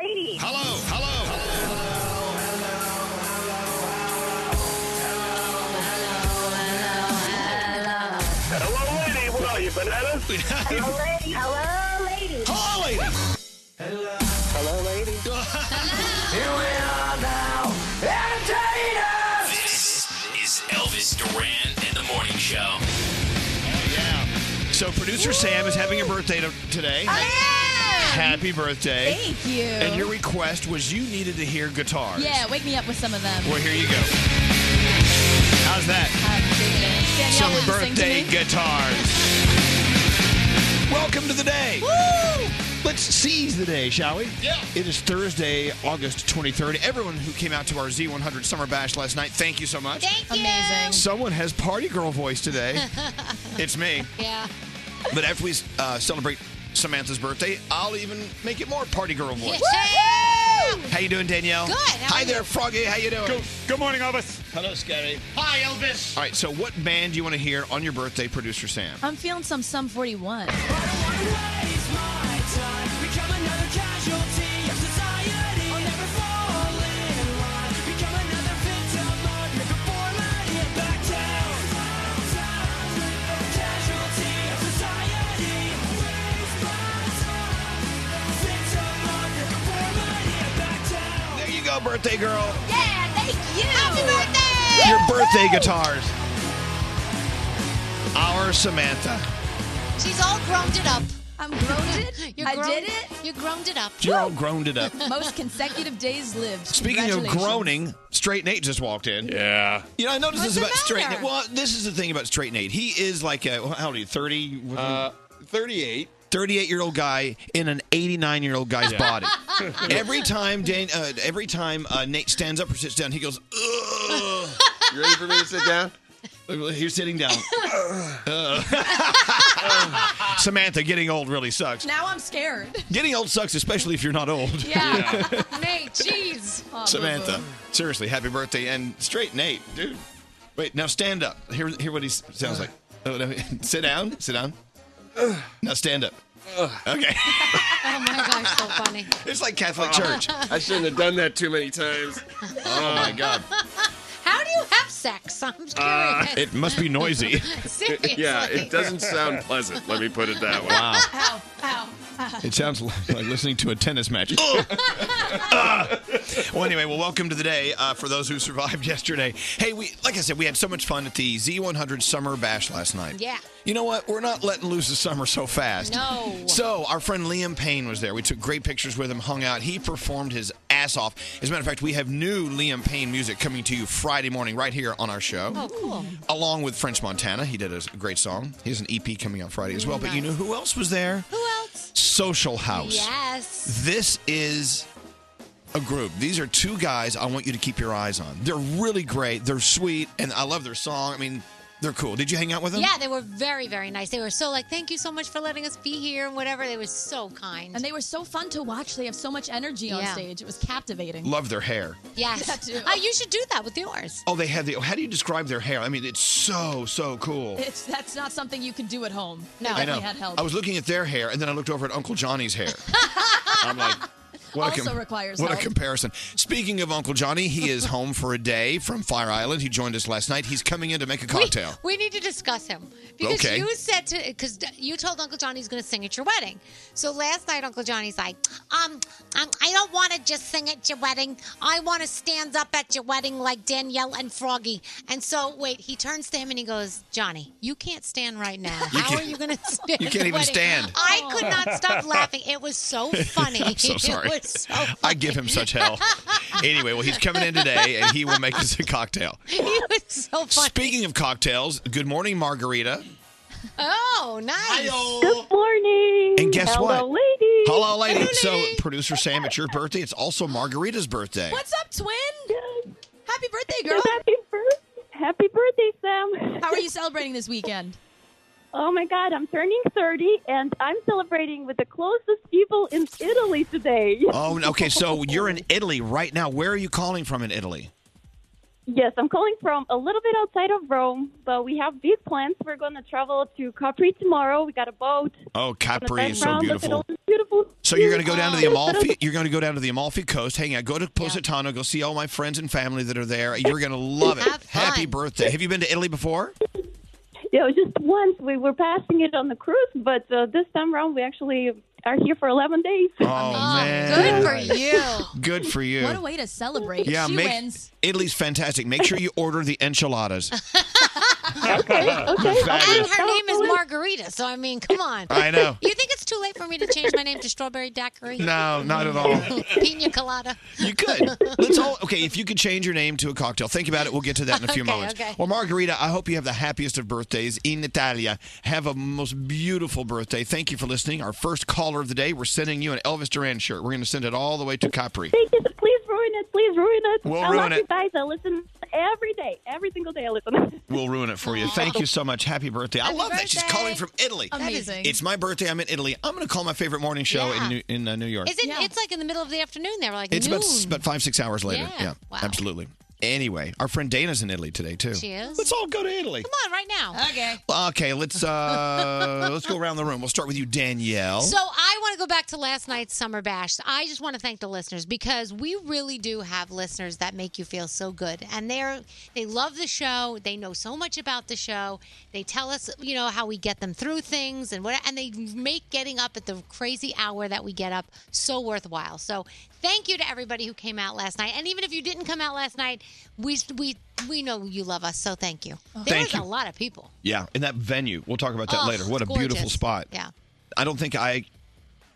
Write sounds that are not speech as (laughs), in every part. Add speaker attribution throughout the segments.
Speaker 1: Andy.
Speaker 2: Hello, hello.
Speaker 1: Hello, lady. What are you, bananas? Hello, lady. Hello, lady.
Speaker 2: Hello, lady.
Speaker 1: Hello, lady.
Speaker 3: (laughs) This is Elvis Duran and the Morning Show.
Speaker 2: Yeah. So producer Sam is having a birthday to- today. Happy birthday.
Speaker 4: Oh, Thank you.
Speaker 2: And your request was you needed to hear guitars.
Speaker 4: yeah, wake me up with some of them.
Speaker 2: Well, here you go. How's that?
Speaker 4: I'm digging it. Danielle,
Speaker 2: Some
Speaker 4: will you sing to
Speaker 2: birthday
Speaker 4: me?
Speaker 2: guitars. Welcome to the day.
Speaker 4: Woo!
Speaker 2: Let's seize the day, shall we?
Speaker 3: Yeah.
Speaker 2: It is Thursday, August 23rd. Everyone who came out to our Z100 Summer Bash last night, thank you so much.
Speaker 5: Thank you.
Speaker 4: Amazing.
Speaker 5: (laughs)
Speaker 2: Someone has party girl voice today.
Speaker 4: (laughs)
Speaker 2: it's me.
Speaker 5: Yeah.
Speaker 2: But after we uh, celebrate Samantha's birthday, I'll even make it more party girl voice. How you doing, Danielle?
Speaker 5: Good, how
Speaker 2: Hi
Speaker 5: are
Speaker 2: there, Froggy. How you doing?
Speaker 6: Good morning, Elvis.
Speaker 2: Hello, Scary.
Speaker 3: Hi, Elvis.
Speaker 2: All right. So, what band do you want to hear on your birthday, producer Sam?
Speaker 4: I'm feeling some Sum 41.
Speaker 2: There you go, birthday girl.
Speaker 5: Yeah, thank you. Happy birthday.
Speaker 2: Your birthday guitars. Our Samantha.
Speaker 5: She's all groaned it up.
Speaker 4: I'm grounded. (laughs)
Speaker 5: You're
Speaker 4: I
Speaker 5: grown-
Speaker 4: did it.
Speaker 5: You groaned
Speaker 4: (laughs)
Speaker 5: it up.
Speaker 2: You're all groaned it up.
Speaker 4: Most consecutive days lived.
Speaker 2: Speaking of
Speaker 4: Congratulations.
Speaker 2: groaning, Straight Nate just walked in.
Speaker 6: Yeah.
Speaker 2: You know, I noticed
Speaker 5: What's
Speaker 2: this
Speaker 5: the
Speaker 2: about Straight Nate.
Speaker 5: matter?
Speaker 2: Well, this is the thing about Straight Nate. He is like a how old are you? Thirty.
Speaker 6: Uh, 38.
Speaker 2: 38 year old guy in an 89 year old guy's body.
Speaker 6: (laughs)
Speaker 2: every time Dan, uh, every time uh, Nate stands up or sits down, he goes, Ugh.
Speaker 6: You ready for me to sit down?
Speaker 2: He's sitting
Speaker 6: (laughs)
Speaker 2: down. Ugh. (laughs) Samantha, getting old really sucks.
Speaker 4: (laughs) Now I'm scared.
Speaker 2: Getting old sucks, especially if you're not old.
Speaker 4: (laughs) Yeah. (laughs)
Speaker 5: Nate, jeez.
Speaker 4: Oh,
Speaker 2: Samantha,
Speaker 4: boo-boo.
Speaker 2: seriously, happy birthday. And straight Nate, dude. Wait, now stand up. Hear, hear what he s- sounds like. Oh, no, (laughs) sit down, sit down. Now stand up. Okay.
Speaker 5: (laughs)
Speaker 2: (laughs)
Speaker 5: Oh my gosh, so funny.
Speaker 2: it's like Catholic Church. Oh
Speaker 6: Ah, I shouldn't have done that too many times.
Speaker 2: my God.
Speaker 5: (laughs)
Speaker 2: Uh,
Speaker 5: How do you have sex? I'm curious.
Speaker 2: It must be noisy.
Speaker 5: Seriously.
Speaker 6: Yeah, it doesn't sound pleasant. Let me put it that way.
Speaker 5: (laughs)
Speaker 2: Wow.
Speaker 4: Ow, ow.
Speaker 2: It sounds like like listening to a tennis match. Ugh. Ah. well, anyway, well, welcome to the day uh, for those who survived (laughs) yesterday. Hey, we like I said, we had so much fun at the Z100 Summer Bash last night.
Speaker 5: Yeah.
Speaker 2: You know what? We're not letting loose the summer so fast.
Speaker 5: No.
Speaker 2: So our friend Liam Payne was there. We took great pictures with him, hung out. He performed his ass off. As a matter of fact, we have new Liam Payne music coming to you Friday morning right here on our show.
Speaker 5: Oh, cool.
Speaker 2: Along with French Montana, he did a great song. He has an EP coming out Friday as well. But you know who else was there?
Speaker 5: Who else?
Speaker 2: Social House.
Speaker 5: Yes.
Speaker 2: This is a group. These are two guys I want you to keep your eyes on. They're really great. They're sweet, and I love their song. I mean, they're cool. Did you hang out with them?
Speaker 5: Yeah, they were very, very nice. They were so like, thank you so much for letting us be here and whatever. They were so kind.
Speaker 4: And they were so fun to watch. They have so much energy on
Speaker 5: Yeah.
Speaker 4: stage. It was captivating. Uh,
Speaker 2: Love their hair.
Speaker 4: That
Speaker 5: yes.
Speaker 4: too.
Speaker 5: Oh, you should do that with yours.
Speaker 2: Oh, they had the. How do you describe their hair? I mean, it's so so
Speaker 4: (laughs)
Speaker 2: cool.
Speaker 4: It's that's not something you could do at home.
Speaker 5: No.
Speaker 4: They
Speaker 5: I
Speaker 2: I know.
Speaker 4: definitely had help.
Speaker 2: I was looking at their hair, and then I looked over at Uncle Johnny's
Speaker 4: (laughs)
Speaker 2: hair. I'm like. What
Speaker 4: Also requires
Speaker 2: what a
Speaker 4: help.
Speaker 2: comparison. Speaking of Uncle Johnny, he
Speaker 4: (laughs)
Speaker 2: is home for a day from Fire Island. He joined us last night. He's coming in to make a
Speaker 5: We-
Speaker 2: cocktail.
Speaker 5: We, need to discuss him because
Speaker 2: Okay.
Speaker 5: you said to because you told Uncle Johnny he's going to sing at your wedding. So last night, Uncle Johnny's like, um, um I don't want to just sing at your wedding. I want to stand up at your wedding like Danielle and Froggy. And so wait, he turns to him and he goes, Johnny, you can't stand right now. How
Speaker 2: can't-
Speaker 5: are you going
Speaker 2: (laughs)
Speaker 5: to stand?
Speaker 2: You
Speaker 5: at
Speaker 2: can't
Speaker 5: the
Speaker 2: even
Speaker 5: wedding?"
Speaker 2: stand.
Speaker 5: I could not stop laughing. It was so (laughs) funny.
Speaker 2: I'm (laughs) so
Speaker 5: It
Speaker 2: sorry.
Speaker 5: was so
Speaker 2: (laughs) I give him such
Speaker 5: (laughs)
Speaker 2: hell. anyway, well, he's coming in today and he will make us a cocktail.
Speaker 5: (laughs) it was so funny.
Speaker 2: Speaking of cocktails, good morning, Margarita.
Speaker 5: oh, nice.
Speaker 1: Good morning.
Speaker 2: And guess
Speaker 1: Hello,
Speaker 2: what?
Speaker 1: lady.
Speaker 2: Hello, lady. So, producer Sam, it's your birthday. It's also Margarita's birthday.
Speaker 4: What's up, twin?
Speaker 1: Yes.
Speaker 4: Happy birthday, girl.
Speaker 1: Happy birthday. Happy birthday, Sam.
Speaker 4: How are you celebrating this weekend?
Speaker 1: Oh my God, I'm turning 30 and I'm celebrating with the closest people in Italy today.
Speaker 2: Oh, okay. So you're in Italy right now. Where are you calling from in Italy?
Speaker 1: Yes, I'm calling from a little bit outside of Rome, but we have big plans. We're going to travel to Capri tomorrow. We got a boat.
Speaker 2: Oh,
Speaker 1: Gonna
Speaker 2: Capri
Speaker 1: drive
Speaker 2: is so
Speaker 1: around, look at
Speaker 2: beautiful.
Speaker 1: all the beautiful
Speaker 2: So you're going to go down to the Amalfi. You're going to go down to the Amalfi Coast. Hang out. Go to Positano. Go see all my friends and family that are there. You're going to love it. Happy birthday! Have you been to Italy before?
Speaker 1: Yeah, it was just once we were passing it on the cruise, but uh, this time around we actually are here for 11 days.
Speaker 2: Oh, man!
Speaker 4: Good for you.
Speaker 2: Good for you.
Speaker 4: What a way to celebrate.
Speaker 2: yeah,
Speaker 4: she
Speaker 2: make,
Speaker 4: wins.
Speaker 2: Italy's fantastic. Make sure you order the
Speaker 4: (laughs)
Speaker 2: enchiladas.
Speaker 5: And
Speaker 2: Fabulous.
Speaker 5: her name is Margarita, so I mean, come on.
Speaker 2: I know.
Speaker 5: You think it's too late for me to change my name to Strawberry Daiquiri?
Speaker 2: No, not at all.
Speaker 5: Pina Colada.
Speaker 2: You could. Let's all okay. If you could change your name to a cocktail, think about it. We'll get to that in a few
Speaker 5: Okay,
Speaker 2: moments.
Speaker 5: okay.
Speaker 2: Well, Margarita, I hope you have the happiest of birthdays in Italia. Have a most beautiful birthday. Thank you for listening. Our first caller of the day. We're sending you an Elvis Duran shirt. We're going to send it all the way to Capri.
Speaker 1: Please ruin it. Please ruin it.
Speaker 2: We'll
Speaker 1: I
Speaker 2: ruin
Speaker 1: love
Speaker 2: it.
Speaker 1: you guys. I listen every day. Every single day I listen. (laughs)
Speaker 2: We'll ruin it for
Speaker 5: Oh.
Speaker 2: you. Thank you so much. Happy birthday. I
Speaker 1: Happy
Speaker 2: love that she's
Speaker 1: birthday.
Speaker 2: calling from Italy.
Speaker 5: Amazing.
Speaker 2: It's my birthday. I'm in Italy. I'm going to call my favorite morning show in New, in uh, New York.
Speaker 5: Is it? It's like in the middle of the afternoon. They're like
Speaker 2: It's
Speaker 5: noon.
Speaker 2: about, s- about five six hours later.
Speaker 5: Yeah. Wow.
Speaker 2: absolutely. Anyway, our friend Dana's in Italy today too.
Speaker 5: She is.
Speaker 2: Let's all go to Italy. Come
Speaker 5: on, right now.
Speaker 4: Okay.
Speaker 2: Okay, let's
Speaker 5: (laughs)
Speaker 2: uh let's go around the room. We'll start with you, Danielle.
Speaker 5: So I want to go back to last night's summer bash. I just want to thank the listeners because we really do have listeners that make you feel so good, and they're they love the show. They know so much about the show. They tell us, you know, how we get them through things and what, and they make getting up at the crazy hour that we get up so worthwhile. So thank you to everybody who came out last night, and even if you didn't come out last night, we we we know you love us, so thank you. There
Speaker 2: Thank
Speaker 5: was a
Speaker 2: you.
Speaker 5: lot of people.
Speaker 2: yeah, in that venue. We'll talk about that
Speaker 5: Oh,
Speaker 2: later. What a
Speaker 5: it's
Speaker 2: beautiful
Speaker 5: gorgeous.
Speaker 2: spot.
Speaker 5: Yeah.
Speaker 2: I don't think I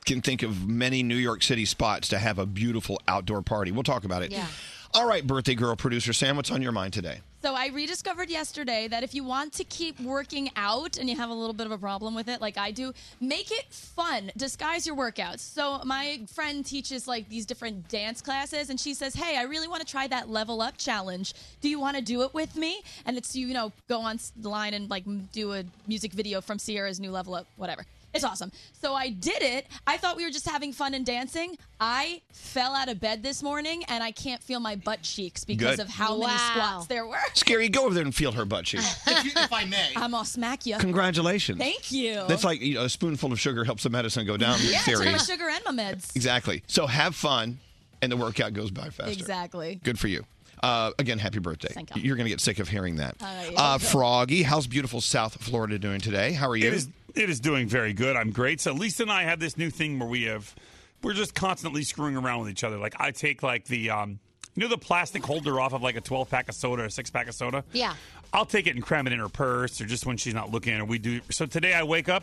Speaker 2: can think of many New York City spots to have a beautiful outdoor party. We'll talk about it.
Speaker 4: Yeah.
Speaker 2: All right, birthday girl producer Sam, what's on your mind
Speaker 4: (laughs)
Speaker 2: today?
Speaker 4: So I rediscovered yesterday that if you want to keep working out and you have a little bit of a problem with it, like I do, make it fun. Disguise your workouts. So my friend teaches like these different dance classes, and she says, "Hey, I really want to try that level up challenge. Do you want to do it with me?" And it's you know go on s- line and like m- do a music video from Sierra's new level up, whatever. It's awesome. So I did it. I thought we were just having fun and dancing. I fell out of bed this morning and I can't feel my butt cheeks because
Speaker 2: Good.
Speaker 4: of how many
Speaker 7: Wow.
Speaker 4: squats there were.
Speaker 2: Scary, go over there and feel her butt
Speaker 4: (laughs)
Speaker 2: cheek.
Speaker 4: if, I may. (laughs) I'm all smack you.
Speaker 2: Congratulations.
Speaker 4: Thank you.
Speaker 2: That's like you know, a um, spoonful of sugar helps the medicine go down
Speaker 4: (laughs) yeah,
Speaker 2: theory.
Speaker 4: took my sugar and my meds.
Speaker 2: Exactly. So have fun, and the workout goes by faster.
Speaker 4: Exactly.
Speaker 2: Good for you. Uh, again, happy birthday.
Speaker 4: Thank you.
Speaker 2: You're going to get sick of hearing that.
Speaker 4: Uh, yeah.
Speaker 2: Uh, Froggy, how's beautiful South Florida doing today? How are you?
Speaker 8: It is, it is doing very good. I'm great. So Lisa and I have this new thing where we have we're just constantly screwing around with each other. Like I take like the um you know the plastic holder off of like a 12 pack of soda or a 6 pack of soda.
Speaker 5: Yeah.
Speaker 8: I'll take it and cram it in her purse or just when she's not looking or we do so today I wake up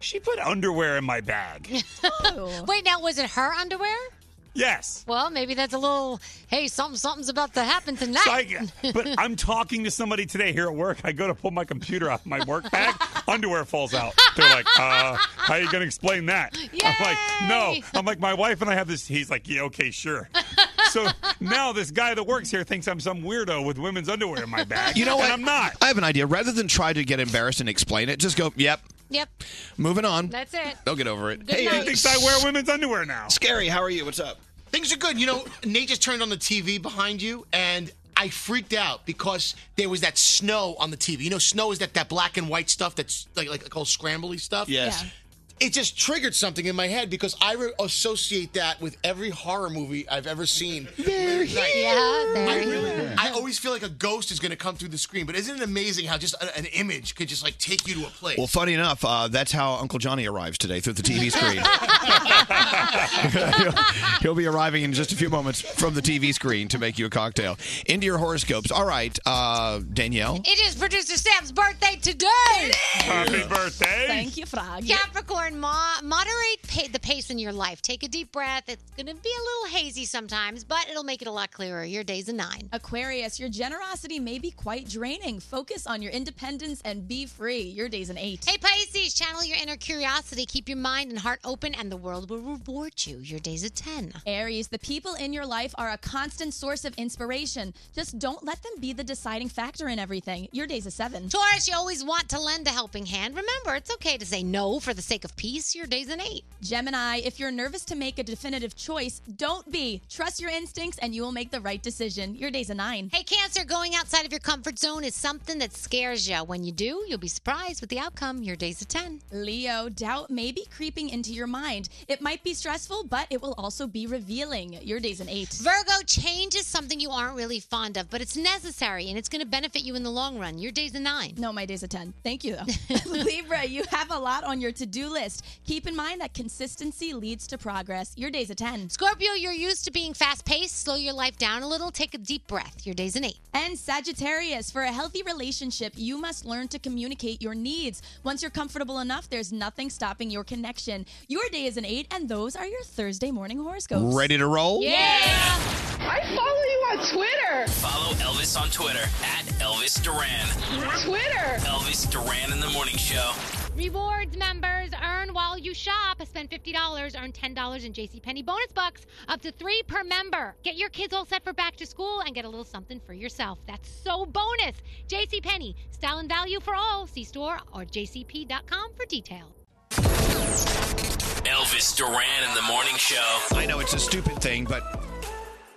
Speaker 8: she put underwear in my bag.
Speaker 5: Wait, now was it her underwear?
Speaker 8: Yes.
Speaker 5: Well, maybe that's a little. Hey, something, something's about to happen tonight.
Speaker 8: I- but I'm talking to somebody today here at work. I go to pull my computer out of my
Speaker 5: (laughs)
Speaker 8: work bag, underwear falls out. They're like, uh, "How are you going to explain that?" I'm like, "No." I'm like, "My wife and I have this." He's like, "Yeah,
Speaker 5: (laughs)
Speaker 8: okay, sure." So now this guy that works here thinks I'm some weirdo with women's underwear in my
Speaker 4: (laughs)
Speaker 8: bag.
Speaker 2: You know what?
Speaker 8: And I'm not.
Speaker 2: I have an idea. Rather than try to get embarrassed and explain it, just go, yep,
Speaker 5: Yep,
Speaker 2: moving on.
Speaker 5: that's it.
Speaker 2: They'll get over it.
Speaker 5: Good
Speaker 2: hey,
Speaker 5: night.
Speaker 2: uh,
Speaker 5: He thinks
Speaker 8: I wear women's underwear now.
Speaker 2: Scary, how are you? What's up?
Speaker 9: Things are good. You know, Nate just turned on the TV behind you, and I freaked out because there was that snow on the TV. You know, snow is that, that black and white stuff that's like like, like all scrambly stuff.
Speaker 2: Yes. Yeah.
Speaker 9: It just triggered something in my head because I re- associate that with every horror movie I've ever seen. They're
Speaker 5: here. Yeah, they're
Speaker 9: I, really-
Speaker 5: here.
Speaker 9: I always feel like a ghost is going to come through the screen, but isn't it amazing how just a- an image could just like take you to a place?
Speaker 2: Well, funny enough, uh, that's how Uncle Johnny arrives today through the TV screen. (laughs) he'll, he'll be arriving in just a few moments from the TV screen to make you a cocktail. Into your horoscopes. All right, uh, Danielle.
Speaker 5: It is producer Sam's birthday today.
Speaker 8: Happy birthday!
Speaker 4: Thank you, Frog.
Speaker 5: Capricorn, mo- moderate pa- the pace in your life. Take a deep breath. It's going to be a little hazy sometimes, but it'll make it a lot clearer. Your day's a nine.
Speaker 4: Aquarius, your generosity may be quite draining. Focus on your independence and be free. Your day's an eight.
Speaker 5: Hey, Pisces, channel your inner curiosity. Keep your mind and heart open, and the world will reward you. Your day's a 10.
Speaker 4: Aries, the people in your life are a constant source of inspiration. Just don't let them be the deciding factor in everything. Your day's a seven.
Speaker 5: Taurus, you always want to lend a helping hand. Remember, it's okay to say no for the sake of peace. Your day's an eight.
Speaker 4: Gemini, if you're nervous to make a definitive choice, don't be. Trust your instincts and you will make the right decision. Your day's a nine.
Speaker 5: Hey, Cancer, going outside of your comfort zone is something that scares you. When you do, you'll be surprised with the outcome. Your day's a 10.
Speaker 4: Leo, doubt may be creeping into your mind. It might be stressful, but it will also be revealing. Your day's an eight.
Speaker 5: Virgo, change is something you aren't really fond of, but it's necessary and it's going to benefit you in the long run. Your day's a 9.
Speaker 4: No, my day's a 10. Thank you,
Speaker 5: (laughs)
Speaker 4: though. (laughs) Libra, you have a lot on your to do list. Keep in mind that consistency leads to progress. Your day's a 10.
Speaker 5: Scorpio, you're used to being fast paced. Slow your life down a little. Take a deep breath. Your day's an 8.
Speaker 4: And Sagittarius, for a healthy relationship, you must learn to communicate your needs. Once you're comfortable enough, there's nothing stopping your connection. Your day is an 8, and those are your Thursday morning horoscopes.
Speaker 2: Ready to roll?
Speaker 7: I follow you on Twitter.
Speaker 3: Follow Elvis on Twitter at Elvis Duran.
Speaker 7: Twitter.
Speaker 3: Elvis Duran in the morning show.
Speaker 10: Rewards members earn while you shop. Spend $50, earn $10 in JCPenney bonus bucks, up to three per member. Get your kids all set for back to school and get a little something for yourself. That's so bonus. JCPenney, style and value for all. See store or jcp.com for details.
Speaker 3: Elvis Duran in the morning show.
Speaker 2: I know it's a stupid thing, but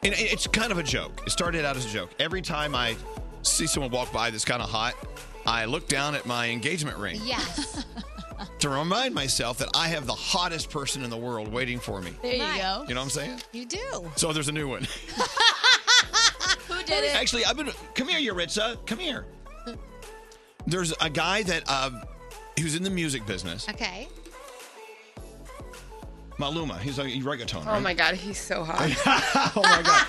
Speaker 2: and it- it's kind of a joke. It started out as a joke. Every time I see someone walk by that's kind of hot, I look down at my engagement ring
Speaker 5: Yes.
Speaker 2: to remind myself that I have the hottest person in the world waiting for me.
Speaker 4: (laughs) There you
Speaker 5: Right.
Speaker 4: go.
Speaker 2: You know what I'm saying?
Speaker 5: you do.
Speaker 2: So there's a new one.
Speaker 4: Who did it?
Speaker 2: Actually, I've been. Come here, Yuritsa. Come here. There's a guy that uh, who's in the music business,
Speaker 5: Okay.
Speaker 2: Maluma. He's a reggaeton.
Speaker 7: Oh my God, he's so hot.
Speaker 2: god. (laughs) oh my god.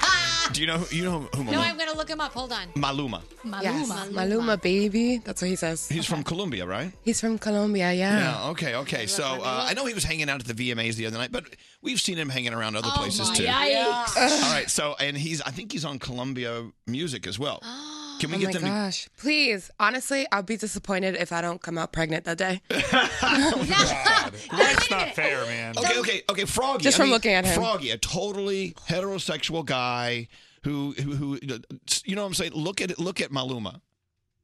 Speaker 2: Do you know who, you know who Maluma?
Speaker 5: No, I'm going to look him up. Hold on.
Speaker 2: Maluma.
Speaker 4: Maluma.
Speaker 7: Yes, Maluma, baby. That's what he says.
Speaker 2: He's from Colombia, right?
Speaker 7: He's from Colombia, yeah.
Speaker 2: Yeah. Okay. Okay. So uh, I know he was hanging out at the VMAs the other night, but we've seen him hanging around other places
Speaker 5: my
Speaker 2: too.
Speaker 5: God.
Speaker 4: Yikes.
Speaker 2: All right. So and he's I think he's on Columbia Music as well. Can we
Speaker 7: Oh
Speaker 2: get
Speaker 7: my
Speaker 2: them?
Speaker 7: gosh. Please, honestly, I'll be disappointed if I don't come out pregnant that day.
Speaker 8: That's not fair, man.
Speaker 2: To, okay. Okay. Okay. Froggy.
Speaker 7: Just
Speaker 2: I
Speaker 7: from
Speaker 2: mean,
Speaker 7: looking at him.
Speaker 2: Froggy, a totally heterosexual guy who who, who you know what I'm saying. Look at look at Maluma.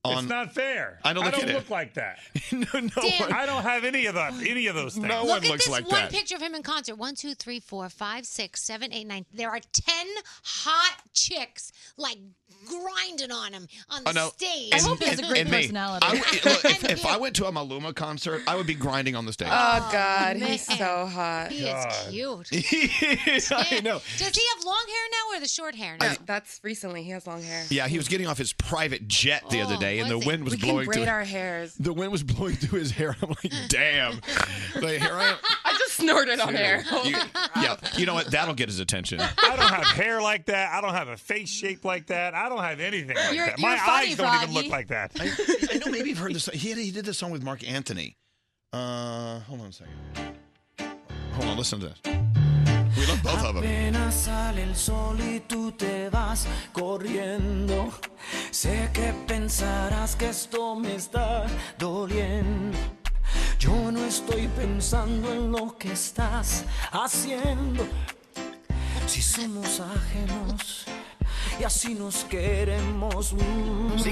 Speaker 8: it's not fair.
Speaker 2: I don't look at it.
Speaker 8: like that.
Speaker 2: (laughs) no. No.
Speaker 5: Damn.
Speaker 2: one-
Speaker 8: I don't have any of that. Any of those things.
Speaker 2: No
Speaker 5: Look
Speaker 2: one
Speaker 5: at
Speaker 2: looks
Speaker 5: this
Speaker 2: like
Speaker 5: one
Speaker 2: that. (laughs)
Speaker 5: picture of him in concert. One, two, three, four, five, six, seven, eight, nine. There are ten hot chicks like grinding on him on the
Speaker 2: Oh, no.
Speaker 5: stage.
Speaker 4: I hope he has a great
Speaker 2: And me.
Speaker 4: personality.
Speaker 2: I would- look, if, if I went to a Maluma concert, I would be grinding on the stage. Ah,
Speaker 7: Oh,
Speaker 5: (laughs)
Speaker 7: God, he's
Speaker 5: man.
Speaker 7: so hot.
Speaker 5: he is
Speaker 2: (laughs)
Speaker 5: cute.
Speaker 2: I know.
Speaker 5: Does he have long hair now or the short hair now?
Speaker 7: Yeah, That's recently. He has long hair.
Speaker 2: Yeah, he was getting off his private jet the other
Speaker 5: Oh,
Speaker 2: day, and the
Speaker 5: was he?
Speaker 2: wind was
Speaker 7: We can
Speaker 2: blowing through.
Speaker 7: braid our hairs.
Speaker 2: the wind was blowing through his hair. I'm like, damn. Like, here I am.
Speaker 7: I just snorted on air. (laughs)
Speaker 2: You, yeah, you know what? That'll get his attention.
Speaker 8: I don't have hair like that. I don't have a face shape like that. I don't have anything like
Speaker 4: You're-
Speaker 8: that.
Speaker 4: you're
Speaker 8: My
Speaker 4: funny,
Speaker 8: eyes don't even
Speaker 4: Froggy.
Speaker 8: look like that.
Speaker 2: I, I know. Maybe you've heard this. He, had, he did this song with Mark Anthony. Uh, hold on a second. Hold on. Listen to this. We love both of them.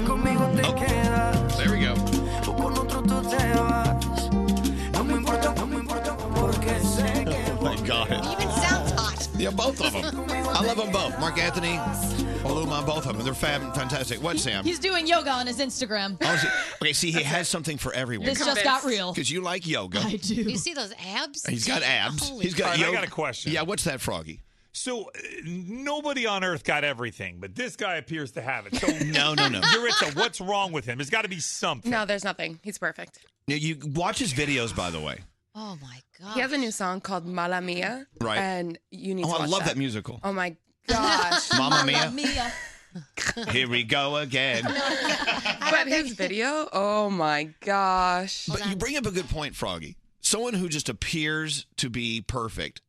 Speaker 11: mm.
Speaker 2: There we go. Oh my God.
Speaker 5: Even sounds hot.
Speaker 2: Yeah, both of them. I love them both. Mark Anthony, Maluma, both of them. They're fab, fantastic. What, Sam?
Speaker 4: He's doing yoga on his Instagram.
Speaker 5: (laughs)
Speaker 2: Oh, see- okay, see, he has something for everyone.
Speaker 4: This just got real.
Speaker 2: Because you like yoga.
Speaker 4: I do.
Speaker 5: You see those abs?
Speaker 2: He's got abs.
Speaker 5: Holy
Speaker 2: He's got
Speaker 8: All right, I
Speaker 2: yoga.
Speaker 8: got a question.
Speaker 2: Yeah, what's that, Froggy?
Speaker 8: So uh, nobody on earth got everything, but this guy appears to have it.
Speaker 2: (laughs)
Speaker 8: So
Speaker 2: No, no, no.
Speaker 8: Yuritsa, what's wrong with him? There's got to be something.
Speaker 7: No, there's nothing. He's perfect.
Speaker 2: Now, you watch his videos, by the way.
Speaker 5: Oh my god.
Speaker 7: He has a new song called Mala Mia.
Speaker 2: Right.
Speaker 7: And you need
Speaker 2: Oh,
Speaker 7: to watch
Speaker 2: I love that,
Speaker 7: that
Speaker 2: musical.
Speaker 7: Oh, my gosh.
Speaker 2: Mamma Mia.
Speaker 4: Mia.
Speaker 2: Here we go again.
Speaker 7: but his video, oh, my gosh.
Speaker 2: But you bring up a good point, Froggy. Someone who just appears to be perfect.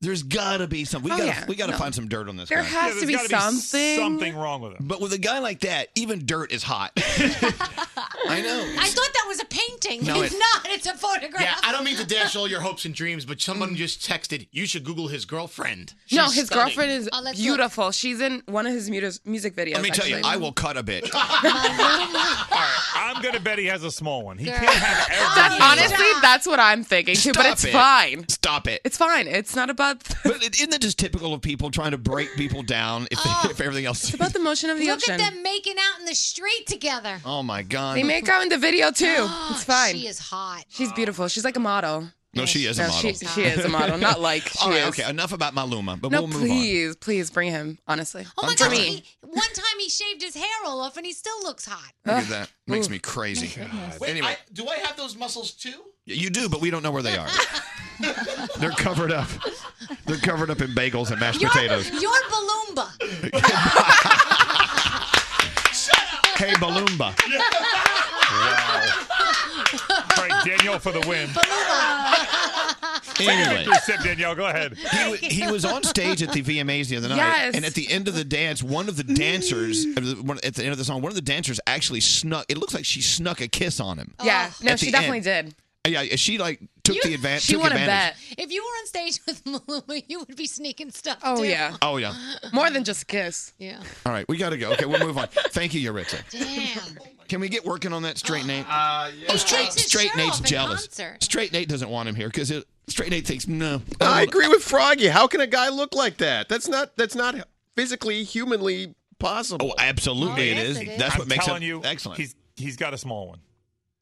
Speaker 2: There's gotta be some. We
Speaker 7: Oh,
Speaker 2: gotta
Speaker 7: yeah.
Speaker 2: we gotta
Speaker 7: No.
Speaker 2: find some dirt on this
Speaker 7: There
Speaker 2: guy.
Speaker 8: Yeah,
Speaker 7: has
Speaker 8: there's
Speaker 7: to be
Speaker 8: gotta
Speaker 7: something.
Speaker 8: something wrong with him.
Speaker 2: but with a guy like that, even dirt is
Speaker 7: (laughs)
Speaker 2: hot. I know.
Speaker 5: I thought that was a painting. (laughs)
Speaker 2: No,
Speaker 5: it's
Speaker 2: it-
Speaker 5: not. It's a photograph.
Speaker 9: Yeah, I don't mean to dash all your hopes and dreams, but someone just texted, you should Google his girlfriend.
Speaker 7: No,
Speaker 9: She's
Speaker 7: his
Speaker 9: stunning.
Speaker 7: girlfriend is
Speaker 5: Oh, let's look.
Speaker 7: beautiful. She's in one of his mu- music videos.
Speaker 2: Let me tell you,
Speaker 7: (laughs)
Speaker 2: (laughs)
Speaker 7: actually.
Speaker 2: I will cut a bitch.
Speaker 5: Maluma.
Speaker 8: All right, I'm gonna bet he has a small one. He
Speaker 7: Girl.
Speaker 8: can't have everything.
Speaker 7: That- honestly, that's what I'm thinking too. but
Speaker 2: Stop
Speaker 7: it's
Speaker 2: it.
Speaker 7: fine.
Speaker 2: Stop it.
Speaker 7: It's fine. It's not about
Speaker 2: But it, isn't it just typical of people trying to break people down if, they, if everything else?
Speaker 7: Oh, about the motion of the
Speaker 5: Look
Speaker 7: ocean.
Speaker 5: at them making out in the street together.
Speaker 2: Oh my God!
Speaker 7: They make out in the video (gasps) too. It's fine.
Speaker 5: She is hot.
Speaker 7: She's beautiful. She's like a model.
Speaker 2: No, she is a
Speaker 7: No,
Speaker 2: model.
Speaker 7: she- she is a
Speaker 2: (laughs)
Speaker 7: model. Not like she
Speaker 2: All right,
Speaker 7: is.
Speaker 2: okay. Enough about Maluma, but
Speaker 7: no,
Speaker 2: we'll move
Speaker 7: please, please bring him. Honestly,
Speaker 5: Oh my
Speaker 2: I'm
Speaker 5: gosh,
Speaker 2: trying.
Speaker 5: he, one time he shaved his hair all off and he still looks hot.
Speaker 2: on. Look at that. Makes me crazy.
Speaker 9: Wait,
Speaker 2: Anyway,
Speaker 9: I- do I have those muscles too?
Speaker 2: you do, but we don't know where they are. (laughs) They're covered up. They're covered up in bagels and mashed
Speaker 5: You're,
Speaker 2: potatoes.
Speaker 5: you're Balloomba.
Speaker 2: (laughs) Hey, Balloomba.
Speaker 8: All right, Danielle for the win.
Speaker 2: Anyway.
Speaker 8: Take a sip, Danielle. Go ahead.
Speaker 2: He, wa- he was on stage at the VMAs the other night,
Speaker 8: Yes.
Speaker 2: and at the end of the dance, one of the dancers uh, the- one- at the end of the song, one of the dancers actually snuck. It looks like she snuck a kiss on him.
Speaker 7: Yeah, no,
Speaker 2: At
Speaker 7: she
Speaker 2: the
Speaker 7: definitely
Speaker 2: end.
Speaker 7: did.
Speaker 2: Yeah, yeah, she like took the advantage.
Speaker 7: She
Speaker 2: took
Speaker 7: won a
Speaker 2: advantage.
Speaker 7: bet.
Speaker 5: If you were on stage with (laughs) Maluma, you would be sneaking stuff.
Speaker 7: Oh
Speaker 5: too.
Speaker 7: yeah.
Speaker 2: Oh yeah.
Speaker 7: More than just a kiss.
Speaker 5: Yeah.
Speaker 2: All right, we got to go. Okay, we'll move on. Thank you, Yuritsa.
Speaker 5: Damn.
Speaker 2: Can we get working on that straight Nate? Uh, yeah. Oh, straight
Speaker 5: Takes his
Speaker 2: straight
Speaker 5: shirt
Speaker 2: Nate's
Speaker 5: off in
Speaker 2: jealous.
Speaker 5: concert.
Speaker 2: Straight Nate doesn't want him here because straight Nate thinks no. Um,
Speaker 6: I agree with Froggy. How can a guy look like that? That's not. That's not physically, humanly possible.
Speaker 2: Oh, absolutely, it is. That's
Speaker 8: I'm
Speaker 2: what makes
Speaker 8: telling
Speaker 2: him
Speaker 8: you,
Speaker 2: excellent.
Speaker 8: He's he's got a small one.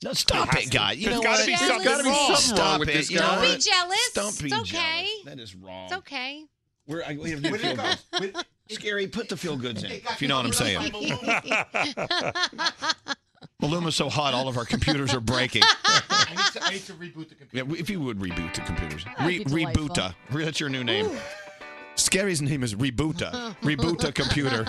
Speaker 2: No, stop
Speaker 8: He
Speaker 2: it,
Speaker 8: has
Speaker 2: guy.
Speaker 8: to.
Speaker 2: You know
Speaker 8: There's gotta
Speaker 2: what?
Speaker 8: be
Speaker 2: There's
Speaker 8: something
Speaker 2: gotta be
Speaker 8: wrong.
Speaker 2: something
Speaker 6: Stop
Speaker 2: wrong with
Speaker 6: it.
Speaker 2: this.
Speaker 6: Don't
Speaker 2: guy.
Speaker 6: be
Speaker 5: jealous.
Speaker 2: Don't be
Speaker 5: It's okay.
Speaker 2: jealous. That is wrong.
Speaker 10: It's okay.
Speaker 2: We're, I, we have new feel goods. Scary, put the feel goods in, if you know what I'm
Speaker 6: (laughs)
Speaker 2: saying. Maluma's so hot, all of our computers are breaking.
Speaker 9: I need to, I need to reboot the computer.
Speaker 2: Yeah, if you would reboot the computers. Re-
Speaker 4: That'd be delightful.
Speaker 2: Reboota. That's your new name. Scary's name is Reboota. Reboota computer.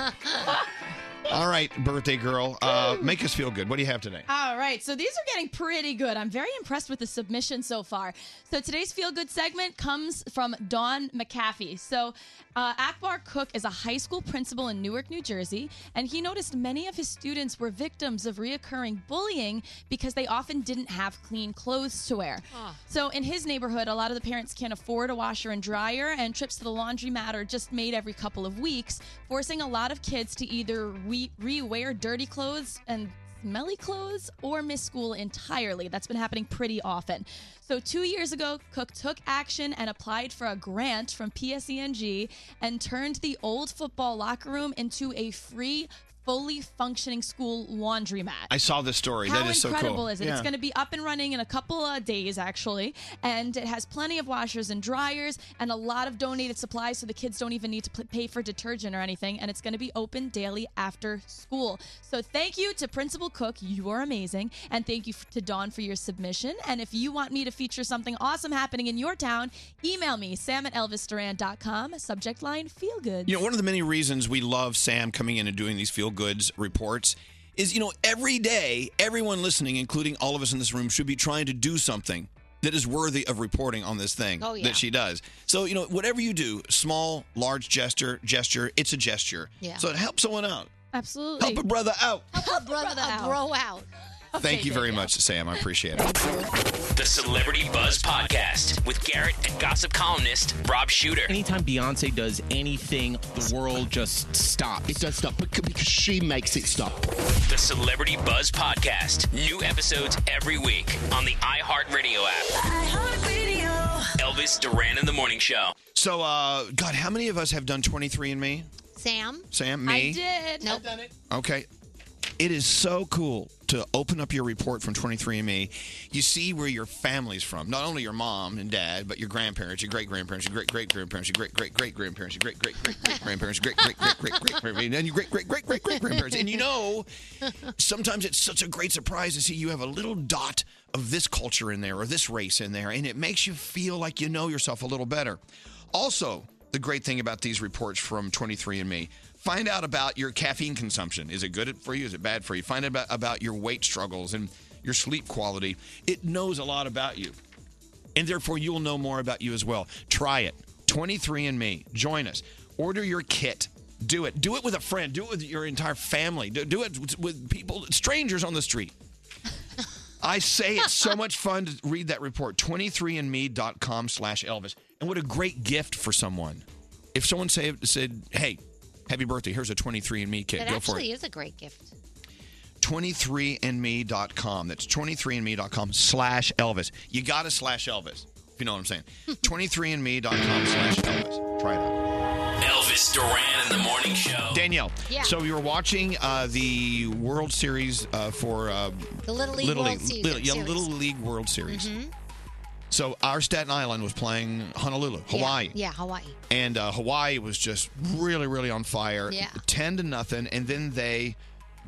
Speaker 2: All right, birthday girl. Uh, make us feel good. What do you have today?
Speaker 4: (laughs) All right, so these are getting pretty good. I'm very impressed with the submission so far. So today's feel good segment comes from Dawn McAfee. So uh, Akbar Cook is a high school principal in Newark, New Jersey, and he noticed many of his students were victims of reoccurring bullying because they often didn't have clean clothes to wear. So in his neighborhood, a lot of the parents can't afford a washer and dryer, and trips to the laundromat are just made every couple of weeks, forcing a lot of kids to either re- rewear dirty clothes and smelly clothes or miss school entirely. That's been happening pretty often. So, two years ago, Cook took action and applied for a grant from PSENG and turned the old football locker room into a free, fully functioning school laundromat.
Speaker 2: I saw this story.
Speaker 4: How
Speaker 2: that is so cool.
Speaker 4: incredible is it? It's
Speaker 2: Yeah.
Speaker 4: going to be up and running in a couple of days, actually. And it has plenty of washers and dryers and a lot of donated supplies, so the kids don't even need to pl- pay for detergent or anything. And it's going to be open daily after school. So thank you to Principal Cook. You are amazing. And thank you f- to Dawn for your submission. And if you want me to feature something awesome happening in your town, email me, sam at elvisduran.com. Subject line, feel good.
Speaker 2: You know, one of the many reasons we love Sam coming in and doing these feel goods reports is, you know, every day, everyone listening, including all of us in this room, should be trying to do something that is worthy of reporting on this thing
Speaker 5: Oh, yeah.
Speaker 2: that she does. So, you know, whatever you do, small, large gesture, gesture, it's a gesture.
Speaker 5: Yeah.
Speaker 2: So it helps someone out.
Speaker 4: Absolutely.
Speaker 2: Help a brother out.
Speaker 5: A brother, a bro out.
Speaker 2: Thank you very much, Sam. I appreciate it.
Speaker 3: The Celebrity Buzz Podcast with Garrett and gossip columnist Rob Shooter.
Speaker 12: Anytime Beyonce does anything, the world just stops. It does stop bec- because she makes it stop.
Speaker 3: The Celebrity Buzz Podcast. New episodes every week on the iHeartRadio app. Elvis Duran in the Morning Show.
Speaker 2: So, uh, God, how many of us have done 23 and me?
Speaker 5: Sam?
Speaker 2: Sam, me?
Speaker 4: I did.
Speaker 5: Nope.
Speaker 2: Okay. It is so cool to open up your report from 23andMe. You see where your family's from. Not only your mom and dad, but your grandparents, your great grandparents, your great great grandparents, your great great great grandparents, your great great great great grandparents, great great great great great grandparents, and your great great great great great grandparents. And you know, sometimes it's such a great surprise to see you have a little dot of this culture in there or this race in there, and it makes you feel like you know yourself a little better. Also, the great thing about these reports from 23andMe find out about your caffeine consumption. Is it good for you? Is it bad for you? Find out about, about your weight struggles and your sleep quality. It knows a lot about you and therefore you'll know more about you as well. Try it. 23andMe. Join us. Order your kit. Do it. Do it with a friend. Do it with your entire family. Do, do it with people, strangers on the street. I say it's so much fun to read that report. 23andme.com slash Elvis. And what a great gift for someone. If someone say, said, hey, happy birthday, here's a 23andMe kit.
Speaker 5: That
Speaker 2: Go for it.
Speaker 5: actually is a great gift.
Speaker 2: 23andme.com. That's 23andme.com slash Elvis. You got to slash Elvis, if you know what I'm
Speaker 5: (laughs)
Speaker 2: saying. 23andme.com slash Elvis. Try it out.
Speaker 3: Elvis Duran in the morning show.
Speaker 2: Danielle,
Speaker 3: Yeah.
Speaker 2: so you were watching uh, the World Series uh, for uh,
Speaker 5: The Little League World Series-
Speaker 2: Little, yeah,
Speaker 5: Series.
Speaker 2: Little League World Series.
Speaker 5: Mhm.
Speaker 2: So our Staten Island was playing Honolulu,
Speaker 5: Yeah,
Speaker 2: Hawaii.
Speaker 5: Yeah, Hawaii.
Speaker 2: and uh, Hawaii was just really, really on fire.
Speaker 5: Yeah.
Speaker 2: ten to nothing, and then they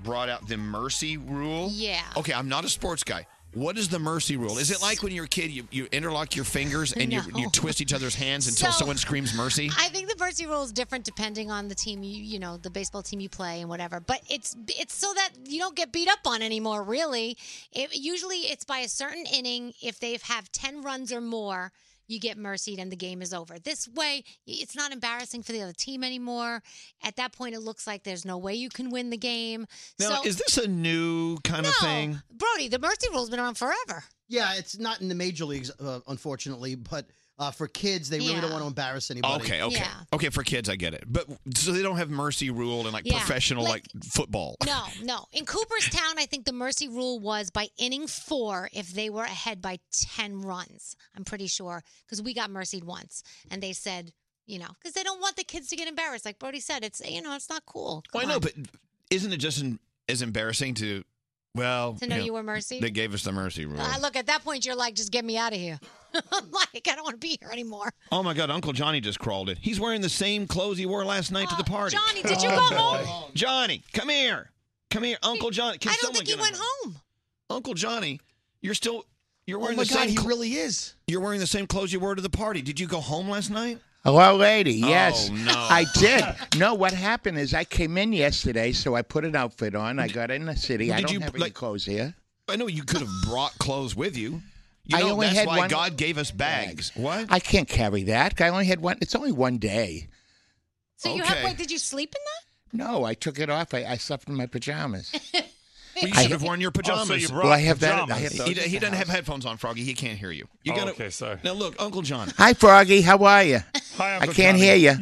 Speaker 2: brought out the mercy rule.
Speaker 5: Yeah.
Speaker 2: Okay, I'm not a sports guy. What is the mercy rule? Is it like when you're a kid, you, you interlock your fingers and you,
Speaker 5: No.
Speaker 2: you twist each other's hands until
Speaker 5: So-
Speaker 2: someone screams mercy?
Speaker 5: I think the mercy rule is different depending on the team you you know the baseball team you play and whatever. But it's it's so that you don't get beat up on anymore. Really, it, usually it's by a certain inning. If they have ten runs or more, you get mercied and the game is over. This way, it's not embarrassing for the other team anymore. At that point, it looks like there's no way you can win the game.
Speaker 2: now,
Speaker 5: so,
Speaker 2: is this a new kind of thing?
Speaker 5: Brody? The mercy rule's been around forever.
Speaker 13: Yeah, it's not in the major leagues, uh, unfortunately, but uh, for kids, they really
Speaker 5: Yeah.
Speaker 13: don't want to embarrass anybody.
Speaker 2: Okay, okay, okay. For kids, I get it, but so they don't have mercy rule and like
Speaker 5: Yeah,
Speaker 2: professional like,
Speaker 5: like-
Speaker 2: football.
Speaker 5: No, no. In Cooperstown, I think the mercy rule was by inning four if they were ahead by 10 runs. I'm pretty sure because we got mercied once and they said, you know, because they don't want the kids to get embarrassed. Like Brody said, it's, you know, it's not cool.
Speaker 2: Well, I know, but isn't it just in, as embarrassing to, well,
Speaker 5: To know you were mercy?
Speaker 2: They gave us the mercy rule.
Speaker 5: Uh, look, at that point, you're like, just get me out of here. (laughs) I'm like, I don't want to be here anymore.
Speaker 2: Oh my God, Uncle Johnny just crawled in. He's wearing the same clothes he wore last night to the party.
Speaker 5: Uh, Johnny, did
Speaker 14: Oh,
Speaker 5: you go home?
Speaker 2: Johnny, come here. Come here, Uncle Johnny. Can
Speaker 5: I don't
Speaker 2: someone
Speaker 5: think he
Speaker 2: get him?
Speaker 5: went home.
Speaker 2: Uncle Johnny, you're still
Speaker 14: Oh,
Speaker 2: you're wearing
Speaker 13: my
Speaker 2: the
Speaker 13: God,
Speaker 2: same
Speaker 13: he
Speaker 2: really is. You're wearing the same clothes you wore to the party. Did you go home last night?
Speaker 14: Hello, lady.
Speaker 2: Oh,
Speaker 14: Yes,
Speaker 2: no.
Speaker 14: I
Speaker 2: (laughs)
Speaker 14: did. No, what happened is I came in yesterday, so I put an outfit on. I got in the city.
Speaker 2: Well,
Speaker 14: I
Speaker 2: did
Speaker 14: don't
Speaker 2: you,
Speaker 14: have any
Speaker 2: like-
Speaker 14: clothes here.
Speaker 2: I know you could have brought clothes with you. You
Speaker 14: I
Speaker 2: know
Speaker 14: only
Speaker 2: that's
Speaker 14: had
Speaker 2: why
Speaker 14: one-
Speaker 2: God gave us bags. What?
Speaker 14: I can't carry that. I only had one. It's only one day.
Speaker 5: So you have, wait, did you sleep in that?
Speaker 14: No, I took it off. I, I slept in my pajamas.
Speaker 5: (laughs)
Speaker 2: Well, Oh, you
Speaker 14: I-
Speaker 2: should have worn your pajamas.
Speaker 14: well, I have that. I have
Speaker 2: He,
Speaker 14: those
Speaker 2: he
Speaker 14: at the
Speaker 2: doesn't have
Speaker 14: house.
Speaker 2: headphones on, Froggy. He can't hear you. You gotta, Oh, okay, sorry. Now look, Uncle John.
Speaker 14: Hi, Froggy. How are you? I can't hear you.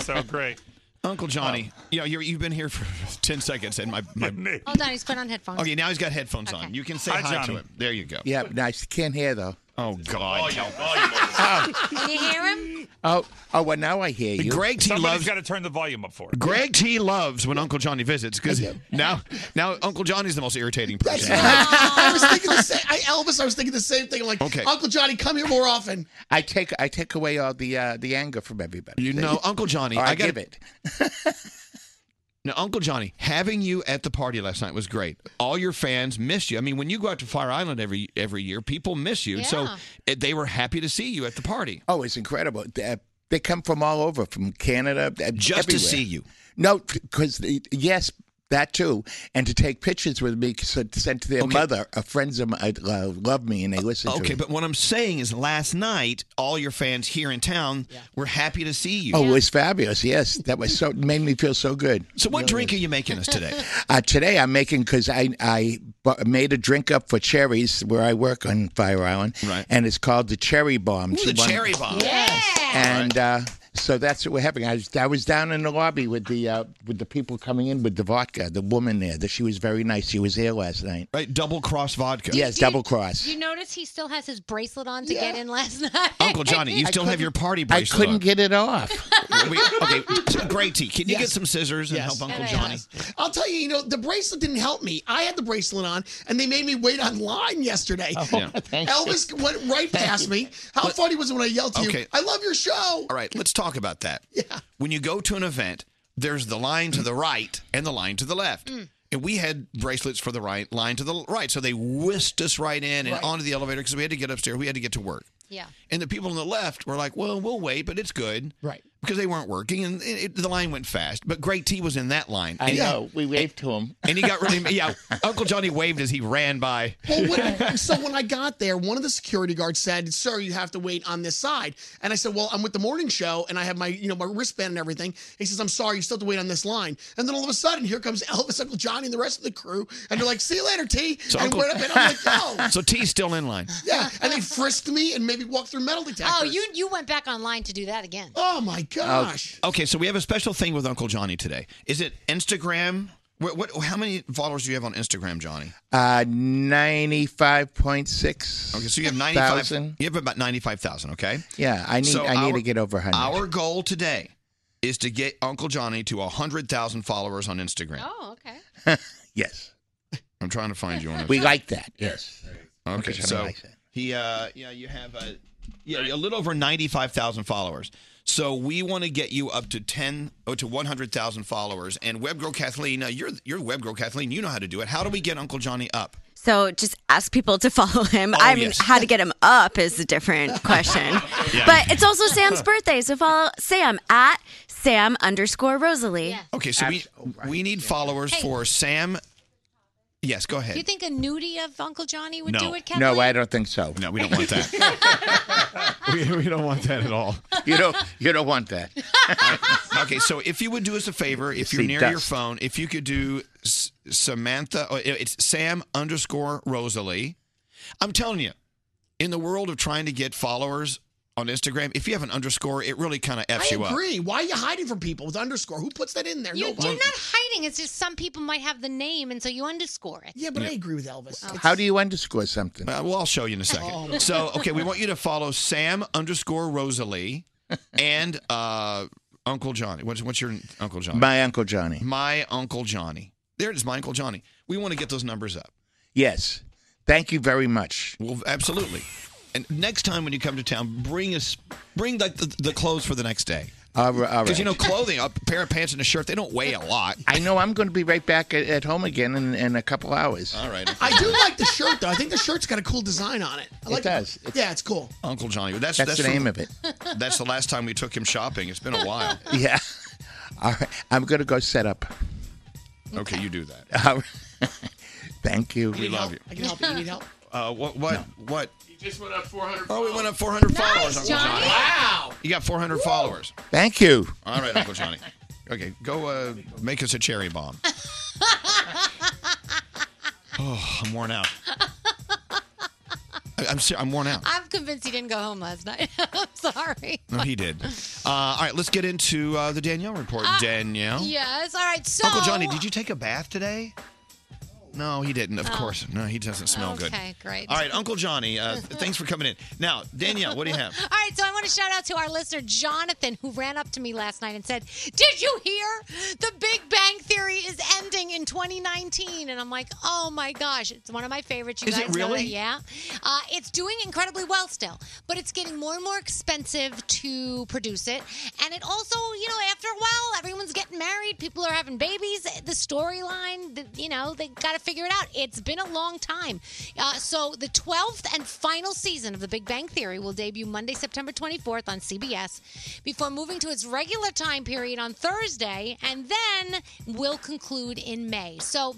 Speaker 2: so great. (laughs) Uncle Johnny,
Speaker 14: Oh.
Speaker 2: you know, you're, you've been here for (laughs) 10 seconds,
Speaker 14: (laughs)
Speaker 2: and my. my
Speaker 5: Hold on, he's put on headphones.
Speaker 2: okay, now he's got headphones on. You can say
Speaker 14: Hi,
Speaker 2: hi, to
Speaker 14: Johnny.
Speaker 2: him. There you go.
Speaker 14: (laughs) Yeah, nice. Can't hear though.
Speaker 2: Oh God.
Speaker 5: Can you hear him?
Speaker 14: Oh, oh. Well, now I hear you.
Speaker 2: Greg T
Speaker 8: Somebody's
Speaker 2: loves.
Speaker 8: got to turn the volume up for.
Speaker 2: Greg T loves when Uncle Johnny visits because now, now Uncle Johnny's the most irritating person.
Speaker 13: (laughs) I was thinking the same. I, Elvis, I was thinking the same thing. Like,
Speaker 14: Okay.
Speaker 13: Uncle Johnny, come here more often.
Speaker 14: I take I take away all the uh, the anger from everybody. You
Speaker 2: know, Uncle Johnny,
Speaker 14: I,
Speaker 2: I gotta-
Speaker 14: give it.
Speaker 2: Now, Uncle Johnny, having you at the party last night was great. All your fans missed you. I mean, when you go out to Fire Island every every year, people miss you. So
Speaker 14: Yeah.
Speaker 2: it, they were happy to see you at the party.
Speaker 14: Oh, it's incredible. They, they come from all over, from Canada, uh,
Speaker 2: Just to
Speaker 14: everywhere.
Speaker 2: see you.
Speaker 14: No, because yes, that too, and to take pictures with me, so sent to their mother. Uh, friends of mine uh, love me, and they listen to
Speaker 2: Oh, Okay,
Speaker 14: me.
Speaker 2: but what I'm saying is, last night, all your fans here in town were happy to see you.
Speaker 14: Oh, it was fabulous! Yes, that was so made me feel so good.
Speaker 2: so what drink are you making us today?
Speaker 14: Uh, today I'm making because I I bu- made a drink up for cherries where I work on Fire Island, right? And it's called the Cherry Bomb.
Speaker 2: Ooh,
Speaker 14: She
Speaker 2: the
Speaker 14: won-
Speaker 2: cherry bomb.
Speaker 14: And uh, so that's what we're having. I was, I was down in the lobby with the uh, with the people coming in with the vodka. The woman there, that she was very nice. She was here last night.
Speaker 2: Right, double cross vodka.
Speaker 14: Yes, double cross.
Speaker 5: Do you notice he still has his bracelet on to get in last (laughs) night?
Speaker 2: (laughs) Uncle Johnny, you still have your party
Speaker 14: I
Speaker 2: bracelet.
Speaker 14: couldn't
Speaker 2: on.
Speaker 14: get it off.
Speaker 2: (laughs) We- okay, so Grey T, can you
Speaker 13: Yes.
Speaker 2: get some scissors and help Uncle Johnny?
Speaker 13: I'll tell you, you know, the bracelet didn't help me. I had the bracelet on, and they made me wait online yesterday.
Speaker 2: Oh,
Speaker 13: (laughs)
Speaker 2: Yeah. thank
Speaker 13: Elvis went right past me. How funny was it when I yelled to you,
Speaker 2: Okay.
Speaker 13: I love your show?
Speaker 2: Oh, All right, let's talk about that. Yeah. When you go to an event, there's the line to the right and the line to the left. And we had bracelets for the right line to the right. So they whisked us right in and
Speaker 15: Right.
Speaker 2: onto the elevator because we had to get upstairs. We had to get to work.
Speaker 5: Yeah.
Speaker 2: And the people on the left were like, well, we'll wait, but it's good. Right. Because they weren't working and it, it- the line went fast. But Great T was in that line.
Speaker 14: I
Speaker 2: And-
Speaker 14: know. We waved to him.
Speaker 2: And he got really, yeah, Uncle Johnny waved as he ran by.
Speaker 13: Well, when, so
Speaker 2: (laughs)
Speaker 13: when I got there, one of the security guards said, "Sir, you have to wait on this side." And I said, "Well, I'm with the morning show, and I have my, you know, my wristband and everything." He says, "I'm sorry, you still have to wait on this line." And then all of a sudden, here comes (laughs) Elvis, Uncle Johnny, and the rest of the crew, and they're like, "See you later, T."
Speaker 2: So,
Speaker 13: and
Speaker 2: Uncle,
Speaker 13: went up, and I'm like, "Oh,
Speaker 2: (laughs) so T's still in line.
Speaker 13: yeah." And they frisked me and maybe walked through metal detectors.
Speaker 5: Oh, you you went back online to do that again.
Speaker 13: Oh my gosh.
Speaker 2: Okay, so we have a special thing with Uncle Johnny today. Is it Instagram What, what, how many followers do you have on Instagram, Johnny?
Speaker 14: Uh, ninety-five point six.
Speaker 2: Okay, so you have ninety-five. You have about ninety-five thousand. Okay.
Speaker 14: Yeah, I need.
Speaker 2: So
Speaker 14: I
Speaker 2: our-
Speaker 14: need to get over hundred.
Speaker 2: Our goal today is to get Uncle Johnny to hundred thousand followers on Instagram.
Speaker 10: Oh, okay.
Speaker 14: (laughs) yes.
Speaker 2: I'm trying to find
Speaker 14: (laughs)
Speaker 2: you on. Instagram.
Speaker 14: We like that. Yes.
Speaker 2: Okay,
Speaker 14: Uncle Johnny
Speaker 2: so
Speaker 14: likes
Speaker 2: he, uh, yeah, you have a, yeah, a little over ninety-five thousand followers. So we want to get you up to ten oh, to one hundred thousand followers. And web girl Kathleen, now you're you're web girl Kathleen. You know how to do it. How do we get Uncle Johnny up?
Speaker 15: So just ask people to (laughs) follow him. I mean,
Speaker 2: Oh, yes.
Speaker 15: how to get him up is a
Speaker 2: (laughs)
Speaker 15: different question.
Speaker 2: Yeah.
Speaker 15: But it's also Sam's birthday, so follow Sam at Sam underscore Rosalie.
Speaker 2: Okay, so we
Speaker 14: oh,
Speaker 2: we need followers
Speaker 5: Hey.
Speaker 2: for Sam. Yes, go
Speaker 5: Do you
Speaker 2: ahead.
Speaker 5: think a nudie of Uncle Johnny would do it, Kathleen?
Speaker 14: No, I don't think so.
Speaker 2: No, we don't want that. (laughs) we, we don't want that at all.
Speaker 14: (laughs) You don't. You don't want that.
Speaker 2: (laughs) okay, so if you would do us a favor, if
Speaker 14: You
Speaker 2: you're
Speaker 14: see
Speaker 2: near your
Speaker 14: dust.
Speaker 2: phone, if you could do S- Samantha, oh, it- it's Sam underscore Rosalie. I'm telling you, in the world of trying to get followers on Instagram, if you have an underscore, it really kind of f's
Speaker 13: I
Speaker 2: you up.
Speaker 13: agree. Why are you hiding from people with underscore? Who puts that in there?
Speaker 5: You,
Speaker 13: Nobody.
Speaker 5: you're not hiding. It's just some people might have the name, and so you underscore it.
Speaker 13: Yeah, but I agree with Elvis.
Speaker 14: How do you underscore something?
Speaker 2: Uh, well, I'll show you in a second.
Speaker 5: Oh.
Speaker 2: So, okay, we want you to follow Sam underscore Rosalie and uh, Uncle Johnny. What's, what's your Uncle Johnny?
Speaker 14: My Uncle Johnny.
Speaker 2: My Uncle Johnny. There it is, my Uncle Johnny. We want to get those numbers up.
Speaker 14: Yes. Thank you very much.
Speaker 2: Well, absolutely. And next time when you come to town, bring us bring like the, the clothes for the next day.
Speaker 14: All ri- all
Speaker 2: Because you know,
Speaker 14: right.
Speaker 2: clothing, a pair of pants and a shirt, they don't weigh a lot.
Speaker 14: I know I'm going to be right back at, at home again in, in a couple hours.
Speaker 2: All right.
Speaker 13: I do like the shirt though. I think the shirt's got a cool design on it. I
Speaker 14: It
Speaker 13: like
Speaker 14: does. It's-
Speaker 13: yeah, it's cool.
Speaker 2: Uncle Johnny. Well, That's,
Speaker 14: That's the
Speaker 2: from-
Speaker 14: name of it.
Speaker 2: (laughs) That's the last time we took him shopping. It's been a while.
Speaker 14: (laughs) Yeah. All right. I'm going to go set up.
Speaker 2: Okay, you do that.
Speaker 14: (laughs) All right. Thank you.
Speaker 2: We love you.
Speaker 13: I can help you. You need help?
Speaker 2: Uh, what? What? What?
Speaker 16: You just went up 400.
Speaker 2: Oh, we went up 400 followers, Uncle Johnny.
Speaker 16: Johnny.
Speaker 2: Wow. You got 400 followers.
Speaker 14: Thank you.
Speaker 2: All right, Uncle Johnny. Okay, go uh, make us a cherry
Speaker 5: (laughs)
Speaker 2: bomb. Oh, I'm worn out. I, I'm ser- I'm worn out.
Speaker 5: (laughs) I'm convinced he didn't go home last night. (laughs) I'm sorry.
Speaker 2: No, he did. Uh, all right, let's get into uh, the Danielle report. Danielle.
Speaker 5: Yes. All right. Ah, So
Speaker 2: Uncle Johnny, did you take a bath today? No, he didn't. Of
Speaker 5: Oh.
Speaker 2: course. No, he doesn't smell good.
Speaker 5: Okay, great.
Speaker 2: All right, Uncle Johnny, uh, thanks for coming in. Now, Danielle, what do you have?
Speaker 5: (laughs) All right, so I want to shout out to our listener, Jonathan, who ran up to me last night and said, Did you hear? The Big Bang Theory is ending in 2019. And I'm like, Oh my gosh, it's one of my favorites. You
Speaker 17: Is
Speaker 5: guys
Speaker 17: it
Speaker 5: know
Speaker 17: really?
Speaker 5: that, yeah. Uh, it's doing incredibly well still, but it's getting more and more expensive to produce it. And it also, you know, after a while, everyone's getting married, people are having babies. The storyline, the- you know, they got to figure it out. It's been a long time. Uh, so the 12th and final season of The Big Bang Theory will debut Monday, September 24th on CBS before moving to its regular time period on Thursday and then will conclude in May. So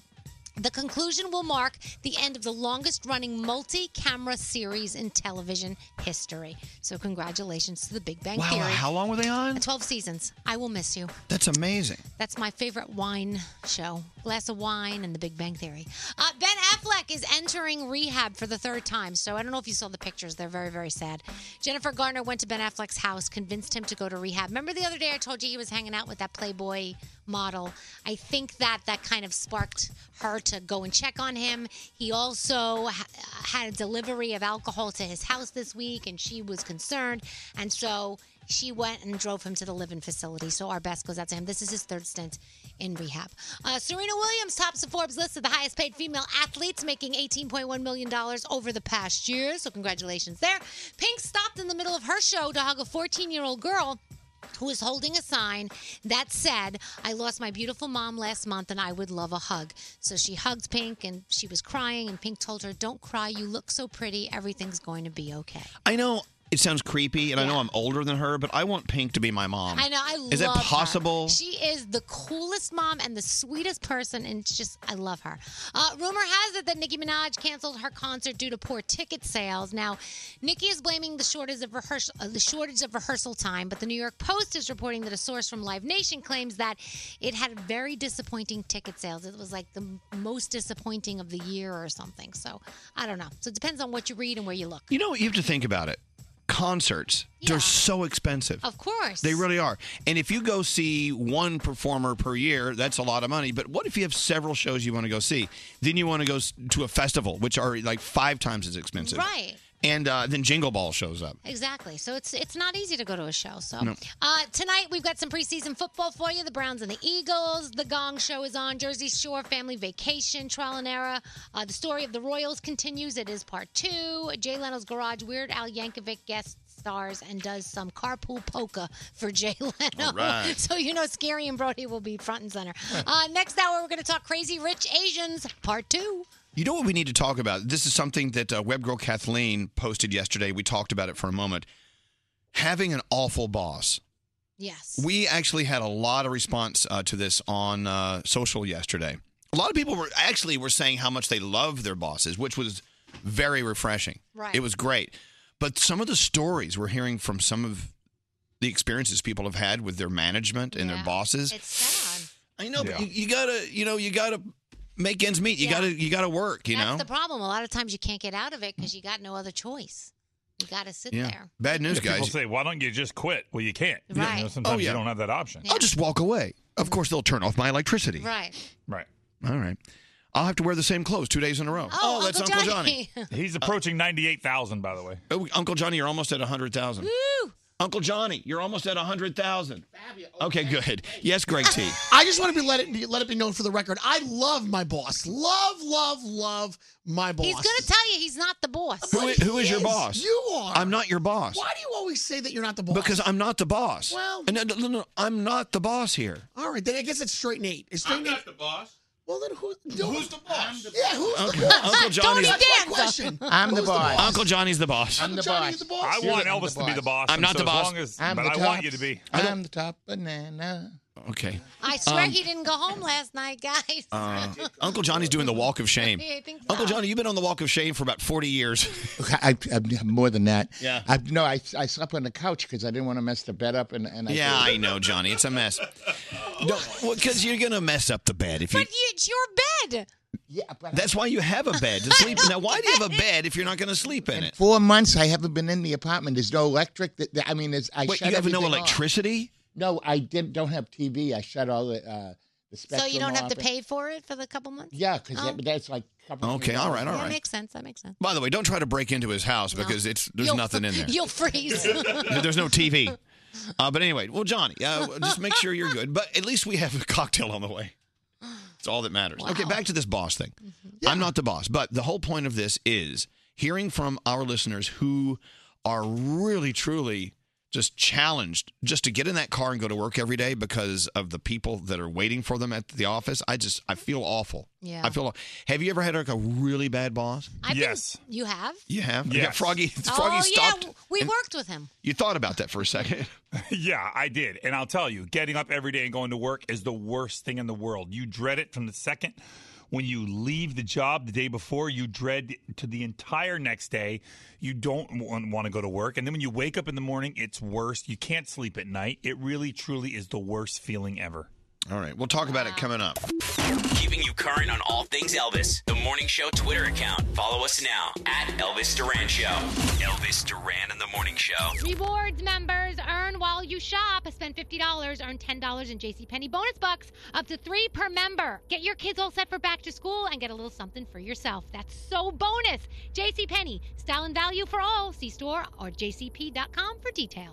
Speaker 5: the conclusion will mark the end of the longest running multi camera series in television history. So, congratulations to the Big Bang
Speaker 2: Wow,
Speaker 5: Theory.
Speaker 2: how long were they on?
Speaker 5: 12 seasons. I will miss you.
Speaker 2: That's amazing.
Speaker 5: That's my favorite wine show. Glass of wine and the Big Bang Theory. Uh, ben Affleck is entering rehab for the third time. So I don't know if you saw the pictures. They're very, very sad. Jennifer Garner went to Ben Affleck's house, convinced him to go to rehab. Remember the other day I told you he was hanging out with that Playboy model? I think that that kind of sparked her to go and check on him. He also ha- had a delivery of alcohol to his house this week, and she was concerned. And so she went and drove him to the live-in facility. So our best goes out to him. This is his third stint in rehab. Uh, Serena Williams tops the Forbes list of the highest-paid female athletes, making 18.1 million dollars over the past year. So congratulations there. Pink stopped in the middle of her show to hug a 14-year-old girl who was holding a sign that said, I lost my beautiful mom last month and I would love a hug. So she hugged Pink and she was crying, and Pink told her, Don't cry, you look so pretty, everything's going to be okay.
Speaker 2: I know it sounds creepy, and I know I'm older than her, but I want Pink to be my mom.
Speaker 5: I know. I love
Speaker 2: Um, Is that
Speaker 5: her.
Speaker 2: possible?
Speaker 5: She is the coolest mom and the sweetest person, and it's just I love her. Uh, rumor has it that Nicki Minaj canceled her concert due to poor ticket sales. Now, Nicki is blaming the shortage of rehearsal, uh, the shortage of rehearsal time, but the New York Post is reporting that a source from Live Nation claims that it had very disappointing ticket sales. It was like the m- most disappointing of the year or something. So I don't know. So it depends on what you read and where you look.
Speaker 2: You know, you have to think about it. concerts. They're so expensive.
Speaker 5: Of course.
Speaker 2: They really are. And if you go see one performer per year, that's a lot of money. But what if you have several shows you want to go see? Then you want to go s- to a festival, which are like five times as expensive.
Speaker 5: Right.
Speaker 2: And uh, then Jingle Ball shows up.
Speaker 5: Exactly. So it's it's not easy to go to a show. So
Speaker 2: No.
Speaker 5: uh, tonight we've got some preseason football for you. The Browns and the Eagles. The Gong Show is on. Jersey Shore Family Vacation. Trial and Error. Uh, the story of the Royals continues. It is part two. Jay Leno's Garage. Weird Al Yankovic guest stars and does some carpool polka for Jay (laughs) Leno.
Speaker 16: All right.
Speaker 5: So you know Scary and Brody will be front and center. uh, next hour we're going to talk Crazy Rich Asians part two.
Speaker 2: You know what we need to talk about? This is something that uh, web girl Kathleen posted yesterday. We talked about it for a moment. Having an awful boss.
Speaker 5: Yes.
Speaker 2: We actually had a lot of response uh, to this on uh, social yesterday. A lot of people were actually were saying how much they love their bosses, which was very refreshing.
Speaker 17: Right.
Speaker 2: It was great. But some of the stories we're hearing from some of the experiences people have had with their management and their bosses. It's
Speaker 5: sad.
Speaker 2: I know, but you, you gotta, you know, you gotta make ends meet. You
Speaker 5: Yeah.
Speaker 2: gotta, you gotta work. You
Speaker 5: That's
Speaker 2: know,
Speaker 5: the problem. A lot of times you can't get out of it because you got no other choice. You got to sit there.
Speaker 2: Bad news,
Speaker 8: People
Speaker 2: guys.
Speaker 8: say, "Why don't you just quit?" Well, you can't. You know,
Speaker 5: Right.
Speaker 8: sometimes
Speaker 2: Oh, yeah.
Speaker 8: you don't have that option.
Speaker 2: I'll just walk away. Of course, they'll turn off my electricity.
Speaker 5: Right.
Speaker 8: Right.
Speaker 2: All right. I'll have to wear the same clothes two days in a row.
Speaker 5: Oh, that's Uncle Uncle Johnny. Johnny.
Speaker 8: He's approaching ninety-eight thousand, by the way.
Speaker 2: Uh, Oh, Uncle Johnny, you're almost at 100,000.
Speaker 5: Woo!
Speaker 2: Uncle Johnny, you're almost at 100,000. Okay, good. Yes, Greg
Speaker 5: (laughs)
Speaker 2: T.
Speaker 13: I just want to be let it be, let it be known for the record. I love my boss. Love, love, love my boss.
Speaker 5: He's going to tell you he's not the boss.
Speaker 2: Who, who is your boss?
Speaker 13: You are.
Speaker 2: I'm not your boss.
Speaker 13: Why do you always say that you're not the boss?
Speaker 2: Because I'm not the boss.
Speaker 13: Well-
Speaker 2: no, no, no, no, I'm not the boss here.
Speaker 13: All right, then I guess it's straight Nate. It's straight Nate.
Speaker 18: the boss.
Speaker 13: Well, then who?
Speaker 18: Who's the boss?
Speaker 13: yeah, who's
Speaker 2: Okay.
Speaker 13: the boss?
Speaker 2: Uncle Johnny's-
Speaker 13: That's my
Speaker 2: Tony
Speaker 13: question.
Speaker 14: I'm the
Speaker 13: Who's
Speaker 14: boss.
Speaker 2: Uncle Johnny's the boss.
Speaker 14: I'm the
Speaker 13: Johnny,
Speaker 14: boss.
Speaker 13: the boss.
Speaker 8: I want Elvis to be the boss.
Speaker 2: I'm
Speaker 8: and
Speaker 2: not
Speaker 8: so
Speaker 2: the boss.
Speaker 8: As long as,
Speaker 14: I'm
Speaker 8: but
Speaker 14: the
Speaker 8: I
Speaker 14: top.
Speaker 8: want you to be.
Speaker 14: I'm the top banana.
Speaker 2: Okay.
Speaker 5: I swear
Speaker 2: Um,
Speaker 5: he didn't go home last night, guys. (laughs)
Speaker 2: uh, Uncle Johnny's doing the walk of shame.
Speaker 5: Yeah, I think so.
Speaker 2: Uncle Johnny, you've been on the walk of shame for about 40 years.
Speaker 14: I, I, more than that.
Speaker 2: Yeah.
Speaker 14: I, no, I, I slept on the couch because I didn't want to mess the bed up, and, and I
Speaker 2: yeah,
Speaker 14: did.
Speaker 2: I know, Johnny. It's a mess. Because you're going to mess up the bed. if you.
Speaker 5: But you, it's your bed.
Speaker 14: Yeah, but
Speaker 2: That's why you have a bed to sleep in. Now, why do you have a bed if you're not going to sleep in it?
Speaker 14: (laughs) Four months I haven't been in the apartment. There's no electric. Th- th- I mean, there's, I
Speaker 2: Wait,
Speaker 14: shut
Speaker 2: you have no
Speaker 14: everything off.
Speaker 2: electricity?
Speaker 14: No, I didn't. Don't have TV. I shut all the uh, the
Speaker 5: So
Speaker 14: spectrum.
Speaker 5: you don't have
Speaker 14: off
Speaker 5: to
Speaker 14: and-
Speaker 5: pay for it for the couple months?
Speaker 14: Yeah, because
Speaker 5: Oh.
Speaker 14: that's like.
Speaker 2: Okay, all right, all
Speaker 5: That
Speaker 2: right.
Speaker 5: makes sense. That makes sense.
Speaker 2: By the way, don't try to break into his house because it's there's
Speaker 5: You'll-
Speaker 2: nothing in there.
Speaker 5: (laughs) You'll
Speaker 2: (laughs)
Speaker 5: freeze.
Speaker 2: There's no TV. Uh, but anyway, well, Johnny, uh, just make sure you're good. But at least we have a cocktail on the way. It's all that matters. Okay, back to this boss thing. I'm not the boss, but the whole point of this is hearing from our listeners who are really, truly just challenged just to get in that car and go to work every day because of the people that are waiting for them at the office. I just, I feel awful.
Speaker 5: Yeah.
Speaker 2: I feel. aw- Have you ever had like a really bad boss?
Speaker 5: I've been- (laughs) you have?
Speaker 2: You have? Yeah,
Speaker 8: Yes.
Speaker 2: Froggy, Froggy
Speaker 5: oh,
Speaker 2: stopped.
Speaker 5: yeah. We
Speaker 2: and-
Speaker 5: worked with him.
Speaker 2: You thought about that for a second.
Speaker 8: yeah, I did. And I'll tell you, getting up every day and going to work is the worst thing in the world. You dread it from the second when you leave the job the day before, you dread to the entire next day. You don't want to go to work. And then when you wake up in the morning, it's worse. You can't sleep at night. It really, truly is the worst feeling ever.
Speaker 2: All right, we'll talk about it coming up.
Speaker 3: Keeping you current on all things Elvis. The Morning Show Twitter account. Follow us now at Elvis Duran Show. Elvis Duran and the Morning Show.
Speaker 10: Rewards members earn while you shop. Spend $50, earn $10 in JCPenney bonus bucks, up to three per member. Get your kids all set for back to school and get a little something for yourself. That's so bonus. JCPenney, style and value for all. See store or jcp.com for details.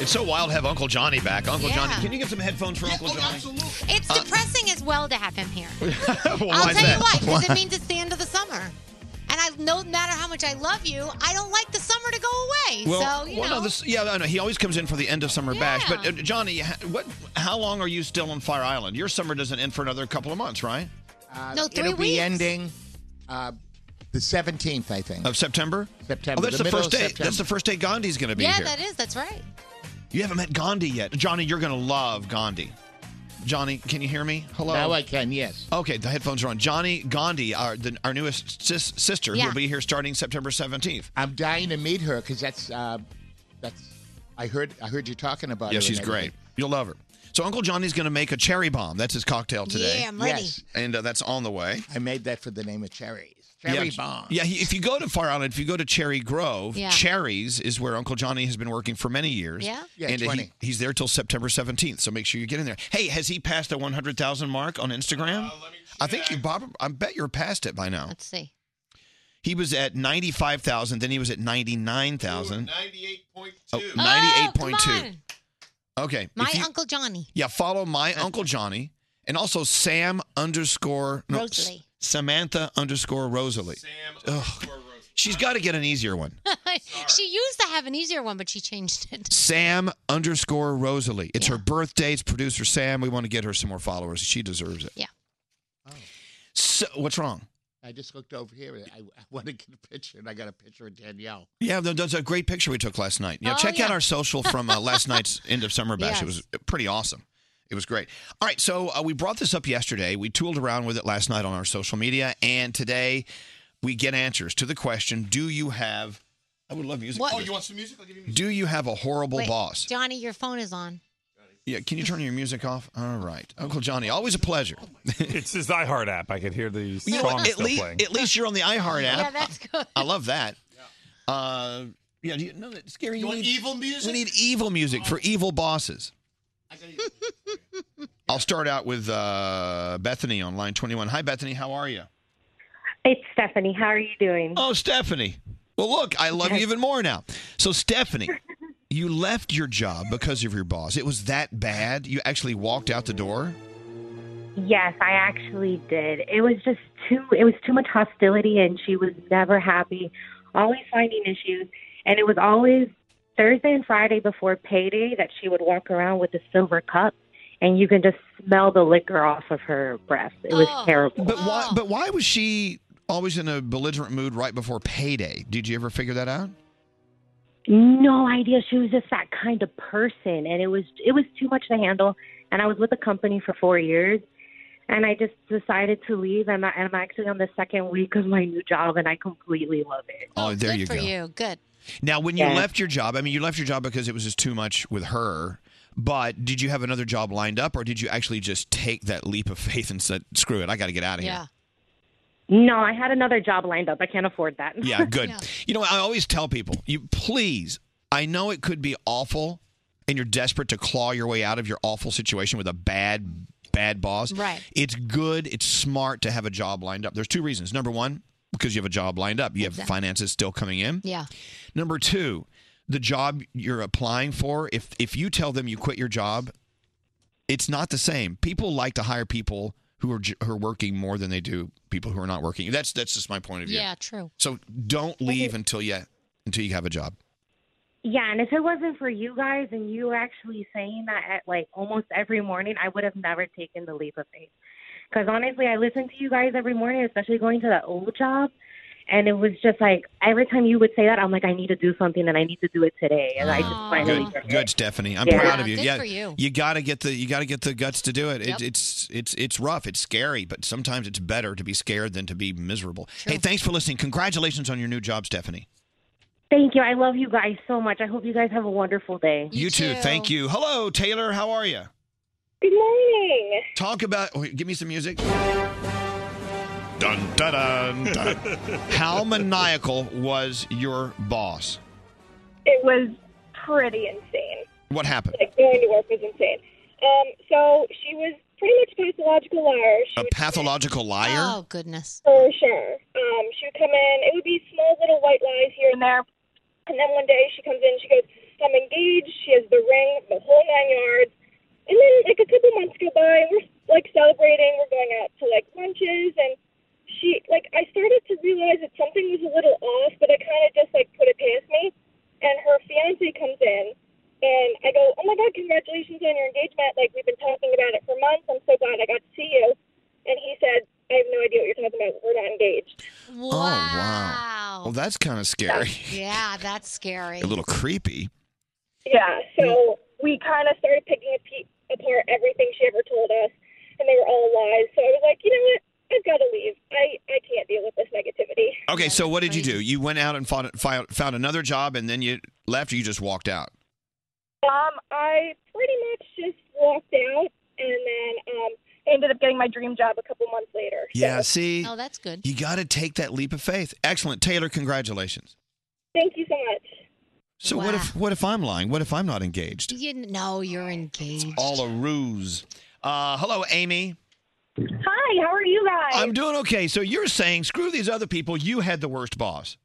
Speaker 2: It's so wild to have Uncle Johnny back. Uncle
Speaker 5: Yeah.
Speaker 2: Johnny, can you get some headphones for Uncle Johnny?
Speaker 5: It's
Speaker 2: Uh,
Speaker 5: depressing as well to have him here.
Speaker 2: Well, (laughs)
Speaker 5: I'll
Speaker 2: why is
Speaker 5: tell
Speaker 2: that?
Speaker 5: you what, because
Speaker 2: Why?
Speaker 5: it means it's the end of the summer. And I no matter how much I love you, I don't like the summer to go away.
Speaker 2: Well,
Speaker 5: so you
Speaker 2: well,
Speaker 5: know,
Speaker 2: no, this, yeah, no, no, he always comes in for the end of summer bash. But uh, Johnny, h- what? How long are you still on Fire Island? Your summer doesn't end for another couple of months, right?
Speaker 14: Uh,
Speaker 5: No, three
Speaker 14: it'll
Speaker 5: weeks.
Speaker 14: be ending uh, the 17th, I think.
Speaker 2: Of September.
Speaker 14: September.
Speaker 2: Oh, that's the,
Speaker 14: middle
Speaker 2: first
Speaker 14: of
Speaker 2: day. That's the
Speaker 14: September.
Speaker 2: first day Gandhi's going to be
Speaker 5: yeah,
Speaker 2: here.
Speaker 5: that is. That's right.
Speaker 2: You haven't met Gandhi yet, Johnny. You're going to love Gandhi. Johnny, can you hear me? Hello.
Speaker 14: Now I can, yes.
Speaker 2: Okay, the headphones are on. Johnny Gandhi, our the, our newest sis, sister, who
Speaker 14: Yeah.
Speaker 2: will be here starting September 17th.
Speaker 14: I'm dying to meet her because that's uh, that's. I heard I heard you talking about.
Speaker 2: Yeah,
Speaker 14: her
Speaker 2: she's
Speaker 14: and everything.
Speaker 2: great. You'll love her. So Uncle Johnny's going to make a cherry bomb. That's his cocktail today.
Speaker 14: Yeah, I'm ready. Yes.
Speaker 2: And uh, that's on the way.
Speaker 14: I made that for the name of cherries. Cherry
Speaker 2: yeah,
Speaker 14: bomb.
Speaker 2: Yeah, he, if you go to Far Island, if you go to Cherry Grove,
Speaker 14: Yeah.
Speaker 2: Cherries is where Uncle Johnny has been working for many years.
Speaker 14: Yeah? Yeah,
Speaker 2: and uh,
Speaker 14: 20.
Speaker 2: He, he's there till September 17th, so make sure you get in there. Hey, has he passed the 100,000 mark on Instagram? I think you, Bob, I bet you're past it by now.
Speaker 5: Let's see.
Speaker 2: He was at 95,000, then he was at 99,000.
Speaker 5: 98.2.
Speaker 2: Oh,
Speaker 5: come
Speaker 14: Oh,
Speaker 2: 98.2.
Speaker 5: on.
Speaker 2: okay. if
Speaker 5: My
Speaker 2: you-
Speaker 5: Uncle Johnny. (laughs)
Speaker 2: Yeah, follow my Uncle Johnny and also Sam underscore no, S-
Speaker 5: Rosalie.
Speaker 2: Samantha underscore Rosalie. Sam underscore Rosalie. She's got to get an easier one.
Speaker 5: she used to have an easier one, but she changed it.
Speaker 2: Sam underscore Rosalie. It's her birthday. It's producer Sam. We want to get her some more followers. She deserves it.
Speaker 5: Yeah.
Speaker 2: So, what's wrong?
Speaker 14: I just looked over here. and I, I want to get a picture, and I got a picture of Danielle.
Speaker 2: Yeah, th- that's a great picture we took last night. Yeah,
Speaker 14: Oh,
Speaker 2: check out
Speaker 14: yeah.
Speaker 2: our social from uh, last
Speaker 5: (laughs)
Speaker 2: night's end of summer bash. It
Speaker 14: Yes.
Speaker 2: was pretty awesome. It was great. All right, so uh, we brought this up yesterday. We tooled around with it last night on our social media, and today we get answers to the question: Do you have? I would love music.
Speaker 5: What-
Speaker 2: for
Speaker 5: Oh, you
Speaker 2: this.
Speaker 5: want
Speaker 13: some music? I'll give you
Speaker 2: Do you have a horrible
Speaker 5: Wait,
Speaker 2: boss?
Speaker 5: Johnny, your phone is on.
Speaker 2: Yeah, can you turn your music off? All right, Uncle Johnny, always a pleasure.
Speaker 19: (laughs) it's his iHeart app. I could hear the
Speaker 2: You know
Speaker 19: song
Speaker 2: what? At,
Speaker 19: still
Speaker 2: least,
Speaker 19: playing.
Speaker 2: at least you're on the iHeart app.
Speaker 5: Yeah, that's good.
Speaker 2: I love
Speaker 5: (laughs)
Speaker 2: that. Uh, yeah, do you know that scary?
Speaker 13: You
Speaker 2: we
Speaker 13: want
Speaker 2: need-
Speaker 13: evil music?
Speaker 2: We need evil music for evil bosses. (laughs) I'll start out with uh, Bethany on line 21. Hi, Bethany. How are you?
Speaker 16: It's Stephanie. How are you doing?
Speaker 2: Oh, Stephanie. Well, look, I love you even more now. So,
Speaker 16: (laughs)
Speaker 2: Stephanie, you left your job because of your boss. It was that bad. You actually walked out the door.
Speaker 16: Yes, I actually did. It was just too it was too much hostility and she was never happy, always finding issues, and it was always Thursday and Friday before payday that she would walk around with a silver cup and you can just smell the liquor off of her breath. It was
Speaker 13: Oh.
Speaker 16: terrible.
Speaker 2: But why? But why was she always in a belligerent mood right before payday? Did you ever figure that out?
Speaker 16: No idea. She was just that kind of person, and it was it was too much to handle. And I was with the company for four years, and I just decided to leave. And I- I'm actually on the second week of my new job, and I completely love it.
Speaker 2: Oh, there you
Speaker 5: for
Speaker 2: go.
Speaker 5: you. Good.
Speaker 2: Now, when
Speaker 16: Yeah.
Speaker 2: you left your job, I mean, you left your job because it was just too much with her. But did you have another job lined up, or did you actually just take that leap of faith and said, "Screw it, I got to get out of here"?
Speaker 16: No, I had another job lined up. I can't afford that. (laughs)
Speaker 2: Yeah, good. You know, I always tell people, you please, I know it could be awful and you're desperate to claw your way out of your awful situation with a bad bad boss.
Speaker 20: Right.
Speaker 2: It's good, it's smart to have a job lined up. There's two reasons. Number 1, because you have a job lined up, you have
Speaker 20: Exactly.
Speaker 2: finances still coming in.
Speaker 5: Yeah.
Speaker 2: Number 2, the job you're applying for, if if you tell them you quit your job, it's not the same. People like to hire people who are j- who are working more than they do people who are not working. That's that's just my point of view.
Speaker 16: Yeah, true.
Speaker 2: So don't leave until you until you have a job.
Speaker 16: Yeah, and if it wasn't for you guys and you actually saying that at like almost every morning, I would have never taken the leap of faith. Because honestly, I listen to you guys every morning, especially going to that old job. And it was just like every time you would say that, I'm like, I need to do something and I need to do it today. And I just finally
Speaker 2: Good, good, Stephanie. I'm
Speaker 16: Yeah.
Speaker 2: proud of you.
Speaker 16: Good
Speaker 2: yeah,
Speaker 16: for you.
Speaker 2: gotta get the you gotta get the guts to do it.
Speaker 16: Yep.
Speaker 2: it. It's it's it's rough. It's scary, but sometimes it's better to be scared than to be miserable. Hey, thanks for listening. Congratulations on your new job, Stephanie.
Speaker 16: thank you. I love you guys so much. I hope you guys have a wonderful day.
Speaker 2: You, too. Thank you. Hello, Taylor. How are you?
Speaker 16: Good morning.
Speaker 2: Talk about. wait, give me some music. Dun dun dun. dun. (laughs) How maniacal was your boss?
Speaker 1: it was pretty insane.
Speaker 2: What happened?
Speaker 1: Like going to work was insane. Um, so she was pretty much a pathological liar. She
Speaker 2: A pathological liar.
Speaker 5: Oh, goodness.
Speaker 1: for sure. Um, she would come in. It would be small little white lies here and there. And then one day she comes in. She goes, "I'm engaged." She has the ring, the whole nine yards. And then like a couple months go by, and we're like celebrating. We're going out to like lunches, and she like I started to realize that something was a little off, but I kind of just like put it past me. And her fiance comes in. And I go, oh my God, congratulations on your engagement. Like, we've been talking about it for months. I'm so glad I got to see you. And he said, I have no idea what you're talking about. We're not engaged.
Speaker 2: Wow. Oh wow. Well, that's kind of scary.
Speaker 5: Yeah, that's scary.
Speaker 2: A little creepy.
Speaker 1: Yeah, so we kind of started picking ape- apart everything she ever told us, and they were all lies. So I was like, you know what? I've got to leave. I, I can't deal with this negativity. (laughs)
Speaker 2: Okay, so what did you do? You went out and found, found found another job, and then you left, or you just walked out.
Speaker 1: Um, I pretty much just
Speaker 18: walked out, and then um, I ended up getting my dream job a couple months later.
Speaker 2: Yeah, see?
Speaker 5: Oh, that's good.
Speaker 2: You got to take that leap of faith. Excellent. Taylor, congratulations.
Speaker 18: Thank you so much.
Speaker 2: So what if what if I'm lying? What if I'm not engaged?
Speaker 5: You know you're engaged.
Speaker 2: All a ruse. Uh, hello, Amy.
Speaker 18: Hi, how are you guys?
Speaker 2: I'm doing okay. So you're saying screw these other people. You had the worst boss.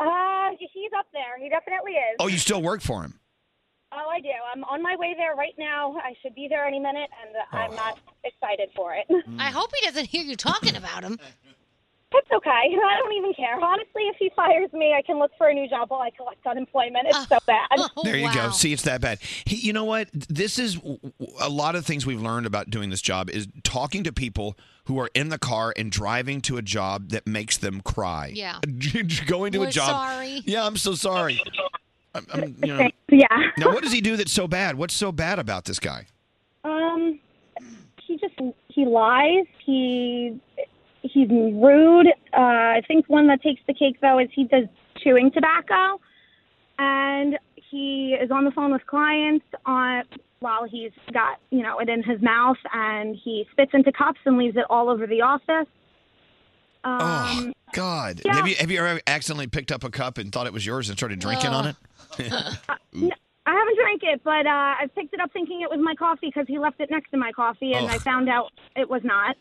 Speaker 18: Uh, he's up there. He definitely is.
Speaker 2: Oh, you still work for him?
Speaker 18: Oh, I do. I'm on my way there right now. I should be there any minute, and
Speaker 2: Oh.
Speaker 18: I'm not excited for it.
Speaker 2: Mm.
Speaker 5: I hope he doesn't hear you talking about
Speaker 2: (laughs)
Speaker 5: him.
Speaker 18: It's okay. (laughs) I don't even care. Honestly, if he fires me, I can look for a new job while I collect unemployment. It's
Speaker 5: (laughs)
Speaker 18: so bad.
Speaker 2: There you go. See, it's that bad. He, you know what? This is w- w- a lot of things we've learned about doing this job is talking to people who are in the car and driving to a job that makes them cry.
Speaker 5: Yeah.
Speaker 2: (laughs) Going to
Speaker 5: We're
Speaker 2: a job.
Speaker 5: sorry.
Speaker 2: Yeah, I'm so sorry. I'm, I'm, you know.
Speaker 18: Thanks. (laughs) Yeah.
Speaker 2: Now, what does he do that's so bad? What's so bad about this guy?
Speaker 18: Um, he just he lies. He he's rude. Uh, I think one that takes the cake though is he does chewing tobacco, and he is on the phone with clients on while he's got you know it in his mouth, and he spits into cups and leaves it all over the office.
Speaker 2: oh
Speaker 18: Um,
Speaker 2: God!
Speaker 18: yeah.
Speaker 2: Have you have you ever accidentally picked up a cup and thought it was yours and started drinking on it? (laughs)
Speaker 18: I haven't drank it, but uh, I picked it up thinking it was my coffee because he left it next to my coffee, and
Speaker 2: Oh.
Speaker 18: I found out it was not.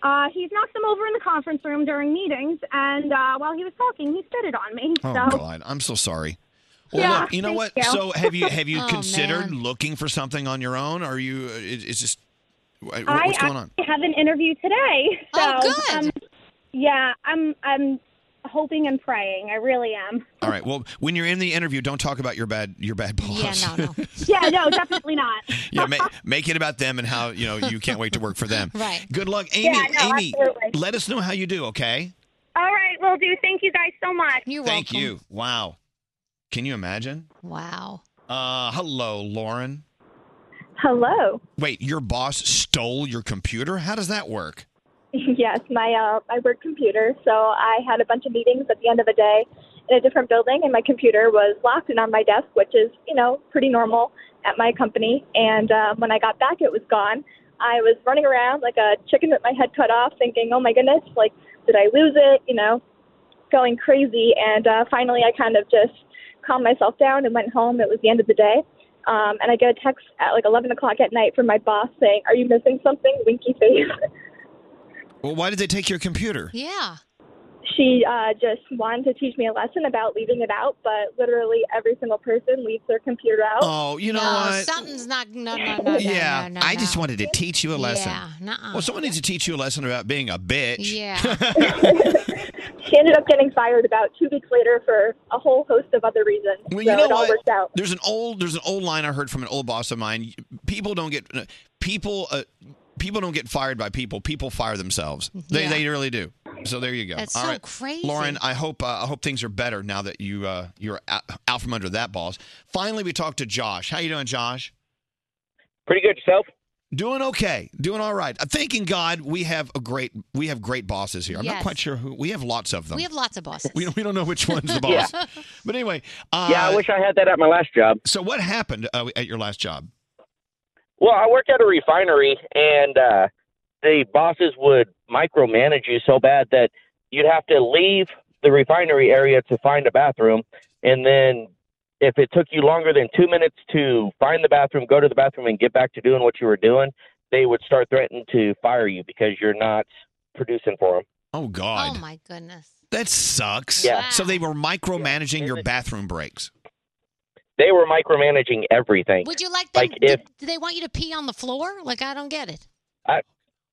Speaker 18: Uh, he's knocked them over in the conference room during meetings, and uh, while he was talking, he spit it on me.
Speaker 2: Oh
Speaker 18: so
Speaker 2: God! I'm so sorry. Well,
Speaker 18: Yeah,
Speaker 2: look, you know
Speaker 18: thank
Speaker 2: what?
Speaker 18: you.
Speaker 2: So have you have you
Speaker 18: (laughs) Oh,
Speaker 2: considered
Speaker 18: man.
Speaker 2: looking for something on your own? Or are you? uh, It, it's just what-
Speaker 18: I
Speaker 2: what's going on?
Speaker 18: actually have an interview today. So, oh, good. Um, yeah, I'm. I'm hoping and praying. I really am. (laughs)
Speaker 2: All right. Well, when you're in the interview, don't talk about your bad your bad boss.
Speaker 18: no. yeah, no, definitely not.
Speaker 2: (laughs) yeah,
Speaker 18: (laughs)
Speaker 2: ma- make it about them and how you know you can't wait to work for them.
Speaker 18: Right.
Speaker 2: Good luck, Amy.
Speaker 18: Yeah, no,
Speaker 2: Amy,
Speaker 18: absolutely.
Speaker 2: let us know how you do. Okay.
Speaker 18: All right, will do. Thank you guys so much.
Speaker 5: You're
Speaker 2: Thank you. Wow. Can you imagine?
Speaker 5: Wow.
Speaker 2: Uh, hello, Lauren.
Speaker 17: Hello. (laughs)
Speaker 2: Wait, your boss stole your computer? How does that work?
Speaker 17: Yes, my uh, I work computer, so I had a bunch of meetings at the end of the day in a different building, and my computer was locked and on my desk, which is you know pretty normal at my company. And uh, when I got back, it was gone. I was running around like a chicken with my head cut off, thinking, "Oh my goodness, like did I lose it?" You know, going crazy. And uh, finally, I kind of just calmed myself down and went home. It was the end of the day. Um, and I get a text at like 11 o'clock at night from my boss saying, Are you missing something? Winky face. (laughs)
Speaker 2: Well, why did they take your computer?
Speaker 5: Yeah.
Speaker 17: she uh, just wanted to teach me a lesson about leaving it out, but literally every single person leaves their computer out.
Speaker 2: Oh, you (laughs) know
Speaker 5: no,
Speaker 2: what?
Speaker 5: something's not. No, no, no, no.
Speaker 2: yeah,
Speaker 5: no, no,
Speaker 2: I (laughs)
Speaker 5: no.
Speaker 2: just wanted to teach you a lesson.
Speaker 5: Yeah, nuh-uh.
Speaker 2: Well, someone needs to teach you a lesson about being a bitch.
Speaker 17: (laughs)
Speaker 5: Yeah.
Speaker 2: (laughs)
Speaker 17: She ended up getting fired about two weeks later for a whole host of other reasons.
Speaker 2: Well,
Speaker 17: so
Speaker 2: you know
Speaker 17: it all
Speaker 2: what?
Speaker 17: worked
Speaker 5: Oh.
Speaker 17: out.
Speaker 2: There's an old there's an old line I heard from an old boss of mine. People don't get people uh, people don't get fired by people. People fire themselves. They
Speaker 5: Yeah.
Speaker 2: they really do. So there you go.
Speaker 5: That's
Speaker 2: All
Speaker 5: so
Speaker 2: right.
Speaker 5: crazy.
Speaker 2: Lauren. I hope uh, I hope things are better now that you uh, you're out, out from under that boss. Finally, we talked to Josh. How you doing, Josh?
Speaker 21: Pretty good yourself.
Speaker 2: Doing okay. Doing all right. Uh, Thanking God, we have a great we have great bosses here. I'm not
Speaker 5: Yes.
Speaker 2: quite sure who we have. Lots of them.
Speaker 5: We have lots of bosses. Oh
Speaker 2: We don't, we don't know which (laughs) one's
Speaker 5: (laughs)
Speaker 2: the boss.
Speaker 5: Yeah.
Speaker 2: But anyway. Uh,
Speaker 21: Yeah, I wish I had that at my last job.
Speaker 2: So what happened uh, at your last job?
Speaker 21: Well, I worked at a refinery, and uh, the bosses would micromanage you so bad that you'd have to leave the refinery area to find a bathroom, and then if it took you longer than two minutes to find the bathroom, go to the bathroom, and get back to doing what you were doing, they would start threatening to fire you because you're not producing for them.
Speaker 2: Oh God.
Speaker 5: Oh my goodness.
Speaker 2: That sucks.
Speaker 21: Yeah.
Speaker 2: So they were micromanaging your bathroom breaks.
Speaker 21: They were micromanaging everything.
Speaker 5: Would you like them?
Speaker 21: Like if
Speaker 5: do they want you to pee on the floor? Like I don't get it.
Speaker 21: I,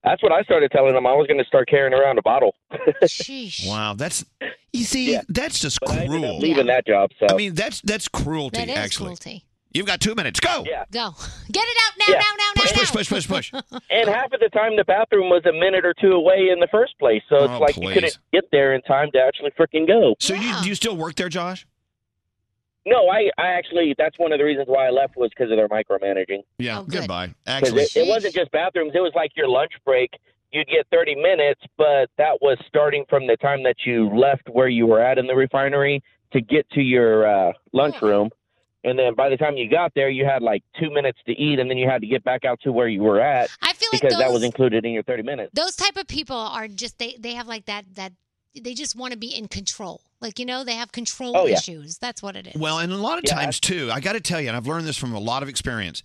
Speaker 21: that's what I started telling them. I was going to start carrying around a bottle. (laughs)
Speaker 2: Wow, that's you see, that's just cruel.
Speaker 21: leaving that job. So
Speaker 2: I mean, that's that's cruelty.
Speaker 5: That is
Speaker 2: actually,
Speaker 5: cruelty.
Speaker 2: you've got two minutes. Go. Yeah.
Speaker 5: Go. (laughs) Get it out now, now, now, now,
Speaker 2: Push,
Speaker 5: now.
Speaker 2: push, push, push, push.
Speaker 21: and half of the time, the bathroom was a minute or two away in the first place. So it's
Speaker 2: Oh,
Speaker 21: like
Speaker 2: please.
Speaker 21: you couldn't get there in time to actually freaking go.
Speaker 2: So you do you still work there, Josh?
Speaker 21: No, I, I actually that's one of the reasons why I left was because of their micromanaging.
Speaker 2: Yeah. Goodbye.
Speaker 21: 'Cause
Speaker 2: Actually,
Speaker 21: it, it wasn't just bathrooms. It was like your lunch break. You'd get 30 minutes, but that was starting from the time that you left where you were at in the refinery to get to your uh, lunchroom. And then by the time you got there, you had like two minutes to eat, and then you had to get back out to where you were at.
Speaker 5: I feel
Speaker 21: because that
Speaker 5: those-
Speaker 21: was included in your thirty minutes.
Speaker 5: Those type of people are just they they have like that that they just want to be in control. Like you know, they have control
Speaker 2: Oh, yeah.
Speaker 5: issues. That's what it is.
Speaker 2: Well, and a lot of times too, I got to tell you, and I've learned this from a lot of experience.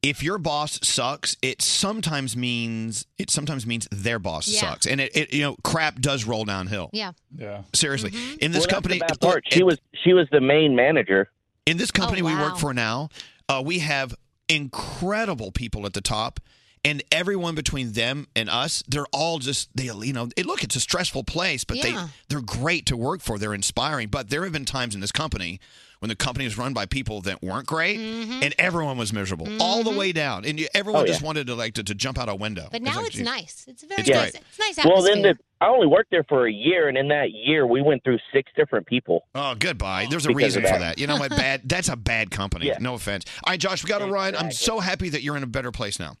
Speaker 2: If your boss sucks, it sometimes means it sometimes means their boss
Speaker 5: Yeah.
Speaker 2: sucks, and it, it you know crap does roll downhill.
Speaker 5: Yeah.
Speaker 8: Yeah.
Speaker 2: Seriously,
Speaker 5: Mm-hmm.
Speaker 2: in this
Speaker 21: Well, that's
Speaker 2: company,
Speaker 21: the bad part. She was she was the main manager.
Speaker 2: In this
Speaker 5: Oh,
Speaker 2: company we
Speaker 21: wow.
Speaker 2: work for now, uh, we have incredible people at the top, and everyone between them and us, they're all just they you know it, look it's a stressful place, but
Speaker 5: Yeah.
Speaker 2: they they're great to work for. They're inspiring, but there have been times in this company when the company was run by people that weren't great,
Speaker 5: Mm-hmm.
Speaker 2: and everyone was miserable all the way down, and you, everyone
Speaker 21: Oh, yeah.
Speaker 2: just wanted to like to, to jump out a window.
Speaker 5: But now
Speaker 2: like,
Speaker 5: it's
Speaker 2: gee,
Speaker 5: nice. It's very
Speaker 2: It's
Speaker 5: nice.
Speaker 2: great.
Speaker 5: It's nice
Speaker 21: Well,
Speaker 5: atmosphere.
Speaker 21: then the, I only worked there for a year, and in that year, we went through six different people.
Speaker 2: Oh, goodbye. There's a
Speaker 21: Because
Speaker 2: reason
Speaker 21: of
Speaker 2: for
Speaker 21: that.
Speaker 2: that. You know (laughs) what? Bad. That's a bad company. No offense. All right, Josh, we got to run. I'm so happy that you're in a better place now.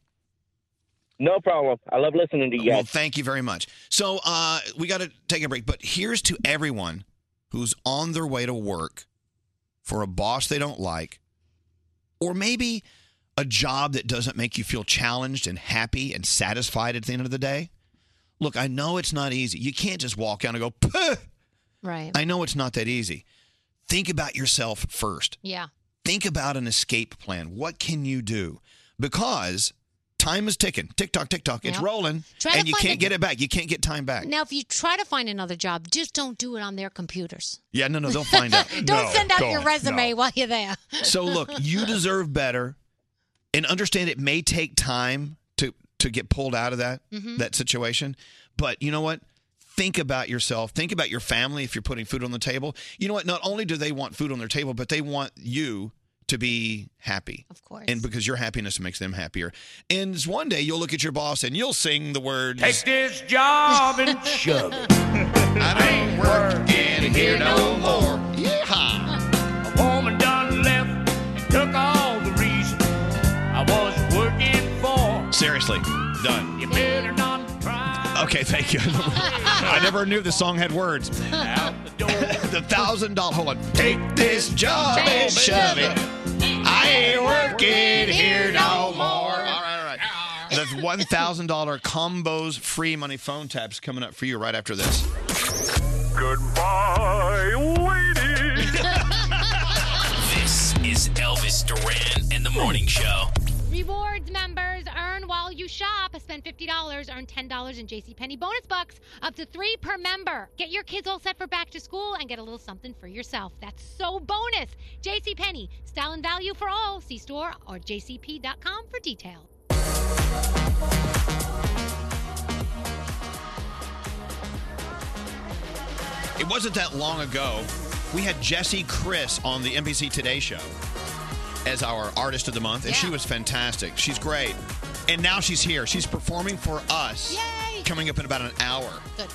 Speaker 21: No problem. I love listening to you guys.
Speaker 2: Well, thank you very much. So uh, we got to take a break. But here's to everyone who's on their way to work for a boss they don't like, or maybe a job that doesn't make you feel challenged and happy and satisfied at the end of the day. Look, I know it's not easy. You can't just walk out and go, Puh!
Speaker 5: right.
Speaker 2: I know it's not that easy. Think about yourself first
Speaker 5: Yeah.
Speaker 2: think about an escape plan. What can you do? Because time is ticking. Tick tock, tick tock. It's
Speaker 5: Yep.
Speaker 2: rolling.
Speaker 5: Try to
Speaker 2: and you
Speaker 5: find
Speaker 2: can't
Speaker 5: a-
Speaker 2: get it back. You can't get time back.
Speaker 5: Now, if you try to find another job, just don't do it on their computers.
Speaker 2: Yeah, no, no, they'll find out.
Speaker 5: (laughs) don't send out your resume while you're there.
Speaker 2: So look, you deserve better. And understand it may take time to to get pulled out of that
Speaker 5: Mhm.
Speaker 2: that situation. But you know what? Think about yourself. Think about your family if you're putting food on the table. You know what? Not only do they want food on their table, but they want you to be happy. Of
Speaker 5: course.
Speaker 2: And because your happiness makes them happier. And one day you'll look at your boss and you'll sing the words
Speaker 11: Take this job and
Speaker 2: shove it. I ain't working here no more. Yeehaw.
Speaker 11: A woman done left and took all the reason I was working for.
Speaker 2: Seriously, done.
Speaker 11: You better not try.
Speaker 2: Okay, thank you. (laughs) I never knew the song had words. (laughs) the thousand dollar. Hold on. Take this job and shove it. I ain't working here no more. All right, all right. The one thousand dollar combos free money phone taps coming up for you right after this.
Speaker 11: Goodbye,
Speaker 3: This is Elvis Duran and the Morning Show.
Speaker 10: Rewards members earn while you shop. Spend $50, earn $10 in JCPenney bonus bucks, up to three per member. Get your kids all set for back to school and get a little something for yourself. That's so bonus. JCPenney, style and value for all. See store or jcp.com for detail.
Speaker 2: It wasn't that long ago. We had Jesse Chris on the NBC Today show as our artist of the month, and she was fantastic. She's great. And now she's here. She's performing for us. Yay! Coming up in about an hour.
Speaker 5: Good.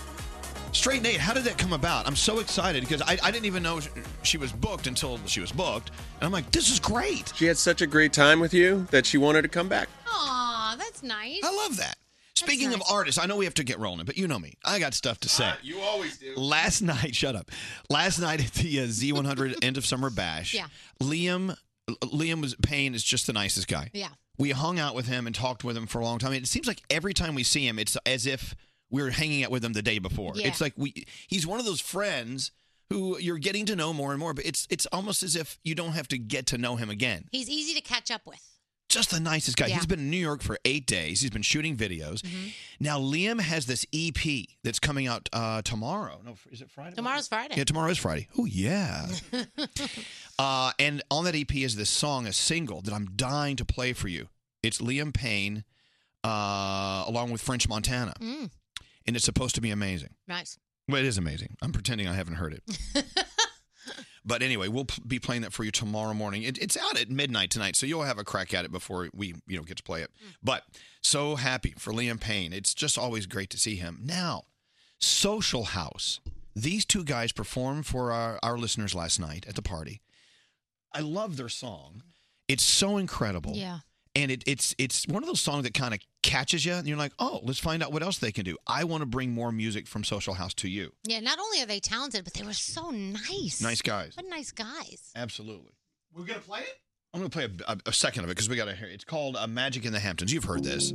Speaker 2: Straight Nate, how did that come about? I'm so excited because I, I didn't even know sh- she was booked until she was booked. And I'm like, this is great.
Speaker 6: She had such a great time with you that she wanted to come back.
Speaker 5: Aw, that's nice.
Speaker 2: I love that. Speaking of artists, I know we have to get rolling, but you know me. I got stuff to say.
Speaker 6: You always do.
Speaker 2: Last (laughs) night, shut up. Last night at the uh, Z100 end of summer bash,
Speaker 5: Yeah.
Speaker 2: Liam Liam was Payne is just the nicest guy.
Speaker 5: Yeah.
Speaker 2: We hung out with him and talked with him for a long time. It seems like every time we see him, it's as if we were hanging out with him the day before.
Speaker 22: Yeah.
Speaker 2: It's like we he's one of those friends who you're getting to know more and more, but it's it's almost as if you don't have to get to know him again
Speaker 5: He's easy to catch up with.
Speaker 2: just the nicest guy.
Speaker 5: Yeah. Mm-hmm.
Speaker 2: He's been in New York for eight days. He's been shooting videos. Now Liam has this EP that's coming out uh, tomorrow. No, is it Friday?
Speaker 5: Tomorrow's Friday.
Speaker 2: Yeah,
Speaker 5: (laughs)
Speaker 2: tomorrow is Friday. Oh yeah. uh, and on that EP is this song, a single that I'm dying to play for you. It's Liam Payne, uh, along with French Montana,
Speaker 5: Mm,
Speaker 2: and it's supposed to be amazing.
Speaker 5: nice. (laughs)
Speaker 2: Well, it is amazing. I'm pretending I haven't heard it. but anyway, we'll p- be playing that for you tomorrow morning. It, it's out at midnight tonight, so you'll have a crack at it before we you know get to play it. But so happy for Liam Payne. It's just always great to see him. Now, Social House. These two guys performed for our, our listeners last night at the party. I love their song. It's so incredible.
Speaker 5: Yeah.
Speaker 2: And it, it's it's one of those songs that kind of catches you, and you're like, oh, let's find out what else they can do. I want to bring more music from Social House to you.
Speaker 5: Yeah, not only are they talented, but they were so nice.
Speaker 2: Nice guys.
Speaker 5: What nice guys.
Speaker 2: Absolutely.
Speaker 23: We're gonna play it.
Speaker 2: I'm going to play a, a, a second of it because we got to hear. It's called uh, "Magic in the Hamptons." You've heard this.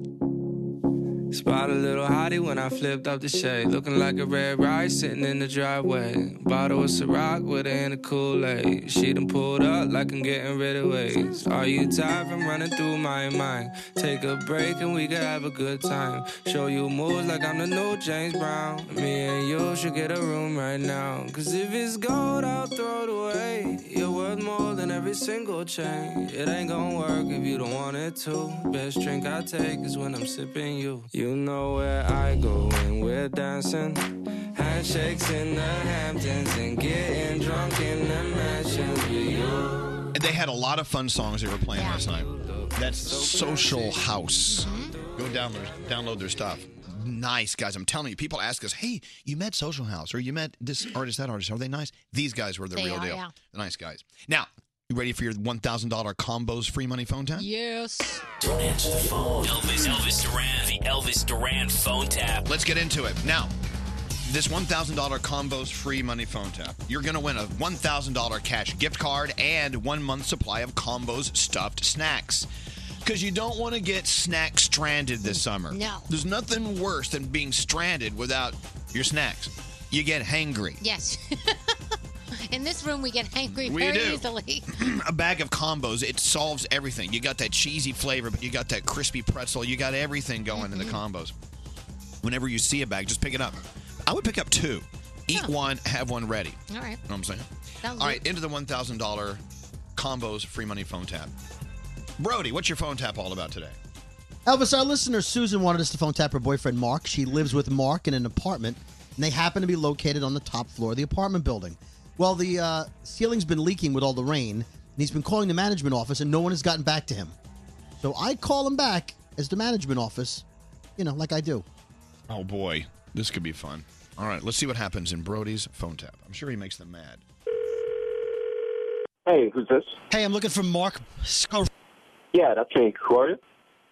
Speaker 22: Spot a little hottie when I flipped up the shade. Looking like a red rice sitting in the driveway. Bottle of Ciroc with her and a Kool-Aid. She done pulled up like I'm getting rid of waves. Are you tired from running through my mind? Take a break and we can have a good time. Show you moves like I'm the new James Brown. Me and you should get a room right now. Cause if it's gold, I'll throw it away. You're worth more than every single chain. It ain't gonna work if you don't want it to. Best drink I take is when I'm sipping you. You know where I go when we're dancing. Handshakes in the Hamptons and getting drunk in the mansions with you.
Speaker 2: And They had a lot of fun songs they were playing last night. That's Social House.
Speaker 5: Mm-hmm.
Speaker 2: Go download download their stuff. Nice guys, I'm telling you. People ask us, "Hey, you met Social House, or you met this artist, that artist? Are they nice?" These guys were the
Speaker 5: They
Speaker 2: real
Speaker 5: are,
Speaker 2: deal.
Speaker 5: yeah.
Speaker 2: The nice guys. Now, you ready for your one thousand dollar combos free money phone tap?
Speaker 5: Yes.
Speaker 3: Don't answer the phone. Elvis, Elvis Duran, the Elvis Duran phone tap.
Speaker 2: Let's get into it now. This one thousand dollar combos free money phone tap. You're gonna win a one thousand dollar cash gift card and one month supply of combos stuffed snacks. Because you don't want to get snack stranded this summer.
Speaker 5: No.
Speaker 2: There's nothing worse than being stranded without your snacks. You get hangry.
Speaker 5: Yes. (laughs) In this room, we get angry
Speaker 2: We
Speaker 5: very
Speaker 2: do.
Speaker 5: easily.
Speaker 2: (clears throat) a bag of combos, it solves everything. You got that cheesy flavor, but you got that crispy pretzel. You got everything going in the combos. Whenever you see a bag, just pick it up. I would pick up two. Eat one, have one ready.
Speaker 5: All right.
Speaker 2: You know what I'm saying?
Speaker 5: Sounds
Speaker 2: All right, into the $1,000 combos free money phone tap. Brody, what's your phone tap all about today?
Speaker 6: Elvis, our listener Susan wanted us to phone tap her boyfriend Mark. She lives with Mark in an apartment, and they happen to be located on the top floor of the apartment building. Well, the uh, ceiling's been leaking with all the rain, and he's been calling the management office, and no one has gotten back to him. So I call him back as the management office, you know, like I do.
Speaker 2: Oh, boy. This could be fun. All right, let's see what happens in Brody's phone tap. I'm sure he makes them mad.
Speaker 24: Hey, who's this?
Speaker 6: Hey, I'm looking for Mark. Scar-
Speaker 24: Yeah, that's me. Who are you?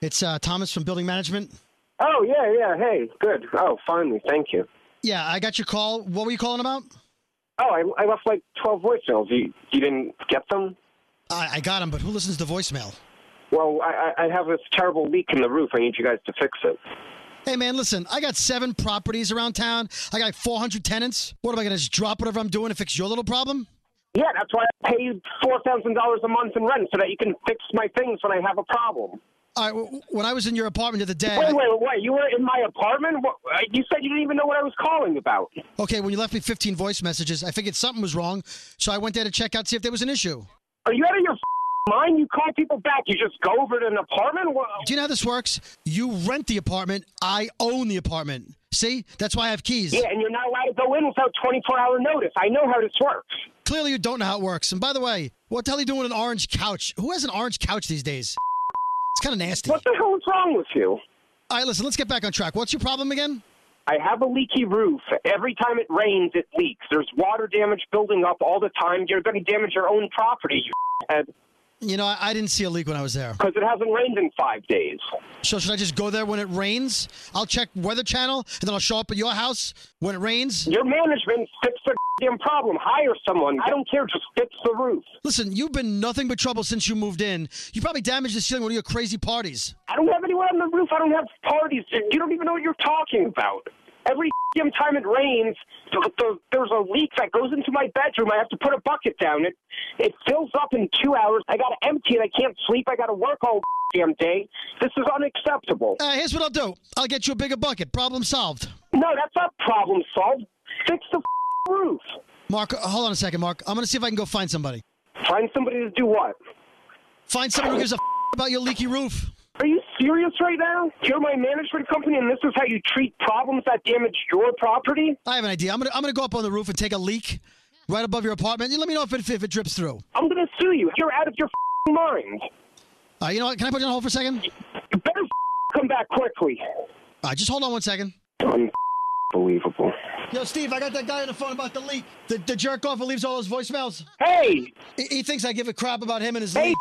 Speaker 6: It's uh, Thomas from Building Management.
Speaker 24: Oh, yeah, yeah. Hey, good. Oh, finally. Thank you.
Speaker 6: Yeah, I got your call. What were you calling about?
Speaker 24: Oh, I, I left like 12 voicemails. You, you didn't get them?
Speaker 6: I, I got him, but who listens to voicemail?
Speaker 24: Well, I, I I have this terrible leak in the roof. I need you guys to fix it.
Speaker 6: Hey man, listen, I got seven properties around town. I got 400 tenants. What am I gonna just drop whatever I'm doing to fix your little problem?
Speaker 24: Yeah, that's why I pay you $4,000 a month in rent so that you can fix my things when I have a problem.
Speaker 6: All right, w- when I was in your apartment the other day.
Speaker 24: Wait, wait, wait. You were in my apartment? What, uh, you said you didn't even know what I was calling about.
Speaker 6: Okay, when you left me 15 voice messages, I figured something was wrong, so I went there to check out see if there was an issue.
Speaker 24: Are you out of your f***ing mind? You call people back. You just go over to an apartment? What,
Speaker 6: Do you know how this works? You rent the apartment, I own the apartment. See? That's why I have keys.
Speaker 24: yeah, and you're not allowed to go in without 24 hour notice. I know how this works.
Speaker 6: Clearly you don't know how it works. And by the way, what the hell are you doing with an orange couch? Who has an orange couch these days? It's kind of nasty. What
Speaker 24: the hell is wrong with you?
Speaker 6: All right, listen, let's get back on track. What's your problem again?
Speaker 24: I have a leaky roof. Every time it rains, it leaks. There's water damage building up all the time. You're going to damage your own property, you head,
Speaker 6: You know, I, I didn't see a leak when I was there.
Speaker 24: because it hasn't rained in five days.
Speaker 6: So should I just go there when it rains? I'll check Weather Channel and then I'll show up at your house when it rains.
Speaker 24: Your management fix the damn problem. Hire someone. I don't care. Just fix the roof.
Speaker 6: Listen, you've been nothing but trouble since you moved in. You probably damaged the ceiling with your crazy parties.
Speaker 24: I don't have anyone on the roof. I don't have parties. You don't even know what you're talking about. Every damn time it rains, the, the, there's a leak that goes into my bedroom. I have to put a bucket down. It it fills up in two hours. I got to empty it. I can't sleep. I got to work all damn day. This is unacceptable.
Speaker 6: Uh, here's what I'll do. I'll get you a bigger bucket. Problem solved.
Speaker 24: No, that's not problem solved. Fix the roof.
Speaker 6: Mark, uh, hold on a second, Mark. I'm gonna see if I can go find somebody.
Speaker 24: Find somebody to do what?
Speaker 6: Find someone who gives a f- about your leaky roof.
Speaker 24: Are you serious right now? You're my management company, and this is how you treat problems that damage your property?
Speaker 6: I have an idea. I'm gonna I'm gonna go up on the roof and take a leak right above your apartment. You let me know if it if it drips through.
Speaker 24: I'm going to sue you. You're out of your f***ing mind.
Speaker 6: Uh, you know what? Can I put you on hold for a second?
Speaker 24: You better come back quickly.
Speaker 6: All right, just hold on one second.
Speaker 24: Unbelievable.
Speaker 6: Yo, Steve, I got that guy on the phone about the leak. The, the jerk off who leaves all those voicemails.
Speaker 24: Hey!
Speaker 6: He, he thinks I give a crap about him and his
Speaker 24: Hey,
Speaker 6: leak.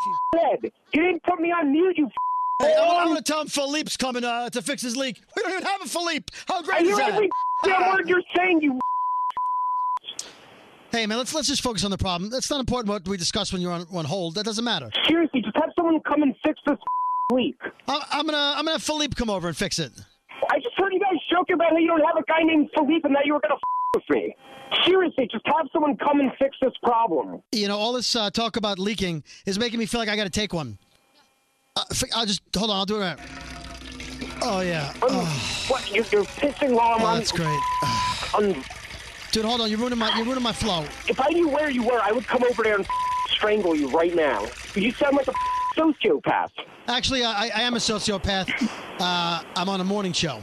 Speaker 24: Ed, you didn't put me on mute, you
Speaker 6: Hey, I'm, I'm gonna tell him Philippe's coming uh, to fix his leak. We don't even have a Philippe. How
Speaker 24: I
Speaker 6: great is (laughs)
Speaker 24: hear
Speaker 6: that?
Speaker 24: every damn word you're saying, you
Speaker 25: Hey man, let's let's just focus on the problem. That's not important what we discussed when you're on, on hold. That doesn't matter.
Speaker 24: Seriously, just have someone come and fix this (laughs) leak.
Speaker 25: I'm, I'm gonna I'm gonna have Philippe come over and fix it.
Speaker 24: I just heard you guys joking about how you don't have a guy named Philippe and that you were going to f- with me. Seriously, just have someone come and fix this problem.
Speaker 25: You know, all this uh, talk about leaking is making me feel like I got to take one. Uh, f- I'll just hold on. I'll do it right. Oh yeah.
Speaker 24: What? You're, you're pissing while I'm
Speaker 25: Oh,
Speaker 24: on.
Speaker 25: that's great.
Speaker 24: (sighs) on-
Speaker 25: Dude, hold on. You're ruining my you're ruining my flow.
Speaker 24: If I knew where you were, I would come over there and (laughs) f- strangle you right now. You sound like a (laughs) f- sociopath. (laughs)
Speaker 25: Actually, uh, I, I am a sociopath. Uh, I'm on a morning show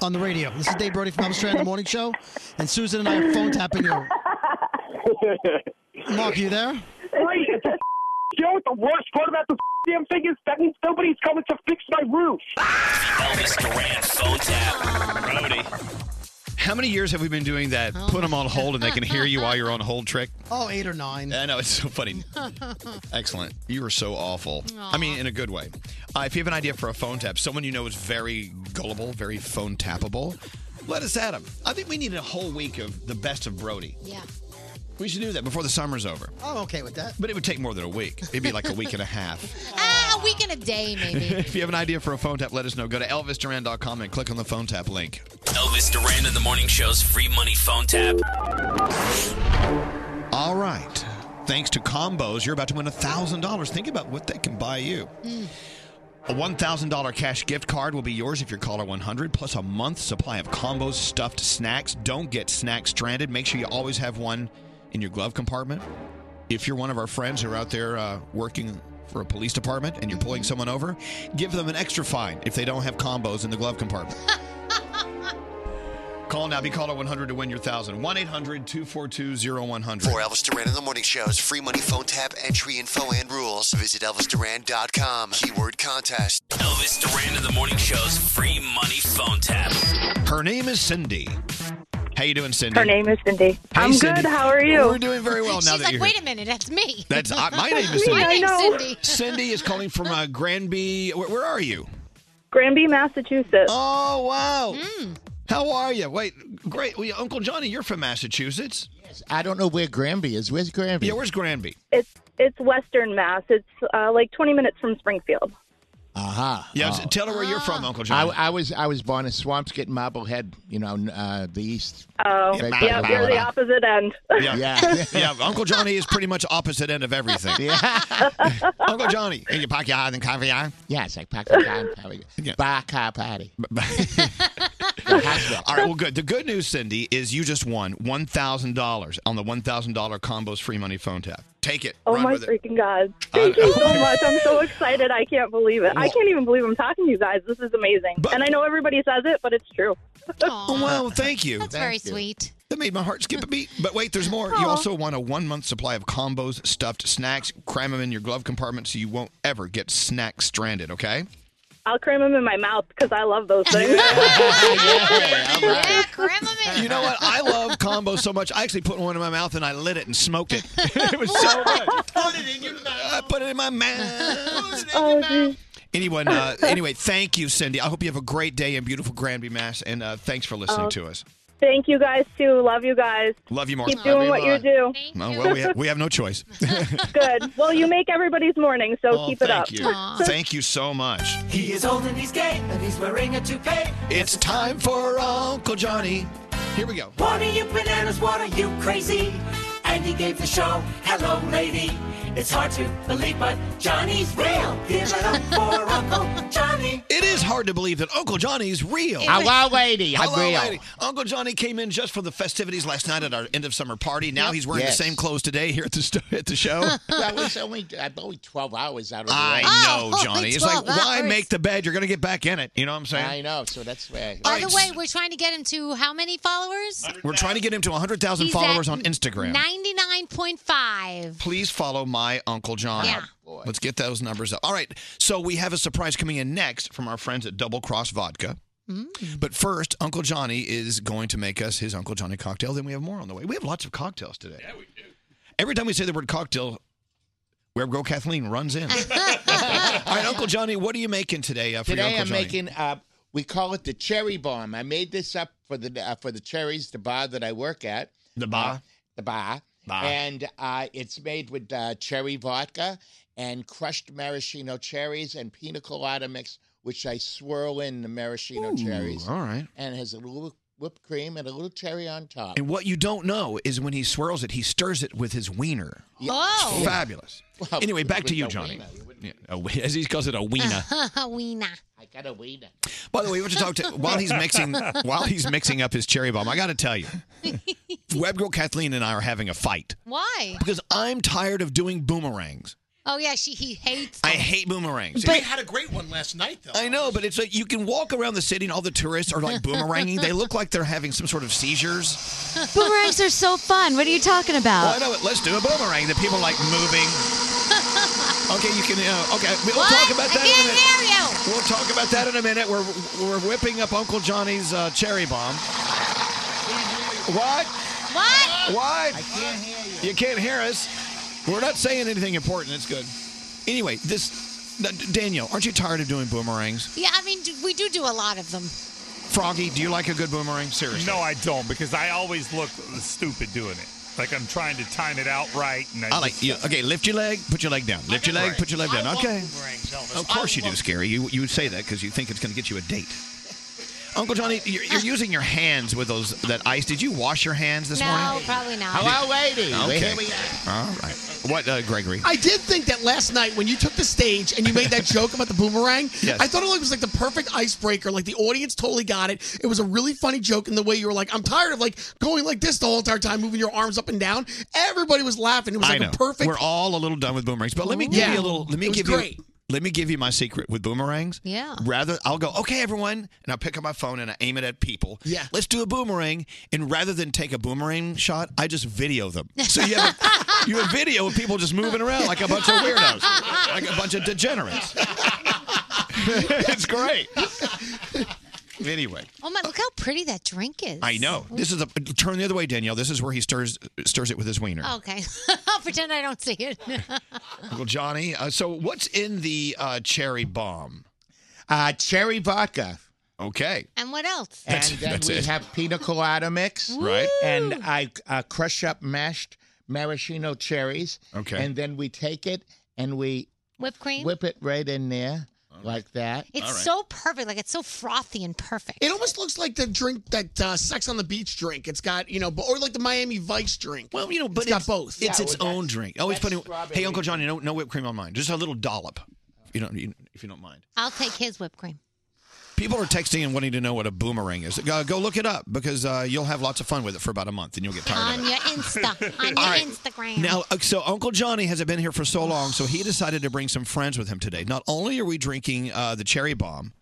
Speaker 25: on the radio. This is Dave Brody from Amsterdam, the morning show, and Susan and I are phone tapping you. Mark, you there?
Speaker 24: Great. It's a (laughs) f- you know what the worst part about the (laughs) f- damn thing is? That means nobody's coming to fix my roof.
Speaker 3: Elvis Duran phone tap. Brody.
Speaker 2: How many years have we been doing that? Put 'em Put them on hold and they can hear you while you're on hold trick.
Speaker 25: Oh, eight or nine.
Speaker 2: I know it's so funny. Excellent. You were so awful. I mean, in a good way. Uh, if you have an idea for a phone tap, someone you know is very gullible, very phone tappable, let us at them. I think we need a whole week of the best of Brody. (laughs)
Speaker 25: Yeah.
Speaker 2: We should do that before the summer's over.
Speaker 25: I'm okay with that.
Speaker 2: But it would take more than a week. It'd be like a week and a half.
Speaker 5: Ah, a week and a day, maybe.
Speaker 2: if you have an idea for a phone tap, let us know. Go to elvisduran.com and click on the phone tap link.
Speaker 3: Elvis Duran in the Morning Show's free money phone tap.
Speaker 2: All right. Thanks to combos, you're about to win $1,000. Think about what they can buy you. A $1,000 cash gift card will be yours if you're caller 100, plus a month supply of combos, stuffed snacks. Don't get snacks stranded. Make sure you always have one in your glove compartment. If you're one of our friends who are out there uh, working for a police department and you're pulling someone over, give them an extra fine if they don't have combos in the glove compartment. Call now. Be caller 100 to win your 1,000. 1 800 242 0100.
Speaker 1: For Elvis Duran in the Morning Show's free money phone tap entry info and rules, visit ElvisDuran.com. Keyword contest.
Speaker 3: Elvis Duran in the Morning Show's free money phone tap.
Speaker 2: Her name is Cindy. How you doing, Cindy?
Speaker 1: Her name is Cindy.
Speaker 5: I'm good. How are you?
Speaker 2: We're doing very well now
Speaker 5: She's
Speaker 2: that
Speaker 5: like,
Speaker 2: you're
Speaker 5: wait
Speaker 2: here.
Speaker 5: a minute, that's me.
Speaker 2: That's I, my name is Cindy.
Speaker 5: (laughs) My name's Cindy.
Speaker 2: Cindy is calling from uh, Granby. Where, where are you?
Speaker 1: Granby, Massachusetts.
Speaker 2: Oh wow!
Speaker 5: Hmm.
Speaker 2: How are you? Wait, great. Well, Uncle Johnny, you're from Massachusetts. Yes.
Speaker 14: I don't know where Granby is. Where's Granby?
Speaker 2: Yeah, where's Granby?
Speaker 1: It's it's Western Mass. It's uh, like 20 minutes from Springfield.
Speaker 14: Aha. Uh-huh.
Speaker 2: Yeah, tell her where you're from, Uncle Johnny.
Speaker 14: I, I was I was born in Swampscott, Marblehead. You know, n- uh, the east.
Speaker 1: Oh,
Speaker 14: Right by
Speaker 1: yeah,
Speaker 14: the
Speaker 1: you're the
Speaker 14: border.
Speaker 1: opposite end.
Speaker 2: Yeah.
Speaker 14: Yeah.
Speaker 2: (laughs) yeah.
Speaker 14: (laughs)
Speaker 2: Uncle Johnny is pretty much opposite end of everything. Yeah. (laughs) Uncle Johnny, can you pack your hide and cover your eye?
Speaker 14: Yes, I packed it down. Bar
Speaker 2: (laughs)
Speaker 14: car party.
Speaker 2: All right, well, good. The good news, Cindy, is you just won $1,000 on the $1,000 Combos Free Money Phone Tap. Take it.
Speaker 1: (laughs) Oh
Speaker 2: Run
Speaker 1: my
Speaker 2: with it. Uh,
Speaker 1: freaking god! Thank you so much. I'm so excited. I can't believe it. I
Speaker 2: Well-
Speaker 1: can't even believe I'm talking to you guys. This is amazing. and I know everybody says it, but it's true.
Speaker 2: Oh, wow, thank you. That's
Speaker 1: very sweet.
Speaker 2: That made my heart skip a beat. But wait, there's more. You
Speaker 1: Aw.
Speaker 2: also won a one month supply of combos, stuffed snacks. Cram them in your glove compartment so you won't ever get snack stranded, okay?
Speaker 1: I'll cram them in my mouth because I love those things.
Speaker 2: (laughs) You know what? I love combos so much. I actually put one in my mouth and I lit it and smoked it. (laughs) it was so good. I put it in my mouth.
Speaker 1: Oh,
Speaker 2: Anyone, uh, anyway, thank you, Cindy. I hope you have a great day in beautiful Granby, Mass. And uh, thanks for listening
Speaker 1: Oh.
Speaker 2: to us.
Speaker 1: Thank you guys too. Love you guys.
Speaker 2: Love you, Mark.
Speaker 1: Keep doing what you do.
Speaker 2: Oh, well, we have, we have no choice.
Speaker 1: Good. Well, you make everybody's morning, (laughs) so
Speaker 2: Oh,
Speaker 1: keep it up.
Speaker 2: thank you. Thank you so much.
Speaker 11: He is old and he's gay, and he's wearing a toupee.
Speaker 2: It's time for Uncle Johnny. Here we go.
Speaker 11: What are you bananas? What are you crazy? And he gave the show Hello Lady. It's hard to believe, but Johnny's real. Give
Speaker 25: (laughs)
Speaker 11: it up for Uncle Johnny.
Speaker 2: It is hard to believe that Uncle Johnny's real.
Speaker 14: Hello, lady. I'm
Speaker 2: Hello,
Speaker 14: real.
Speaker 2: lady. Uncle Johnny came in just for the festivities last night at our end of summer party. Now he's wearing
Speaker 14: Yes.
Speaker 2: the same clothes today here at the st- at the show.
Speaker 14: (laughs) well, it's only I'm only twelve hours out of the
Speaker 2: (laughs) I
Speaker 14: way.
Speaker 2: know, Johnny. It's like, why make the bed? You're going to get back in it. You know what I'm saying?
Speaker 14: I know. So that's where.
Speaker 5: By the way, we're trying to get him to how many followers?
Speaker 2: We're trying to get him to 100,000
Speaker 5: He's at
Speaker 2: followers on Instagram.
Speaker 5: (laughs) 99.5.
Speaker 2: Please follow my Uncle John.
Speaker 5: Yeah.
Speaker 2: Let's get those numbers up. All right. So we have a surprise coming in next from our friends at Double Cross Vodka. But first, Uncle Johnny is going to make us his Uncle Johnny cocktail. Then we have more on the way. We have lots of cocktails today. Yeah, we do. Every time we say the word cocktail, where Girl Kathleen runs
Speaker 14: (laughs)
Speaker 2: in. All right, Uncle Johnny, what are you making today uh, for your
Speaker 14: Today
Speaker 2: Uncle
Speaker 14: I'm
Speaker 2: Johnny?
Speaker 14: making uh, we call it the cherry bomb. I made this up for the uh, for the cherries, the bar that I work at.
Speaker 2: The bar.
Speaker 14: the bar. And uh, it's made with uh, cherry vodka and crushed maraschino cherries and pina colada mix, which I swirl in the maraschino
Speaker 2: Ooh,
Speaker 14: cherries.
Speaker 2: all right.
Speaker 14: And has a little whipped cream and a little cherry on top.
Speaker 2: And what you don't know is when he swirls it, he stirs it with his wiener.
Speaker 14: Yeah.
Speaker 5: Oh.
Speaker 2: It's Fabulous.
Speaker 14: Well,
Speaker 2: anyway, back to
Speaker 14: with
Speaker 2: you,
Speaker 14: the
Speaker 2: Johnny.
Speaker 14: wiener,
Speaker 2: Yeah, a wee- (laughs) as he calls it, a wiener.
Speaker 5: Weena.
Speaker 14: I got a wiener.
Speaker 2: By the way, we were to talk to while he's mixing while he's mixing up his cherry bomb. I got to tell you, Web Girl Kathleen and I are having a fight
Speaker 5: (laughs) Why?
Speaker 2: because I'm tired of doing boomerangs.
Speaker 5: Oh yeah, she he hates.
Speaker 2: I hate boomerangs.
Speaker 9: But, had a great one last night, though.
Speaker 2: I know, but it's like you can walk around the city and all the tourists are like boomeranging. they look like they're having some sort of seizures.
Speaker 15: Boomerangs are so fun. What are you talking
Speaker 2: Well,
Speaker 5: Uh,
Speaker 2: I
Speaker 15: about?
Speaker 2: know it. Let's do a boomerang. The people like
Speaker 5: (laughs)
Speaker 2: moving. Okay, you can. Uh, okay, we'll
Speaker 5: What?
Speaker 2: talk about
Speaker 5: I
Speaker 2: that in a
Speaker 5: can't
Speaker 2: minute.
Speaker 5: hear you.
Speaker 2: We'll talk about that in a minute. We're we're whipping up Uncle Johnny's uh, cherry bomb. What?
Speaker 5: What?
Speaker 2: What? I can't hear you. You can't hear us. We're not saying anything important. It's good. Anyway, this D- Daniel, aren't you tired of doing boomerangs?
Speaker 5: Yeah, I mean, we do do a lot of them.
Speaker 2: Froggy, do you like a good boomerang? Seriously.
Speaker 8: No, I don't because I always look stupid doing it. Like I'm trying to time it out right. And I,
Speaker 2: I like you. Okay, lift your leg, put your leg down. Lift your leg, put your leg down. Okay. Of course you do, Scary. You you say that because you think it's going to get you a date. Uncle Johnny, you're, you're using your hands with those that ice. Did you wash your hands this
Speaker 5: no,
Speaker 2: morning?
Speaker 5: probably not.
Speaker 14: Hello, lady.
Speaker 2: Okay. All right. What, uh, Gregory?
Speaker 13: I did think that last night when you took the stage and you made that joke about the boomerang,
Speaker 2: (laughs) Yes.
Speaker 13: I thought it was like the perfect icebreaker. Like the audience totally got it. It was a really funny joke in the way you were like, I'm tired of like going like this the whole entire time, moving your arms up and down. Everybody was laughing. It was
Speaker 2: I
Speaker 13: like
Speaker 2: know.
Speaker 13: a perfect.
Speaker 2: We're all a little done with boomerangs, but let me give
Speaker 13: Yeah.
Speaker 2: you a little. Let me
Speaker 13: It was
Speaker 2: give
Speaker 13: great.
Speaker 2: you. Let me give you my secret with boomerangs.
Speaker 5: Yeah.
Speaker 2: Rather, I'll go, okay, everyone, and I'll pick up my phone and I aim it at people. Yeah. Let's do a boomerang. And rather than take a boomerang shot, I just video them. So you have a, you have video of people just moving around like a bunch of weirdos, like a bunch of degenerates. (laughs) it's
Speaker 13: (laughs)
Speaker 2: great. Anyway.
Speaker 5: Oh my! Look how pretty that drink is.
Speaker 2: I know. This is a turn the other way, Danielle. This is where he stirs stirs it with his wiener.
Speaker 5: Okay, (laughs) I'll pretend I don't see it. (laughs)
Speaker 2: Uncle Johnny. Uh, so, what's in the uh, cherry bomb?
Speaker 14: Uh, cherry vodka.
Speaker 2: Okay.
Speaker 5: and what else?
Speaker 14: And then we have pina colada mix.
Speaker 5: Right.
Speaker 14: And I uh, crush up mashed maraschino cherries. Okay. And then we take it and we
Speaker 5: whipped cream.
Speaker 14: whip it right in there like that.
Speaker 5: It's so perfect. Like it's so frothy and perfect.
Speaker 13: It almost looks like the drink that uh, Sex on the Beach drink. It's got you know, bo- or like the Miami Vice drink.
Speaker 2: Well, you know, but
Speaker 13: it's got both.
Speaker 2: It's its own drink. Oh, it's funny. Hey, Uncle Johnny, no, no whipped cream on mine. Just a little dollop, if you don't, you- if you don't mind.
Speaker 5: I'll take his whipped cream.
Speaker 2: People are texting and wanting to know what a boomerang is. Uh, Go, go look it up because uh, you'll have lots of fun with it for about a month and you'll get tired of
Speaker 5: On
Speaker 2: it. (laughs)
Speaker 5: your Insta. On your
Speaker 2: All right.
Speaker 5: Instagram.
Speaker 2: Now, uh, so Uncle Johnny hasn't been here for so long, so he decided to bring some friends with him today. Not only are we drinking uh, the cherry bomb,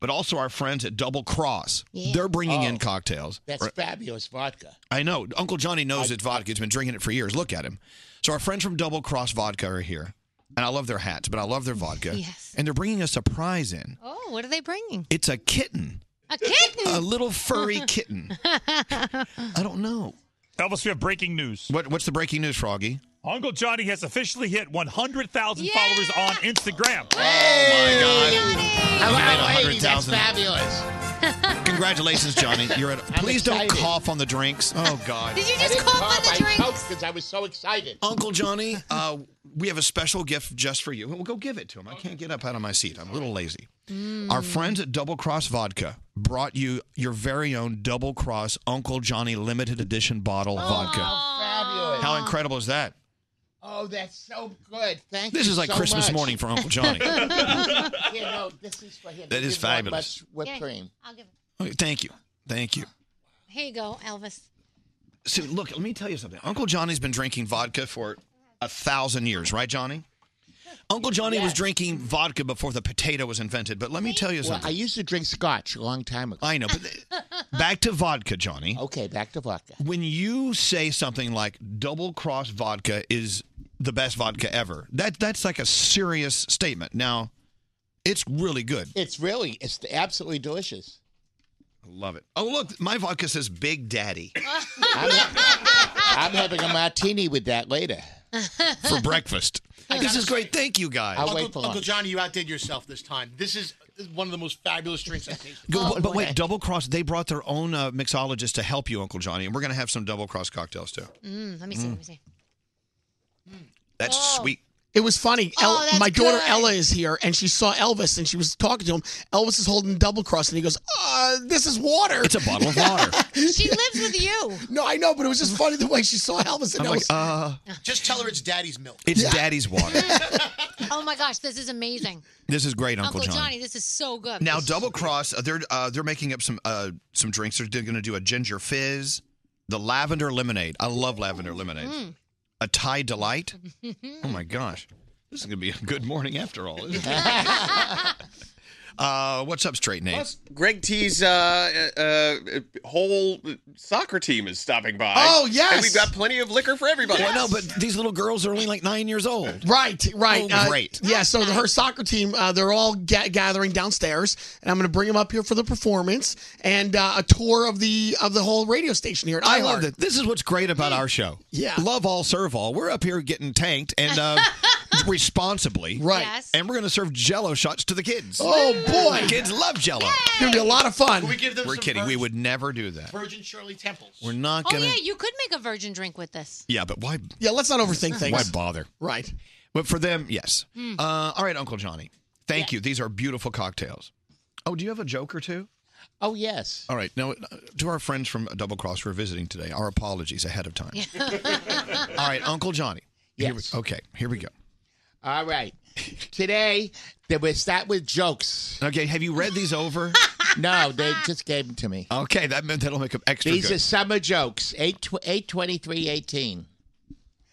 Speaker 2: but also our friends at Double Cross.
Speaker 14: Yeah.
Speaker 2: They're bringing
Speaker 14: Oh,
Speaker 2: in cocktails.
Speaker 14: That's
Speaker 2: Right.
Speaker 14: fabulous vodka.
Speaker 2: I know. Uncle Johnny knows it's vodka. He's been drinking it for years. Look at him. So our friends from Double Cross Vodka are here, and I love their hats, but I love their vodka.
Speaker 5: Yes.
Speaker 2: And they're bringing a surprise in.
Speaker 5: Oh, what are they bringing?
Speaker 2: It's a kitten,
Speaker 5: A kitten.
Speaker 2: a little
Speaker 5: (laughs)
Speaker 2: furry kitten. I don't know.
Speaker 8: Elvis, we have breaking news.
Speaker 2: What, what's the breaking news, Froggy?
Speaker 8: Uncle Johnny has officially hit 100,000 followers on Instagram.
Speaker 14: Hello, lady. That's
Speaker 2: 100,000.
Speaker 14: fabulous.
Speaker 2: Congratulations, Johnny. You're at.
Speaker 14: (laughs) I'm
Speaker 2: Please don't
Speaker 14: excited.
Speaker 2: cough on the drinks. Oh God.
Speaker 14: I didn't cough, I choked because I was so excited.
Speaker 2: Uncle Johnny, uh, we have a special gift just for you. We'll go give it to him. I can't get up out of my seat. I'm a little lazy.
Speaker 25: Mm.
Speaker 2: Our
Speaker 24: Hmm.
Speaker 2: friends at Double Cross Vodka brought you your very own Double Cross Uncle Johnny limited edition bottle of vodka.
Speaker 14: Fabulous.
Speaker 2: How incredible is that?
Speaker 14: Oh, that's so good. Thank you.
Speaker 2: This is like
Speaker 14: so
Speaker 2: Christmas
Speaker 14: much.
Speaker 2: morning for
Speaker 14: (laughs)
Speaker 2: Uncle Johnny.
Speaker 14: you know, this is for him.
Speaker 2: That
Speaker 14: He
Speaker 2: is
Speaker 14: didn't want
Speaker 2: fabulous.
Speaker 14: Much whipped
Speaker 5: Yeah,
Speaker 14: cream.
Speaker 5: I'll give it.
Speaker 2: Okay, Thank you. Thank you.
Speaker 5: Here you go, Elvis.
Speaker 2: So, look, let me tell you something. Uncle Johnny's been drinking vodka for a thousand years, right, Johnny? Uncle Johnny was drinking vodka before the potato was invented, but let me tell you
Speaker 14: Well,
Speaker 2: something.
Speaker 14: I used to drink scotch a long time ago.
Speaker 2: I know, but (laughs) back to vodka, Johnny.
Speaker 14: Okay, back to vodka.
Speaker 2: When you say something like double cross vodka is the best vodka ever, that that's like a serious statement. Now, it's really good.
Speaker 14: It's really, it's absolutely delicious.
Speaker 2: I love it. Oh, look, my vodka says Big Daddy
Speaker 14: I'm, I'm having a martini with that later.
Speaker 2: for breakfast.
Speaker 9: I
Speaker 2: this
Speaker 9: gotta
Speaker 2: is great. Thank you, guys.
Speaker 9: Uncle, Uncle Johnny, you outdid yourself this time. This is this is one of the most fabulous drinks I've tasted.
Speaker 5: Oh,
Speaker 2: Go- but wait, Double Cross, they brought their own uh, mixologist to help you, Uncle Johnny, and we're going to have some Double Cross cocktails too.
Speaker 5: Mm, let me see. Oh. Let me see.
Speaker 2: That's sweet.
Speaker 13: It was funny.
Speaker 5: Oh,
Speaker 13: El-
Speaker 2: that's
Speaker 13: my daughter
Speaker 2: good.
Speaker 13: Ella is here, and she saw Elvis, and she was talking to him. Elvis is holding double cross, and he goes, uh, "This is water." It's
Speaker 2: a
Speaker 13: (laughs)
Speaker 2: bottle of water.
Speaker 5: she lives with you.
Speaker 13: No, I know, but it was just funny the way she saw Elvis. And
Speaker 2: I'm like,
Speaker 13: Elvis.
Speaker 2: uh,
Speaker 9: Just tell her it's daddy's milk.
Speaker 2: it's daddy's
Speaker 5: (laughs)
Speaker 2: water.
Speaker 5: Oh my gosh, this is amazing.
Speaker 2: This is great, Uncle, John.
Speaker 5: Johnny, this is so good.
Speaker 2: Now, Double Cross, uh, they're uh, they're making up some uh, some drinks. They're going to do a ginger fizz, the lavender lemonade. I love lavender lemonade.
Speaker 5: Mm.
Speaker 2: A Thai delight. Oh my gosh, this is going to be a good morning after all. Isn't it? uh, what's up, straight Nate?
Speaker 6: Plus, Greg T's uh, uh, uh, whole soccer team is stopping by.
Speaker 2: Oh,
Speaker 13: yes.
Speaker 6: and we've got plenty of liquor for everybody.
Speaker 13: Well, no,
Speaker 2: but these little girls are only like nine years old.
Speaker 13: Right, right. Uh,
Speaker 2: Oh, great.
Speaker 13: Yeah, so the, her soccer team, uh, they're all ga- gathering downstairs, and I'm going to bring them up here for the performance and uh, a tour of the of the whole radio station here at
Speaker 2: I
Speaker 13: iHeart.
Speaker 2: love that. This is what's great about our show.
Speaker 13: Yeah.
Speaker 2: Love all, serve all. We're up here getting tanked and
Speaker 13: (laughs)
Speaker 2: uh, responsibly.
Speaker 13: Right. Yes.
Speaker 2: And we're going to serve jello shots to the kids.
Speaker 13: Oh, boy.
Speaker 2: Kids love jello.
Speaker 13: It's going to be a lot of fun.
Speaker 9: Can we give them
Speaker 2: We're
Speaker 9: some
Speaker 2: kidding. We
Speaker 9: virgin-
Speaker 2: would never do that.
Speaker 9: Virgin Shirley Temple.
Speaker 2: We're not
Speaker 5: Oh
Speaker 2: going to.
Speaker 5: yeah, you could make a virgin drink with this.
Speaker 2: Yeah, but why?
Speaker 13: Yeah, let's not overthink
Speaker 2: Why
Speaker 13: things.
Speaker 2: bother?
Speaker 13: Right. Hmm.
Speaker 2: But for them, yes.
Speaker 5: Mm.
Speaker 2: Uh, all right, Uncle Johnny. Thank you. These are beautiful cocktails. Oh, do you have a joke or two?
Speaker 14: Oh yes.
Speaker 2: All right. Now, uh, to our friends from Double Cross who are visiting today, our apologies ahead of time. All right, Uncle Johnny. Yes. okay, here we go.
Speaker 14: (laughs) All right. Today, that we start with jokes.
Speaker 2: Okay, have you read these over?
Speaker 14: (laughs) no, they just gave them to me.
Speaker 2: Okay, that meant that'll make them extra
Speaker 14: These
Speaker 2: good.
Speaker 14: are summer jokes. 8 tw- 82318.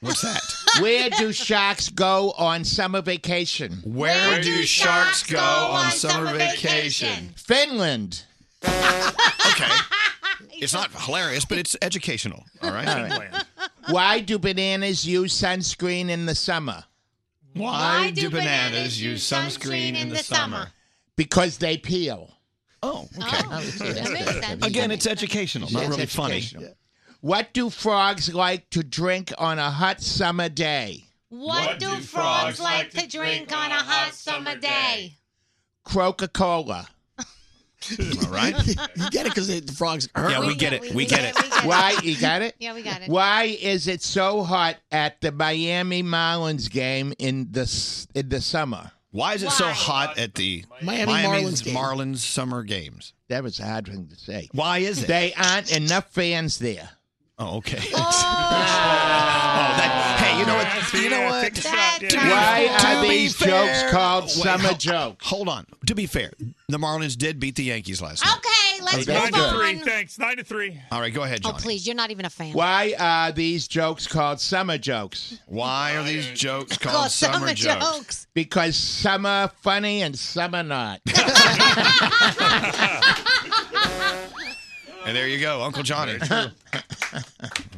Speaker 2: What's that?
Speaker 14: (laughs) Where do sharks go on summer vacation?
Speaker 2: Where, do sharks go on summer vacation?
Speaker 14: Finland.
Speaker 2: It's not hilarious, but it's educational. All right.
Speaker 14: All right. Why do bananas use sunscreen in the summer?
Speaker 2: Why, do bananas use sunscreen in the summer?
Speaker 14: Because they peel.
Speaker 2: Oh,
Speaker 14: okay.
Speaker 2: Again, it's educational, not
Speaker 14: It's
Speaker 2: really
Speaker 14: educational.
Speaker 2: funny.
Speaker 14: What do frogs like to drink on a hot summer day?
Speaker 5: What, do frogs like to drink on a hot summer day?
Speaker 14: Coca Cola.
Speaker 2: All right.
Speaker 13: (laughs) you get it because the frogs
Speaker 14: are.
Speaker 2: Yeah, we We get get it. it. We We get get it. it. We get it.
Speaker 14: Why? You got it?
Speaker 5: Yeah, we got it.
Speaker 14: Why is it so hot at the Miami Marlins game in the, s- in the summer?
Speaker 2: Why is it so hot at the
Speaker 14: Miami
Speaker 2: Miami's
Speaker 14: Marlins game.
Speaker 2: Marlins summer games?
Speaker 14: That was a hard thing to say.
Speaker 2: Why is it?
Speaker 14: They aren't enough fans there.
Speaker 2: Oh, okay. (laughs) Oh, that, hey, you know what? You know what?
Speaker 14: Why
Speaker 2: To
Speaker 14: are
Speaker 2: be
Speaker 14: these
Speaker 2: fair-
Speaker 14: jokes called
Speaker 2: Wait,
Speaker 14: summer
Speaker 2: hol-
Speaker 14: jokes?
Speaker 2: Hold on. To be fair, the Marlins did beat the Yankees last night.
Speaker 5: Okay, let's
Speaker 2: Okay.
Speaker 5: move
Speaker 2: Nine
Speaker 5: on.
Speaker 2: to
Speaker 8: Three, thanks. Nine to three.
Speaker 2: All right, go ahead,
Speaker 5: Oh
Speaker 2: John.
Speaker 5: please, you're not even a fan.
Speaker 14: Why are these jokes called summer jokes?
Speaker 2: Why are these jokes
Speaker 5: called Called summer summer jokes? jokes.
Speaker 14: Because some are funny and some
Speaker 5: (laughs)
Speaker 14: are not.
Speaker 2: (laughs) And there you go, Uncle Johnny.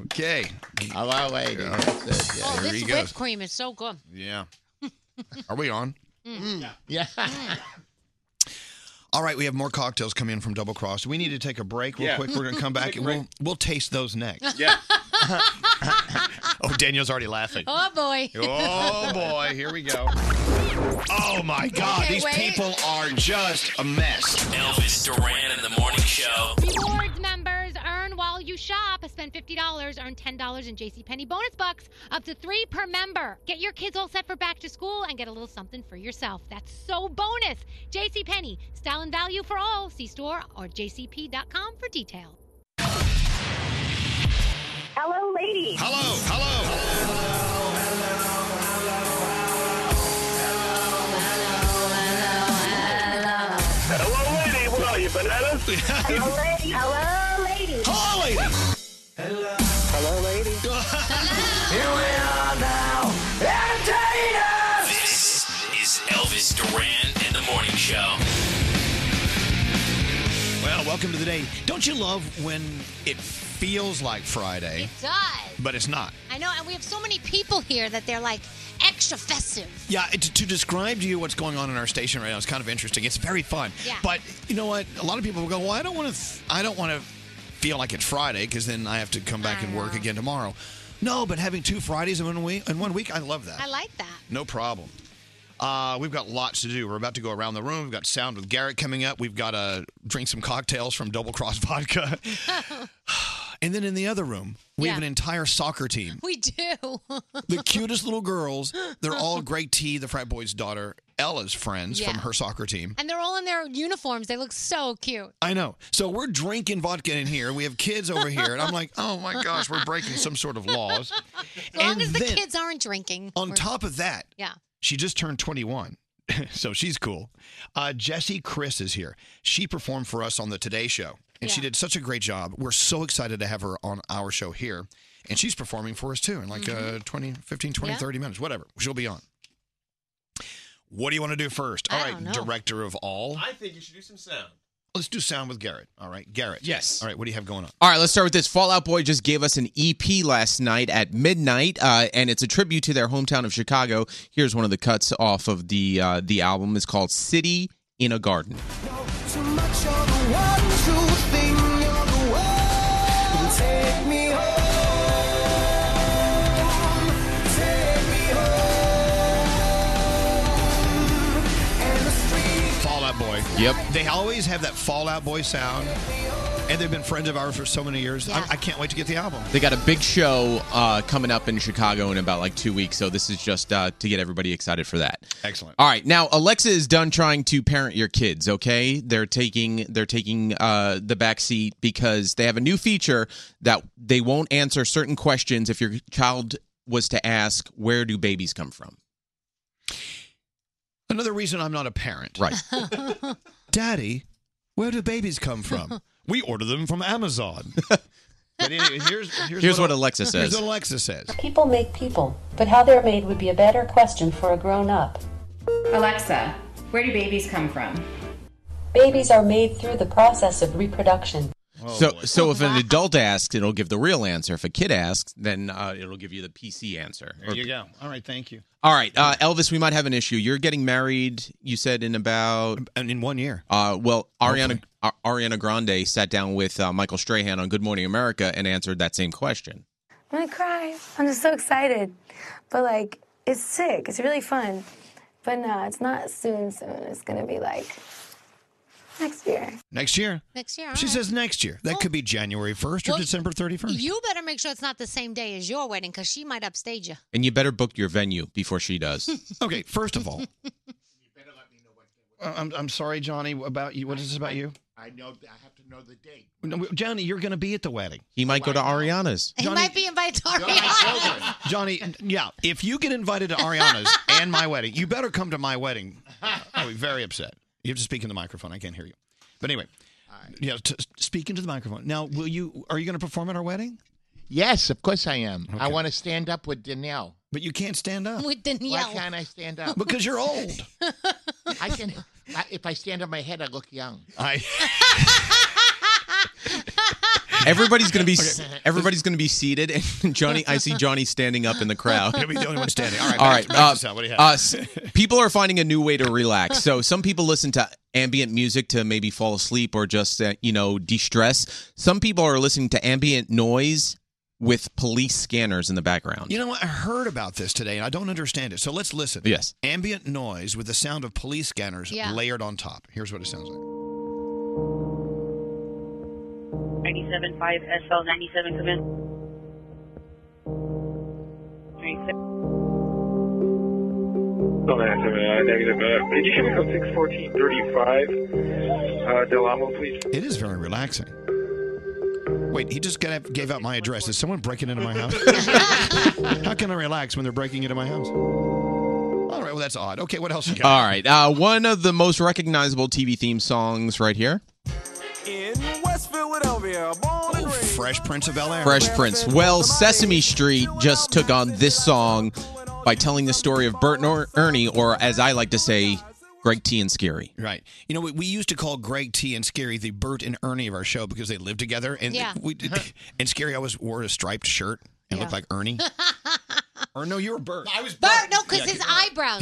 Speaker 2: okay.
Speaker 14: Hello, lady.
Speaker 5: Oh,
Speaker 2: there
Speaker 5: this
Speaker 2: he
Speaker 5: whipped
Speaker 2: goes.
Speaker 5: cream is so good.
Speaker 2: Yeah. Are we on?
Speaker 5: Mm.
Speaker 14: Yeah.
Speaker 2: All right, we have more cocktails coming in from Double Cross. We need to take a break real
Speaker 14: Yeah.
Speaker 2: quick. We're going to come back
Speaker 14: Take a
Speaker 2: and we'll, we'll taste those
Speaker 10: Mm.
Speaker 2: next. (laughs)
Speaker 10: (laughs)
Speaker 2: Oh, Daniel's already laughing.
Speaker 5: Oh boy.
Speaker 2: (laughs) Oh boy, here we go. Oh my God,
Speaker 5: Okay,
Speaker 2: these
Speaker 5: wait.
Speaker 2: people are just a mess.
Speaker 3: Elvis Duran in the morning show.
Speaker 10: Rewards members earn while you shop. Spend $50, earn $10 in JCPenney bonus bucks, up to three per member. Get your kids all set for back to school and get a little something for yourself. That's so bonus. JCPenney, style and value for all. See store or jcp.com for details.
Speaker 18: Hello, ladies.
Speaker 2: Hello, hello.
Speaker 18: Hello, lady. What are you, bananas? Hello, lady. Hello, lady. Hello, lady. Hello, lady. Here we are now. Entertainers.
Speaker 3: This is Elvis Duran in the morning show.
Speaker 2: Well, welcome to the day. Don't you love when it feels like Friday,
Speaker 5: Does.
Speaker 2: but it's not?
Speaker 5: I know, and we have so many people here that they're like extra festive.
Speaker 2: Yeah, it, to describe to you what's going on in our station right now is kind of interesting. It's very fun.
Speaker 5: Yeah.
Speaker 2: But you know what? A lot of people will go, "Well, I don't want to. Th- I don't want to feel like it's Friday because then I have to come back and work again tomorrow." No, but having two Fridays in one week, in one week, I love that.
Speaker 5: I like that.
Speaker 2: No problem. Uh, we've got lots to do. We're about to go around the room. We've got sound
Speaker 10: (laughs)
Speaker 2: (laughs) with Garrett coming up. We've got to drink some cocktails from Double Cross Vodka. And then in the other room, we have
Speaker 5: Yeah.
Speaker 2: an entire soccer team.
Speaker 5: We do.
Speaker 2: The
Speaker 10: (laughs)
Speaker 2: cutest little girls. They're all great T, the frat boy's daughter, Ella's friends from
Speaker 5: Yeah.
Speaker 2: her soccer team.
Speaker 5: and they're all in their uniforms. They look so cute.
Speaker 2: I know. So we're drinking vodka in here. We have kids over here. And I'm like, oh my gosh, we're breaking some sort of laws.
Speaker 5: As long
Speaker 2: And
Speaker 5: as the
Speaker 2: then-
Speaker 5: kids aren't drinking.
Speaker 2: On
Speaker 5: we're-
Speaker 2: top of that,
Speaker 5: Yeah.
Speaker 2: She just turned 21, (laughs) so she's cool. Uh, Jessie Chris is here. She performed for us on the Today Show, and she did such a great job. We're so excited to have her on our show here, and she's performing for us too in like uh, 20, 15, 20,
Speaker 7: Yeah.
Speaker 2: 30 minutes, whatever. She'll be on. What do you want to do first? All right, director of all.
Speaker 7: I think you should do some sound.
Speaker 2: Let's do sound with Garrett. All right, Garrett.
Speaker 7: Yes.
Speaker 2: All right, what do you have going on?
Speaker 7: All right, let's start with this. Fallout Boy just gave us an EP last night at midnight, uh, and it's a tribute to their hometown of Chicago. Here's one of the cuts off of the uh, the album. It's called "City in a Garden."
Speaker 11: Too much of the one true thing you're the one. Take me home. Take me home. And the street.
Speaker 2: Fallout Boy.
Speaker 7: Yep.
Speaker 2: They always have that Fallout Boy sound, and they've been friends of ours for so many years. I, I can't wait to get the album.
Speaker 7: They got a big show uh, coming up in Chicago in about like two weeks, so this is just uh, to get everybody excited for that.
Speaker 2: Excellent.
Speaker 7: All right, now Alexa is done trying to parent your kids. Okay, they're taking they're taking uh, the back seat because they have a new feature that they won't answer certain questions if your child was to ask where do babies come from.
Speaker 2: Another reason I'm not a parent.
Speaker 7: Right.
Speaker 2: Daddy, (laughs) where do babies come from? We order them from
Speaker 7: (laughs)
Speaker 2: Amazon. but anyway, here's, here's,
Speaker 7: Here's what Alexa
Speaker 2: Here's
Speaker 7: says.
Speaker 2: what Alexa says.
Speaker 12: People make people, but how they're made would be a better question for a grown up.
Speaker 26: Alexa, where do babies come from?
Speaker 12: Babies are made through the process of reproduction.
Speaker 2: Oh,
Speaker 7: so so if an adult asks, it'll give the real answer. If a kid asks, then uh, it'll give you the PC answer.
Speaker 2: There you go. All right, thank you.
Speaker 7: All right, uh, Elvis, we might have an issue. You're getting married. You said in about
Speaker 2: in one year.
Speaker 7: Uh, well, Ariana Ar- Ariana Grande sat down with uh, Michael Strahan on Good Morning America and answered that same question.
Speaker 27: (laughs) I'm gonna cry. I'm just so excited. But like, it's sick. It's really fun. But no, it's not soon. Soon. It's gonna be like next year.
Speaker 2: Next year.
Speaker 5: Next year.
Speaker 2: She
Speaker 5: all right.
Speaker 2: says next year. That could be January 1st or
Speaker 5: Well,
Speaker 2: December 31st.
Speaker 5: You better make sure it's not the same day as your wedding because she might upstage you.
Speaker 7: And you better book your venue before she does.
Speaker 2: (laughs) okay, first of all. Uh, I'm, I'm sorry, Johnny, about you. What is this about you?
Speaker 28: I know. I have to know the date.
Speaker 2: No, Johnny, you're going to be at the wedding.
Speaker 7: He might go to Ariana's.
Speaker 5: He might be invited to Ariana. (laughs)
Speaker 2: Johnny, yeah, if you get invited to Ariana's and my wedding, you better come to my wedding. I'll be very upset. You have to speak in the microphone. I can't hear you. But anyway, yeah, t- speak into the microphone. Now, will you? Are you going to perform at our wedding?
Speaker 14: Yes, of course I am. I want to stand up with Danielle.
Speaker 2: But you can't stand up.
Speaker 5: With
Speaker 14: Why
Speaker 5: Danielle.
Speaker 14: can't I stand up?
Speaker 2: Because you're
Speaker 5: (laughs)
Speaker 2: old.
Speaker 14: I can. I, if I stand on my head, I look young.
Speaker 2: I.
Speaker 7: (laughs) Everybody's gonna be s
Speaker 14: Okay.
Speaker 7: everybody's gonna be seated, and (laughs) Johnny. I see Johnny standing up in the crowd.
Speaker 2: You'll be the only one standing. All right,
Speaker 7: all
Speaker 2: back to-
Speaker 7: right.
Speaker 2: back to
Speaker 7: uh,
Speaker 2: Sal. What do you have?
Speaker 7: uh, s- people are finding a new way to relax. So some people listen to ambient music to maybe fall asleep or just uh, you know de-stress. Some people are listening to ambient noise with police scanners in the background.
Speaker 2: You know what? I heard about this today, and I don't understand it. So let's listen.
Speaker 7: Yes.
Speaker 2: Ambient noise with the sound of police scanners
Speaker 27: Yeah.
Speaker 2: layered on top. Here's what it sounds like.
Speaker 27: 97.5 SL 97, come in. Three, six.
Speaker 29: Don't ask him, uh, negative, uh, did you hear me on 61435? Uh, Del Amo, please.
Speaker 2: It is very relaxing. Wait, he just got, gave out my address. Is someone breaking into my
Speaker 7: (laughs)
Speaker 2: house? How can I relax when they're breaking into my house? All right, well, that's odd. Okay, what else you got?
Speaker 7: All right. Uh, one of the most recognizable TV theme songs right here.
Speaker 11: In West Philadelphia, born and raised.
Speaker 2: Fresh Prince of Bel Air.
Speaker 7: Fresh Prince. Well, Sesame Street just took on this song by telling the story of Bert and or- Ernie, or as I like to say, Greg T and Scary.
Speaker 2: Right. You know, we, we used to call Greg T and Scary the Bert and Ernie of our show because they lived together. And
Speaker 7: Yeah.
Speaker 2: we did, and Scary always wore a striped shirt and looked like
Speaker 5: (laughs)
Speaker 2: Ernie. or no, you were Bert. I was
Speaker 5: Bert, no, because his eyebrows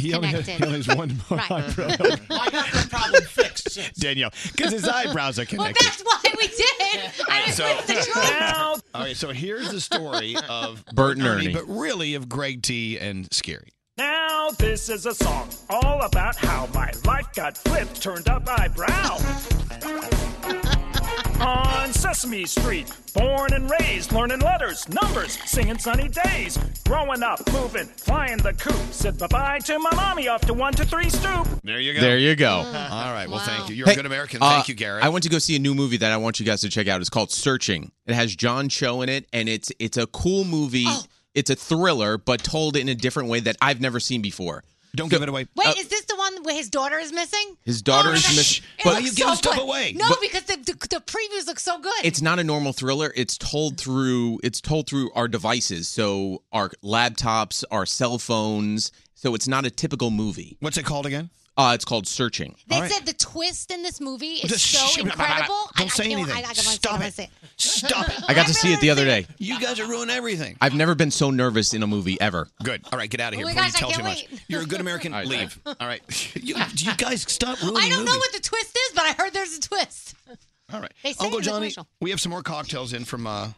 Speaker 2: (laughs) He only has,
Speaker 5: connected.
Speaker 2: he only has one more (laughs)
Speaker 5: Right.
Speaker 2: eyebrow.
Speaker 5: I got this problem (laughs) fixed.
Speaker 2: Danielle, because his eyebrows are
Speaker 5: Well,
Speaker 2: connected.
Speaker 5: that's why we did. I
Speaker 2: so-
Speaker 5: didn't the truth.
Speaker 2: All right, so here's the story of
Speaker 7: Bert and Ernie.
Speaker 2: but really of Greg T and Scary.
Speaker 30: Now this is a song all
Speaker 5: (laughs)
Speaker 30: about how my life got flipped, turned up my brow. on Sesame Street. Born and raised, learning letters, numbers, singing sunny days. Growing up, moving, flying the coop. Said bye bye to my mommy off to one, two, three, stoop.
Speaker 2: There you go.
Speaker 7: There you go.
Speaker 2: All right. Well, thank you. You're a
Speaker 7: Hey,
Speaker 2: good American.
Speaker 7: uh,
Speaker 2: Thank you, Garrett.
Speaker 7: I went to go see a new movie that I want you guys to check out. It's called Searching. It has John Cho in it, and it's it's a cool movie.
Speaker 5: Oh.
Speaker 7: It's a thriller, but told in a different way that I've never seen before.
Speaker 2: Don't
Speaker 7: give it away.
Speaker 5: Wait,
Speaker 2: Uh,
Speaker 5: is this the one where his daughter is missing?
Speaker 7: his daughter
Speaker 5: Oh,
Speaker 7: is
Speaker 5: shh.
Speaker 7: missing.
Speaker 5: It looks so good. No, because the, the the previews look so good.
Speaker 7: it's not a normal thriller. It's told through it's told through our devices, so our laptops, our cell phones. So it's not a typical movie.
Speaker 2: What's it called again?
Speaker 7: Uh, it's called Searching.
Speaker 5: They said the twist in this movie is so
Speaker 2: shh,
Speaker 5: incredible.
Speaker 2: don't
Speaker 5: I-
Speaker 2: say
Speaker 5: I can't-
Speaker 2: anything.
Speaker 5: I, I, I,
Speaker 2: Stop
Speaker 5: I,
Speaker 2: it. Stop
Speaker 5: (laughs)
Speaker 2: it.
Speaker 7: I got to see it the other day.
Speaker 2: You guys are ruining everything.
Speaker 7: I've never been so nervous in a movie ever.
Speaker 2: Good. All right, get out of
Speaker 5: here Oh my before you gosh, I tell can't too much. wait.
Speaker 2: You're a good
Speaker 5: (laughs)
Speaker 2: American.
Speaker 7: All right,
Speaker 2: Leave. All right. (laughs) You, you guys stop ruining
Speaker 5: I don't know
Speaker 2: movies.
Speaker 5: what the twist is, but I heard there's a twist.
Speaker 2: All right.
Speaker 5: They say
Speaker 2: Uncle
Speaker 5: it in the
Speaker 2: Johnny,
Speaker 5: commercial.
Speaker 2: we have some more cocktails in from uh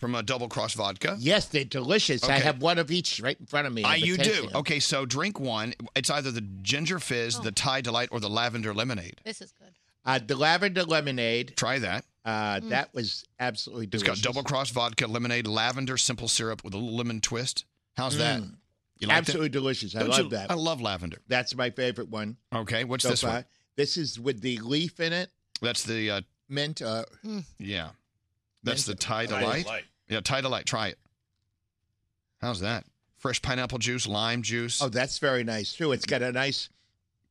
Speaker 2: from a double cross vodka.
Speaker 14: Yes, they're delicious. I
Speaker 2: Okay.
Speaker 14: have one of each right in front of me.
Speaker 2: Ah,
Speaker 14: I've been
Speaker 2: you do.
Speaker 14: tasting them.
Speaker 2: Okay, so drink one. It's either the ginger fizz,
Speaker 5: Oh.
Speaker 2: the Thai delight, or the lavender lemonade.
Speaker 5: This is good.
Speaker 14: Uh, the lavender lemonade.
Speaker 2: Try that.
Speaker 14: Uh, That was absolutely
Speaker 2: It's
Speaker 14: delicious.
Speaker 2: got double cross vodka, lemonade, lavender simple syrup with a little lemon twist. How's that?
Speaker 14: Mm.
Speaker 2: You like that?
Speaker 14: absolutely delicious. I
Speaker 2: Don't
Speaker 14: love
Speaker 2: you-
Speaker 14: that.
Speaker 2: I love lavender.
Speaker 14: That's my favorite one.
Speaker 2: Okay, what's
Speaker 14: so
Speaker 2: this
Speaker 14: far.
Speaker 2: one?
Speaker 14: This is with the leaf in it,
Speaker 2: That's the uh,
Speaker 14: mint. Uh,
Speaker 5: Hmm.
Speaker 2: yeah. That's the
Speaker 14: Mint-
Speaker 2: Thai
Speaker 14: Thai
Speaker 2: delight.
Speaker 14: Delight.
Speaker 2: Yeah, Thai delight. Try it. How's that? Fresh pineapple juice, lime juice.
Speaker 14: oh, that's very nice too. It's got a nice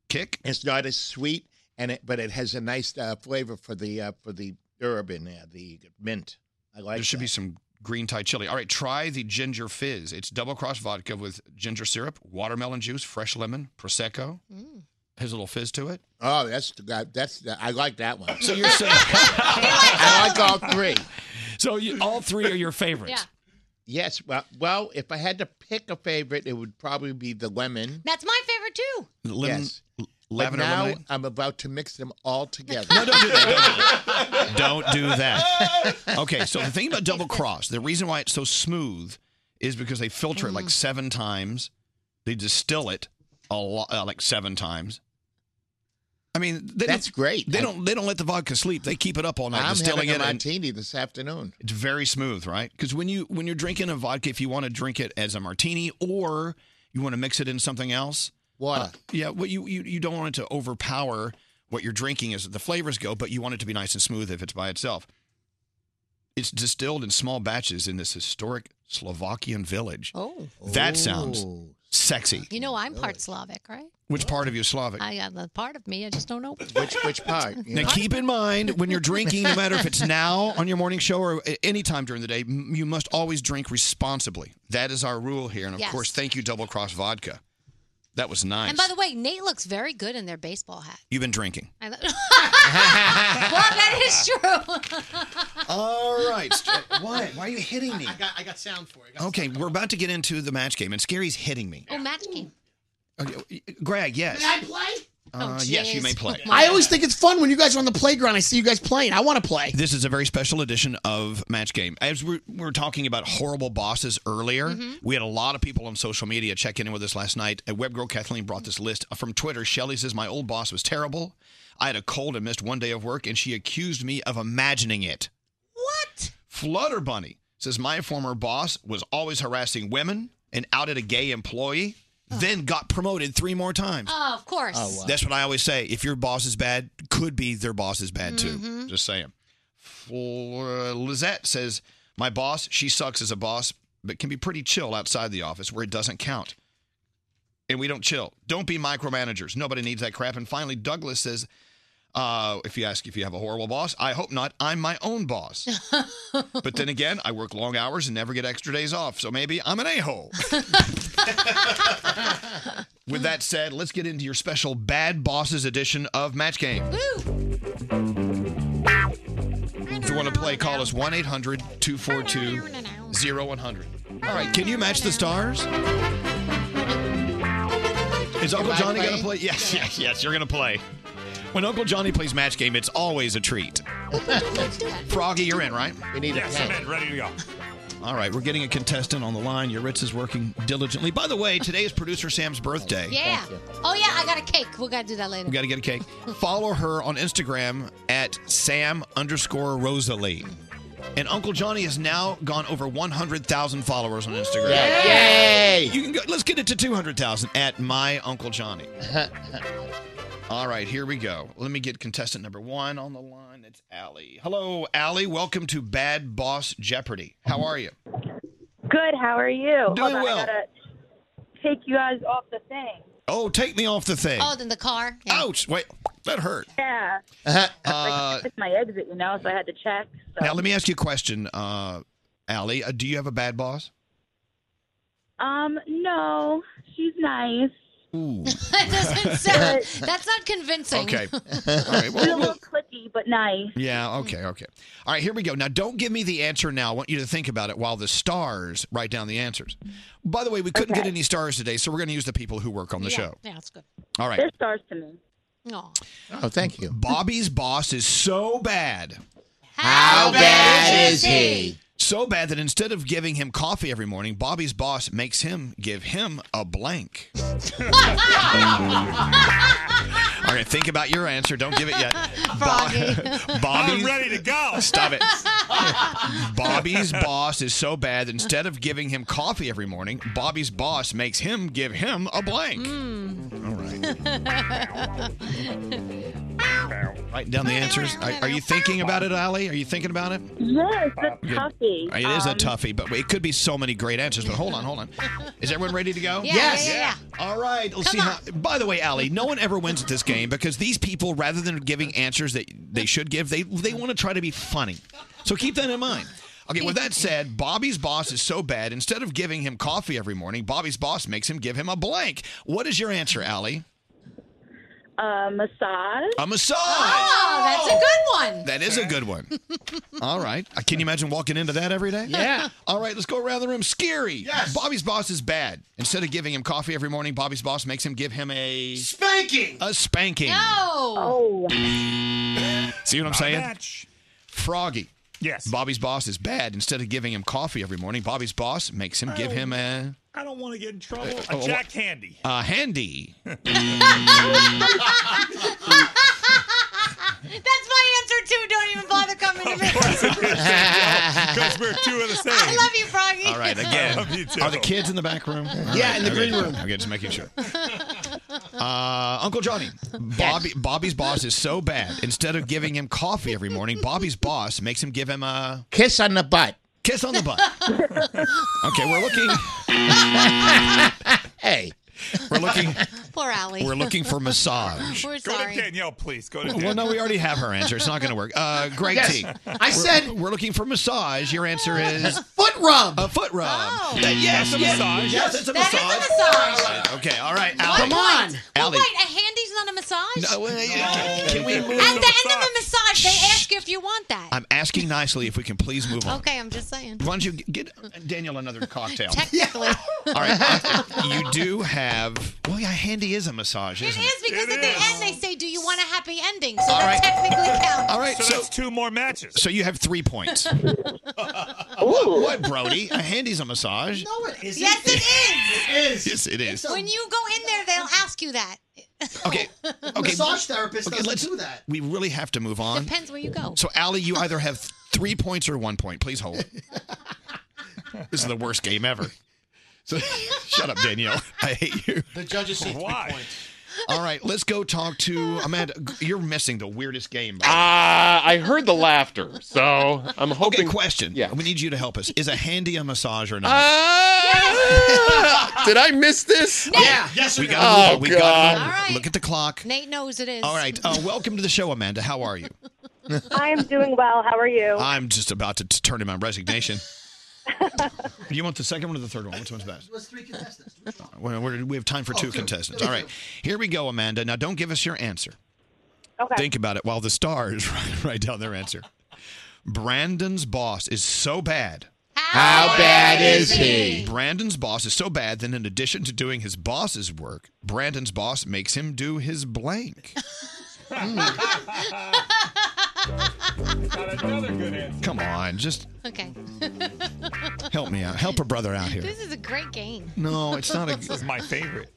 Speaker 2: kick.
Speaker 14: It's not as sweet, and it but it has a nice uh, flavor for the uh, for the herb in there, the mint. I like.
Speaker 2: there should be some green Thai chili. All right, try the ginger fizz. It's double cross vodka with ginger syrup, watermelon juice, fresh lemon, prosecco. Has a little fizz to it.
Speaker 14: Oh, that's that- that's I like that one.
Speaker 2: So you're saying (laughs)
Speaker 14: (laughs) I like all three.
Speaker 2: So you, all three are your favorites.
Speaker 5: Yeah.
Speaker 14: Yes. Well, well, if I had to pick a favorite, it would probably be the lemon.
Speaker 5: That's my favorite too.
Speaker 2: Lemon,
Speaker 14: Yes.
Speaker 2: Lavender
Speaker 14: but now
Speaker 2: lemonade?
Speaker 14: I'm about to mix them all together.
Speaker 2: No, don't do that. Don't do that. Okay, so the thing about double cross, the reason why it's so smooth is because they filter it
Speaker 14: Mm-hmm.
Speaker 2: like seven times. They distill it a lot, uh, like seven times. I mean, they
Speaker 14: That's
Speaker 2: don't,
Speaker 14: great.
Speaker 2: They
Speaker 14: I-
Speaker 2: don't. They don't let the vodka sleep. They keep it up all night,
Speaker 14: I'm
Speaker 2: distilling
Speaker 14: having a
Speaker 2: it. and-
Speaker 14: martini this afternoon.
Speaker 2: it's very smooth, right? Because when you when you're drinking a vodka, if you want to drink it as a martini or you want to mix it in something else,
Speaker 14: Water.
Speaker 2: uh, yeah, well, you, you you don't want it to overpower what you're drinking as the flavors go, but you want it to be nice and smooth if it's by itself. It's distilled in small batches in this historic Slovakian village.
Speaker 5: Oh.
Speaker 2: That sounds sexy.
Speaker 5: You know, I'm part Slavic, right?
Speaker 2: Which part of you is Slavic?
Speaker 5: I got the part of me. I just don't know.
Speaker 14: Which which part? you
Speaker 2: Now
Speaker 14: know?
Speaker 2: keep in mind when you're drinking, no matter if it's now on your morning show or a- any time during the day, m- you must always drink responsibly. That is our rule here, and of
Speaker 5: Yes.
Speaker 2: course, thank you, Double Cross Vodka. That was nice.
Speaker 5: And by the way, Nate looks very good in their baseball hat.
Speaker 2: You've been
Speaker 5: (laughs)
Speaker 2: drinking. (laughs)
Speaker 5: I lo- well, that is
Speaker 2: uh,
Speaker 5: true. (laughs)
Speaker 2: All right. Why? Why are you hitting me?
Speaker 9: I got, I got sound for it.
Speaker 2: Okay, we're about to get into the match game, and Scary's hitting me.
Speaker 5: oh, match game.
Speaker 2: Okay, Greg, yes.
Speaker 9: play?
Speaker 5: Oh,
Speaker 2: Uh, yes, you may play.
Speaker 13: Oh, I always think it's fun when you guys are on the playground. I see you guys playing. I want to play.
Speaker 2: This is a very special edition of Match Game. As we we were talking about horrible bosses earlier,
Speaker 5: Mm-hmm.
Speaker 4: Mhm.
Speaker 2: we had a lot of people on social media checking in with us last night. And web girl Kathleen brought this list uh, from Twitter. Shelly says, My old boss was terrible. I had a cold and missed one day of work, and she accused me of imagining it.
Speaker 5: What?
Speaker 2: Flutter Bunny says, My former boss was always harassing women and outed a gay employee, then got promoted three more times.
Speaker 5: Oh, of course.
Speaker 2: That's what I always say. If your boss is bad, could be their boss is bad too.
Speaker 5: Mhm.
Speaker 2: Just saying. For Lizette says, My boss, she sucks as a boss, but can be pretty chill outside the office where it doesn't count. And we don't chill. Don't be micromanagers. Nobody needs that crap. And finally, Douglas says, uh, if you ask if you have a horrible boss, I hope not. I'm my own boss. but then again, I work long hours and never get extra days off. So maybe I'm an a hole. With that said, let's get into your special Bad Bosses edition of Match Game. If you want to play, call us 1 800 242 0100. All right, can you match the stars? Is Uncle
Speaker 14: Am I
Speaker 2: Johnny going to
Speaker 14: playing?
Speaker 2: play? Yes, yes, yes, you're going to play. When Uncle Johnny plays Match Game, it's always a treat. Froggy, you're in, right?
Speaker 14: We need
Speaker 2: Yes,
Speaker 14: a pen.
Speaker 2: I'm in.
Speaker 8: Ready to go.
Speaker 2: All right, we're getting a contestant on the line. Your Ritz is working diligently. By the way, today is producer Sam's birthday.
Speaker 5: Yeah. Oh yeah, I got a cake. We gotta do that later.
Speaker 2: We got to get a cake. Follow her on Instagram at Sam underscore Rosalie. And Uncle Johnny has now gone over 100,000 followers on Instagram.
Speaker 14: Yay!
Speaker 2: You can go, let's get it to 200,000 at my Uncle Johnny. All right, here we go. Let me get contestant number one on the line. It's Allie. Hello, Allie. Welcome to Bad Boss Jeopardy. How are you?
Speaker 4: Good. How are you?
Speaker 2: Doing
Speaker 4: Hold on,
Speaker 2: well.
Speaker 4: I gotta take you guys off the thing.
Speaker 2: Oh, take me off the thing.
Speaker 5: Oh, then the car.
Speaker 2: Ouch. Wait, that
Speaker 12: (laughs)
Speaker 2: hurt.
Speaker 4: Yeah.
Speaker 2: Uh,
Speaker 4: like, it's my exit, you know, so I had to check.
Speaker 2: Now, let me ask you a question, uh, Allie. Uh, do you have a bad boss?
Speaker 4: Um, no, she's nice.
Speaker 2: Ooh.
Speaker 5: (laughs) that doesn't sound. That's not convincing. (laughs)
Speaker 2: Okay. All right.
Speaker 4: She's a
Speaker 2: Well,
Speaker 4: little clicky, but nice.
Speaker 2: yeah. Okay. Okay. All right. Here we go. Now, don't give me the answer now. I want you to think about it while the stars write down the answers. By the way, we couldn't get any stars today, so we're going to use the people who work on the
Speaker 4: Yeah.
Speaker 2: show.
Speaker 5: Yeah, that's good.
Speaker 2: All right.
Speaker 4: They're stars to me. (laughs)
Speaker 5: No.
Speaker 2: Oh, thank you. Bobby's boss is so bad.
Speaker 5: How
Speaker 2: bad
Speaker 5: is he?
Speaker 2: So bad that instead of giving him coffee every morning, Bobby's boss makes him give him a
Speaker 5: (laughs)
Speaker 2: blank. All right, think about your answer. Don't give it yet.
Speaker 30: Froggy.
Speaker 2: (laughs) Bobby's,
Speaker 30: I'm
Speaker 4: Um,
Speaker 30: ready to go.
Speaker 2: Stop
Speaker 30: (laughs)
Speaker 2: it. Bobby's boss is so bad that instead of giving him coffee every morning, Bobby's boss makes him give him a blank.
Speaker 30: Mm.
Speaker 2: All
Speaker 5: Mm. (laughs)
Speaker 2: right. Write down the answers. Are, are you thinking about it, Ali? Are you thinking about it?
Speaker 4: Yes, that's
Speaker 2: Good.
Speaker 4: toughy.
Speaker 2: It is a
Speaker 4: Um,
Speaker 2: toughie, but it could be so many great answers. But hold on, hold on. Is everyone ready to go?
Speaker 4: Yeah, Yes. yeah, yeah,
Speaker 2: All right. Let's see how. By the way, Allie, no one ever wins at this game because these people, rather than giving answers that they should give, they they want to try to be funny. So keep that in mind. Okay. With that said, Bobby's boss is so bad. Instead of giving him coffee every morning, Bobby's boss makes him give him a blank. What is your answer, Allie?
Speaker 4: Uh, massage.
Speaker 2: A massage.
Speaker 4: Oh, that's a good one.
Speaker 2: That is a good
Speaker 4: (laughs)
Speaker 2: one. All right. Uh, Can you imagine walking into that every day?
Speaker 4: Yeah.
Speaker 2: All right, let's go around the room. Scary. Yes. Bobby's boss is bad. Instead of giving him coffee every morning, Bobby's boss makes him give him a spanking. A spanking.
Speaker 4: No.
Speaker 2: (laughs) See what I'm
Speaker 4: Not a
Speaker 2: saying?
Speaker 4: match.
Speaker 2: Froggy. Yes. Bobby's boss is bad. Instead of giving him coffee every morning, Bobby's boss makes him give him a,
Speaker 8: I don't want to get in trouble.
Speaker 2: Uh,
Speaker 8: a
Speaker 2: oh,
Speaker 8: Jack
Speaker 2: what? (laughs)
Speaker 8: Handy.
Speaker 2: a handy.
Speaker 5: (laughs) That's my answer too. Don't even bother coming to me.
Speaker 2: Because
Speaker 8: we're two of the same.
Speaker 5: (laughs) I love you, Froggy.
Speaker 2: All right, again. Are the kids in the back room? All
Speaker 5: Yeah,
Speaker 2: right,
Speaker 5: in the
Speaker 2: okay.
Speaker 5: green room.
Speaker 2: Okay, just making sure. Uh, Uncle Johnny, Bobby, Bobby's boss is so bad. Instead of giving him coffee every morning, Bobby's boss makes him give him a
Speaker 14: Kiss on the butt.
Speaker 2: kiss on the butt. Okay, we're looking.
Speaker 14: hey,
Speaker 2: we're looking.
Speaker 5: Poor Allie.
Speaker 2: We're looking for massage.
Speaker 5: We're
Speaker 8: Go
Speaker 5: sorry.
Speaker 8: to Danielle, please. Go to
Speaker 2: Well,
Speaker 8: Danielle.
Speaker 2: no, we already have her answer. It's not going to work. Uh, Greg
Speaker 8: Yes.
Speaker 2: T.
Speaker 8: I
Speaker 2: We're-
Speaker 8: said-
Speaker 2: we're looking for massage. Your answer is
Speaker 13: (laughs) foot rub.
Speaker 2: A foot rub.
Speaker 5: Oh.
Speaker 2: That- yes,
Speaker 8: That's a
Speaker 2: yes,
Speaker 8: massage.
Speaker 2: yes, it's a
Speaker 5: That is a
Speaker 2: massage.
Speaker 5: massage.
Speaker 2: Okay, all right,
Speaker 5: Well,
Speaker 2: Allie.
Speaker 5: wait. Well,
Speaker 2: Allie.
Speaker 5: wait, a handy's not a massage?
Speaker 2: No, well, yeah, can we
Speaker 5: At the
Speaker 2: move
Speaker 5: end
Speaker 2: on?
Speaker 5: of a massage, they ask you if you want that.
Speaker 2: I'm asking nicely if we can please move on.
Speaker 5: Okay, I'm just saying.
Speaker 2: Why don't you get uh, Daniel another cocktail?
Speaker 5: (laughs) Technically.
Speaker 2: All right, uh, you do have. Well, yeah, handy is a massage,
Speaker 5: It
Speaker 2: isn't it?
Speaker 5: is because at the end they say, "Do you want a happy ending?" So
Speaker 2: All
Speaker 5: that
Speaker 2: right.
Speaker 5: technically counts.
Speaker 2: All right, so,
Speaker 8: that's two more matches.
Speaker 2: So you have three
Speaker 5: (laughs)
Speaker 8: (laughs)
Speaker 2: points. what, what, Brody? A handy's a massage?
Speaker 5: No, it isn't. Yes, it is.
Speaker 2: Yes, it is.
Speaker 5: When you go in there, they'll ask you that. (laughs)
Speaker 2: Okay. Okay.
Speaker 13: Massage therapist
Speaker 2: Okay,
Speaker 13: doesn't
Speaker 2: let's-
Speaker 13: do that.
Speaker 2: We really have to move on.
Speaker 5: Depends where you go.
Speaker 2: So, Allie, you either have three points or one point. Please
Speaker 9: (laughs)
Speaker 2: hold. this is the worst game ever. So, (laughs) shut up, Danielle. I hate you.
Speaker 9: The judges say three
Speaker 2: Why?
Speaker 9: points.
Speaker 2: All right, let's go talk to Amanda. You're missing the weirdest game.
Speaker 4: Uh, I heard the laughter, so I'm hoping.
Speaker 2: Okay, question. Yeah, we need you to help us. Is a handy a massage or not?
Speaker 13: Uh,
Speaker 4: Ah! did I miss this?
Speaker 5: Yeah.
Speaker 2: Yes, we
Speaker 4: or no?
Speaker 2: got to
Speaker 4: Oh,
Speaker 2: We got
Speaker 4: God.
Speaker 2: Look at the clock.
Speaker 5: Nate knows it is.
Speaker 2: All right. Uh, welcome to the show, Amanda. How are you?
Speaker 4: I am doing well. How are you?
Speaker 2: I'm just about to t- turn in my resignation. (laughs) Do you want the second one or the third one? Which one's best?
Speaker 13: Let's three contestants.
Speaker 2: Well, we're- We have time for
Speaker 13: Oh,
Speaker 2: two
Speaker 13: two.
Speaker 2: contestants. All right. Here we go, Amanda. Now, don't give us your answer.
Speaker 4: Okay.
Speaker 5: (laughs)
Speaker 2: Think about it while the stars (laughs) write down their answer. Brandon's boss is so bad.
Speaker 4: How bad is he?
Speaker 2: Brandon's boss is so bad that in addition to doing his boss's work, Brandon's boss makes him do his blank. Come on, just
Speaker 5: Okay. (laughs)
Speaker 2: help me out. Help a brother out here.
Speaker 5: This is a great game.
Speaker 2: No, it's not a. (laughs)
Speaker 8: favorite.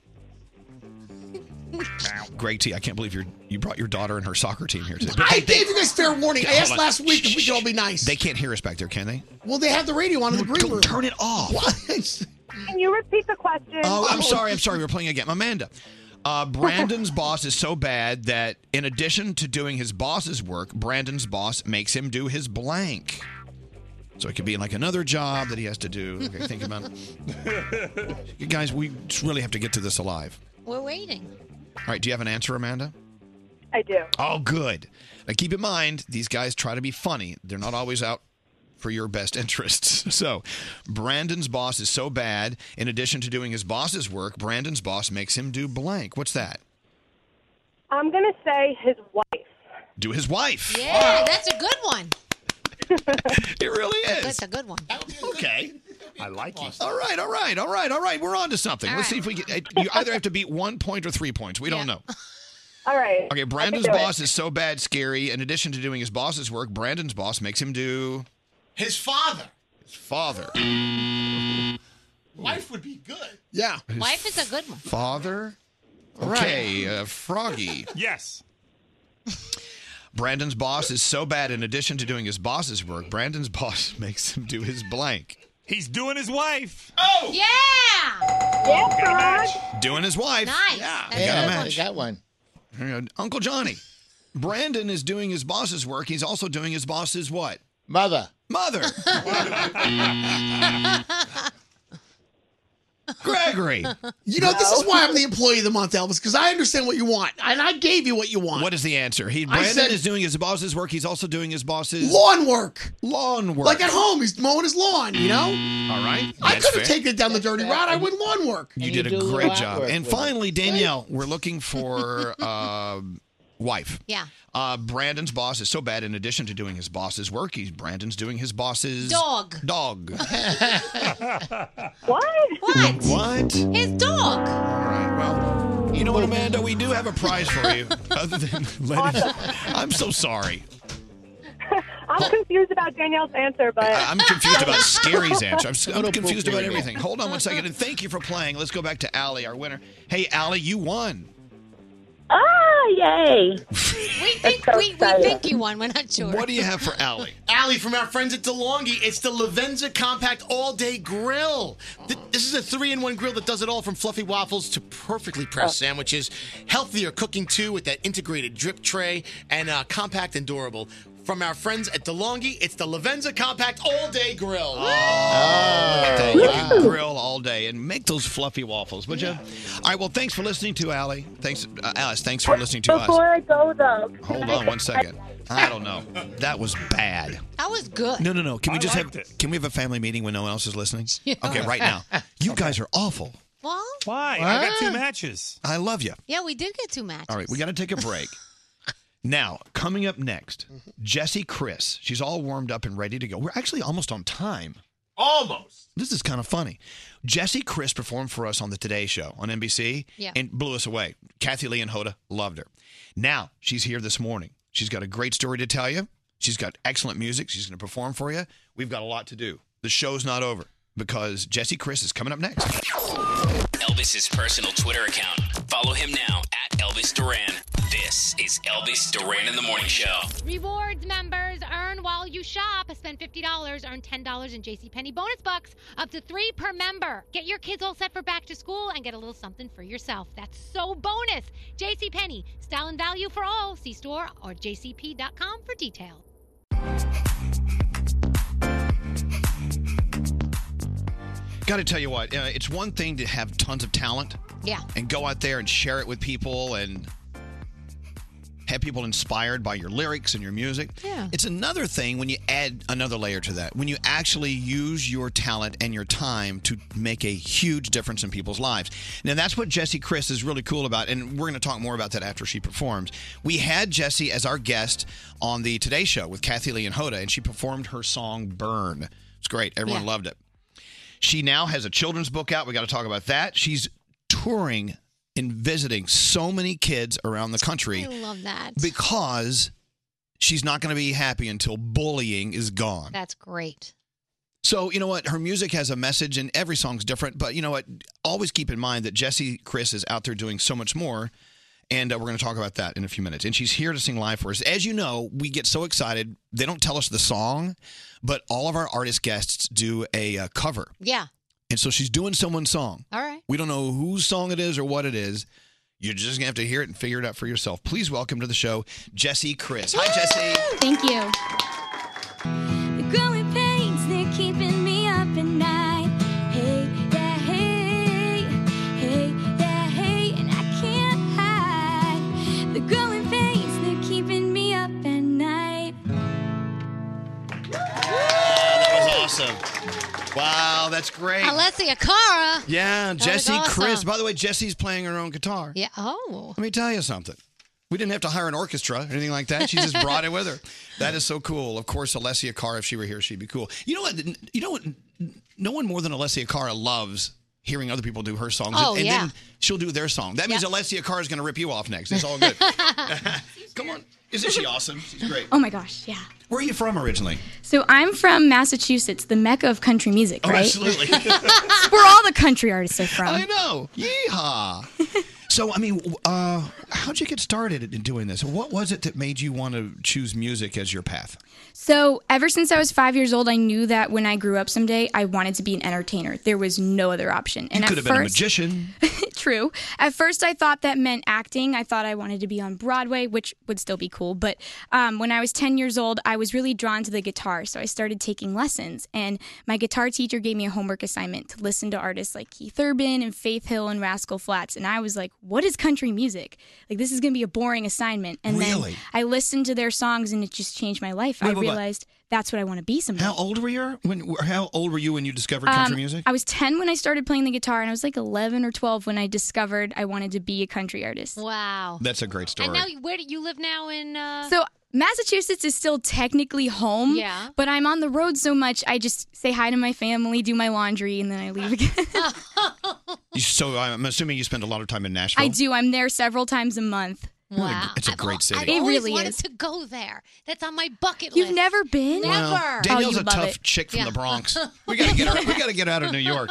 Speaker 2: Greg T, I can't believe you you brought your daughter and her soccer team here today.
Speaker 13: I gave you guys fair warning. I
Speaker 2: Hold
Speaker 13: asked
Speaker 2: on.
Speaker 13: last week if we could all be nice.
Speaker 2: They can't hear us back there, can they?
Speaker 13: Well, they have the radio on in the green room. Turn
Speaker 2: it off.
Speaker 13: (laughs) What?
Speaker 18: Can you repeat the question?
Speaker 2: Oh, I'm sorry. I'm
Speaker 13: (laughs)
Speaker 2: sorry. We're playing again. Amanda. Uh, Brandon's boss is so bad that in addition to doing his boss's work, Brandon's boss makes him do his blank. So it could be like another job that he has to do. Okay, think about it. You guys, we just really have to get to this alive.
Speaker 5: (laughs) We're waiting.
Speaker 2: All right, do you have an answer, Amanda?
Speaker 18: I do.
Speaker 2: Oh, good. Now keep in mind, these guys try to be funny. They're not always out for your best (laughs) interests. So, Brandon's boss is so bad. In addition to doing his boss's work, Brandon's boss makes him do blank. What's that?
Speaker 18: I'm going to say his wife.
Speaker 2: Do his wife.
Speaker 5: Yeah, that's a good one.
Speaker 2: It really is.
Speaker 5: That's a good one.
Speaker 2: (laughs) Okay. I like
Speaker 5: it.
Speaker 2: All right, all right, all right, all right. We're on to something.
Speaker 5: All
Speaker 2: Let's
Speaker 5: right.
Speaker 2: see if we can. You either have to beat one point or three points. We don't know.
Speaker 18: All right.
Speaker 5: (laughs)
Speaker 2: Okay, Brandon's boss is so bad, scary. In addition to doing his boss's work, Brandon's boss makes him do
Speaker 9: His father.
Speaker 2: his father.
Speaker 9: Wife would be good.
Speaker 13: Yeah.
Speaker 5: Wife is a good one.
Speaker 2: Father? Okay, uh, Froggy.
Speaker 8: Yes.
Speaker 2: Brandon's boss is so bad, in addition to doing his boss's work, Brandon's (laughs) boss makes him do his blank.
Speaker 8: He's doing his wife.
Speaker 5: Oh! Yeah!
Speaker 2: Doing his wife.
Speaker 5: Nice. Yeah.
Speaker 2: You got a
Speaker 14: Yeah,
Speaker 2: match. Got one. Uncle Johnny. Brandon is doing his boss's work. He's also doing his boss's what? Mother.
Speaker 13: (laughs)
Speaker 2: Mother. Gregory.
Speaker 13: You know, this is why I'm the employee of the month, Elvis, because I understand what you want. And I gave you what you want.
Speaker 2: What is the answer? He
Speaker 13: I
Speaker 2: Brandon
Speaker 13: said-
Speaker 2: is doing his boss's work. He's also doing his boss's
Speaker 13: Lawn work.
Speaker 2: Lawn work.
Speaker 13: Like at home, he's mowing his lawn, you know?
Speaker 2: All right.
Speaker 13: I
Speaker 2: Mm, that's
Speaker 13: could have
Speaker 2: fair.
Speaker 13: taken it down the dirty route. I went lawn work.
Speaker 2: You did a great job. And finally, Danielle, (laughs) we're looking for uh, wife.
Speaker 5: Yeah. (laughs)
Speaker 2: Uh, Brandon's boss is so bad. In addition to doing his boss's work, he's Brandon's doing his boss's
Speaker 5: Dog.
Speaker 2: Dog. (laughs)
Speaker 18: what?
Speaker 5: What?
Speaker 2: What?
Speaker 5: His dog.
Speaker 2: All right. Well, you know what, Amanda? We do have a prize for
Speaker 5: (laughs)
Speaker 2: you. Other than letting, I'm so sorry.
Speaker 18: I'm confused about Danielle's answer, but
Speaker 2: I'm confused about Scary's answer. I'm, s- I'm confused about everything. Hold on one second, and thank you for playing. Let's go back to Allie, our winner. Hey, Allie, you won.
Speaker 1: Oh, yay.
Speaker 5: We think we, we think you won. We're not sure.
Speaker 2: What do you have for Allie?
Speaker 9: (laughs) Allie from our friends at DeLonghi. It's the Lavenza Compact All Day Grill. Th- this is a three-in-one grill that does it all from fluffy waffles to perfectly pressed
Speaker 18: Oh.
Speaker 9: sandwiches. Healthier cooking too with that integrated drip tray and uh, compact and durable. From our friends at DeLonghi, it's the Lavenza Compact All Day Grill.
Speaker 2: Oh. Thing. You can grill all day and make those fluffy waffles, would you? All right. Well, thanks for listening to Allie. Thanks, uh, Alice. Thanks for listening to us.
Speaker 1: Before I go, though, can
Speaker 2: Hold
Speaker 1: I
Speaker 2: on one second. I don't know. That was bad.
Speaker 5: That was good.
Speaker 2: No, no, no. Can we just have can we have a family meeting when no one else is listening?
Speaker 5: Yeah.
Speaker 2: Okay, right now. You guys are awful.
Speaker 5: Well,
Speaker 8: Why? I got two matches.
Speaker 2: I love you.
Speaker 5: yeah, we did get two matches.
Speaker 2: All right, we got to take a break. now, coming up next, Jessie Chris. She's all warmed up and ready to go. We're actually almost on time. Almost. This is kind of funny. Jessie Chris performed for us on the Today Show on NBC
Speaker 16: Yeah.
Speaker 2: and blew us away. Kathy Lee and Hoda loved her. Now she's here this morning. She's got a great story to tell you. She's got excellent music. She's going to perform for you. We've got a lot to do. The show's not over because Jessie Chris is coming up next.
Speaker 3: Elvis's personal Twitter account. Follow him now at Elvis Duran. This is Elvis Duran in the Morning Show.
Speaker 10: Rewards members earn while you shop. Spend $50, earn $10 in JCPenney bonus bucks, up to three per member. Get your kids all set for back to school and get a little something for yourself. That's so bonus. JCPenney, style and value for all. See store or jcp.com for details.
Speaker 2: Got to tell you what, uh, it's one thing to have tons of talent.
Speaker 5: Yeah.
Speaker 2: and go out there and share it with people and have people inspired by your lyrics and your music. Yeah. It's another thing when you add another layer to that, when you actually use your talent and your time to make a huge difference in people's lives. Now, that's what Jessie Chris is really cool about, and we're going to talk more about that after she performs. We had Jessie as our guest on the Today Show with Kathy Lee and Hoda, and she performed her song Burn. It's great, everyone
Speaker 17: Yeah.
Speaker 2: loved it. She now has a children's book out. We got to talk about that. She's touring and visiting so many kids around the country
Speaker 5: I love that.
Speaker 2: because she's not going to be happy until bullying is gone.
Speaker 5: That's great.
Speaker 2: So, you know what? Her music has a message and every song's different, but you know what? Always keep in mind that Jesse Chris is out there doing so much more. And uh, we're going to talk about that in a few minutes. And she's here to sing live for us. As you know, we get so excited. They don't tell us the song, but all of our artist guests do a uh, cover.
Speaker 5: Yeah.
Speaker 2: And so she's doing someone's song.
Speaker 5: All right.
Speaker 2: We don't know whose song it is or what it is. You're just going to have to hear it and figure it out for yourself. Please welcome to the show, Jesse Chris. Hi, Jesse.
Speaker 15: Thank you. The growing pains, they're keeping me up at night. Hey, yeah, hey, hey, yeah, hey, and I can't hide. The growing pains, they're keeping me up at night.
Speaker 2: That was awesome. Wow, that's great.
Speaker 5: Alessia Cara.
Speaker 2: Yeah,
Speaker 5: was
Speaker 2: Jesse Chris.
Speaker 5: awesome.
Speaker 2: By the way, Jesse's playing her own guitar.
Speaker 5: Yeah. Oh.
Speaker 2: Let me tell you something. We didn't have to hire an orchestra or anything like that. She just brought it with her. That is so cool. Of course, Alessia Cara, if she were here, she'd be cool. You know what? You know what? No one more than Alessia Cara loves hearing other people do her songs.
Speaker 5: Oh,
Speaker 2: and
Speaker 5: yeah.
Speaker 2: then she'll do their song. That means Alessia Cara is going to rip you off next. It's all
Speaker 5: (laughs)
Speaker 2: good. (laughs) Come on. Isn't she awesome? She's great.
Speaker 15: Oh my gosh, yeah.
Speaker 2: Where are you from originally?
Speaker 15: So I'm from Massachusetts, the mecca of country music,
Speaker 2: Oh,
Speaker 15: right?
Speaker 2: absolutely.
Speaker 15: It's (laughs) Where all the country artists are from.
Speaker 2: I know.
Speaker 5: (laughs)
Speaker 2: Yeehaw. so, I mean, w- uh, how'd you get started in doing this? What was it that made you want to choose music as your path?
Speaker 15: So, ever since I was five years old, I knew that when I grew up someday, I wanted to be an entertainer. There was no other option.
Speaker 2: you could have been a magician.
Speaker 15: true. At first, I thought that meant acting. I thought I wanted to be on Broadway, which would still be cool. But um, when I was 10 years old, I was really drawn to the guitar. So I started taking lessons. And my guitar teacher gave me a homework assignment to listen to artists like Keith Urban and Faith Hill and Rascal Flats. And I was like, what is country music? Like, this is going to be a boring assignment. And
Speaker 2: Really?
Speaker 15: then I listened to their songs and it just changed my life. I
Speaker 2: Wait, wait, wait.
Speaker 15: realized that's what I want to be someday.
Speaker 2: How old were you when? How old were you when you discovered country
Speaker 15: Um,
Speaker 2: music?
Speaker 15: I was 10 when I started playing the guitar, and I was like 11 or 12 when I discovered I wanted to be a country artist.
Speaker 5: Wow.
Speaker 2: That's a great story.
Speaker 15: And
Speaker 5: Now, where do you live now in? Uh...
Speaker 15: So, Massachusetts is still technically home,
Speaker 5: Yeah.
Speaker 15: but I'm on the road so much, I just say hi to my family, do my laundry, and then I leave again.
Speaker 2: You- so I'm assuming you spend a lot of time in Nashville.
Speaker 15: I do. I'm there several times a month.
Speaker 2: Wow. It's a great
Speaker 15: I
Speaker 2: city.
Speaker 15: It
Speaker 5: always
Speaker 15: really
Speaker 5: wanted
Speaker 15: is.
Speaker 5: to go there. That's on my bucket
Speaker 15: You've
Speaker 5: list.
Speaker 15: never been? Oh,
Speaker 2: Well,
Speaker 5: Never.
Speaker 2: Danielle's a tough chick from the
Speaker 5: (laughs)
Speaker 2: Bronx. We gotta get her, we gotta get out of
Speaker 15: (laughs)
Speaker 2: New York.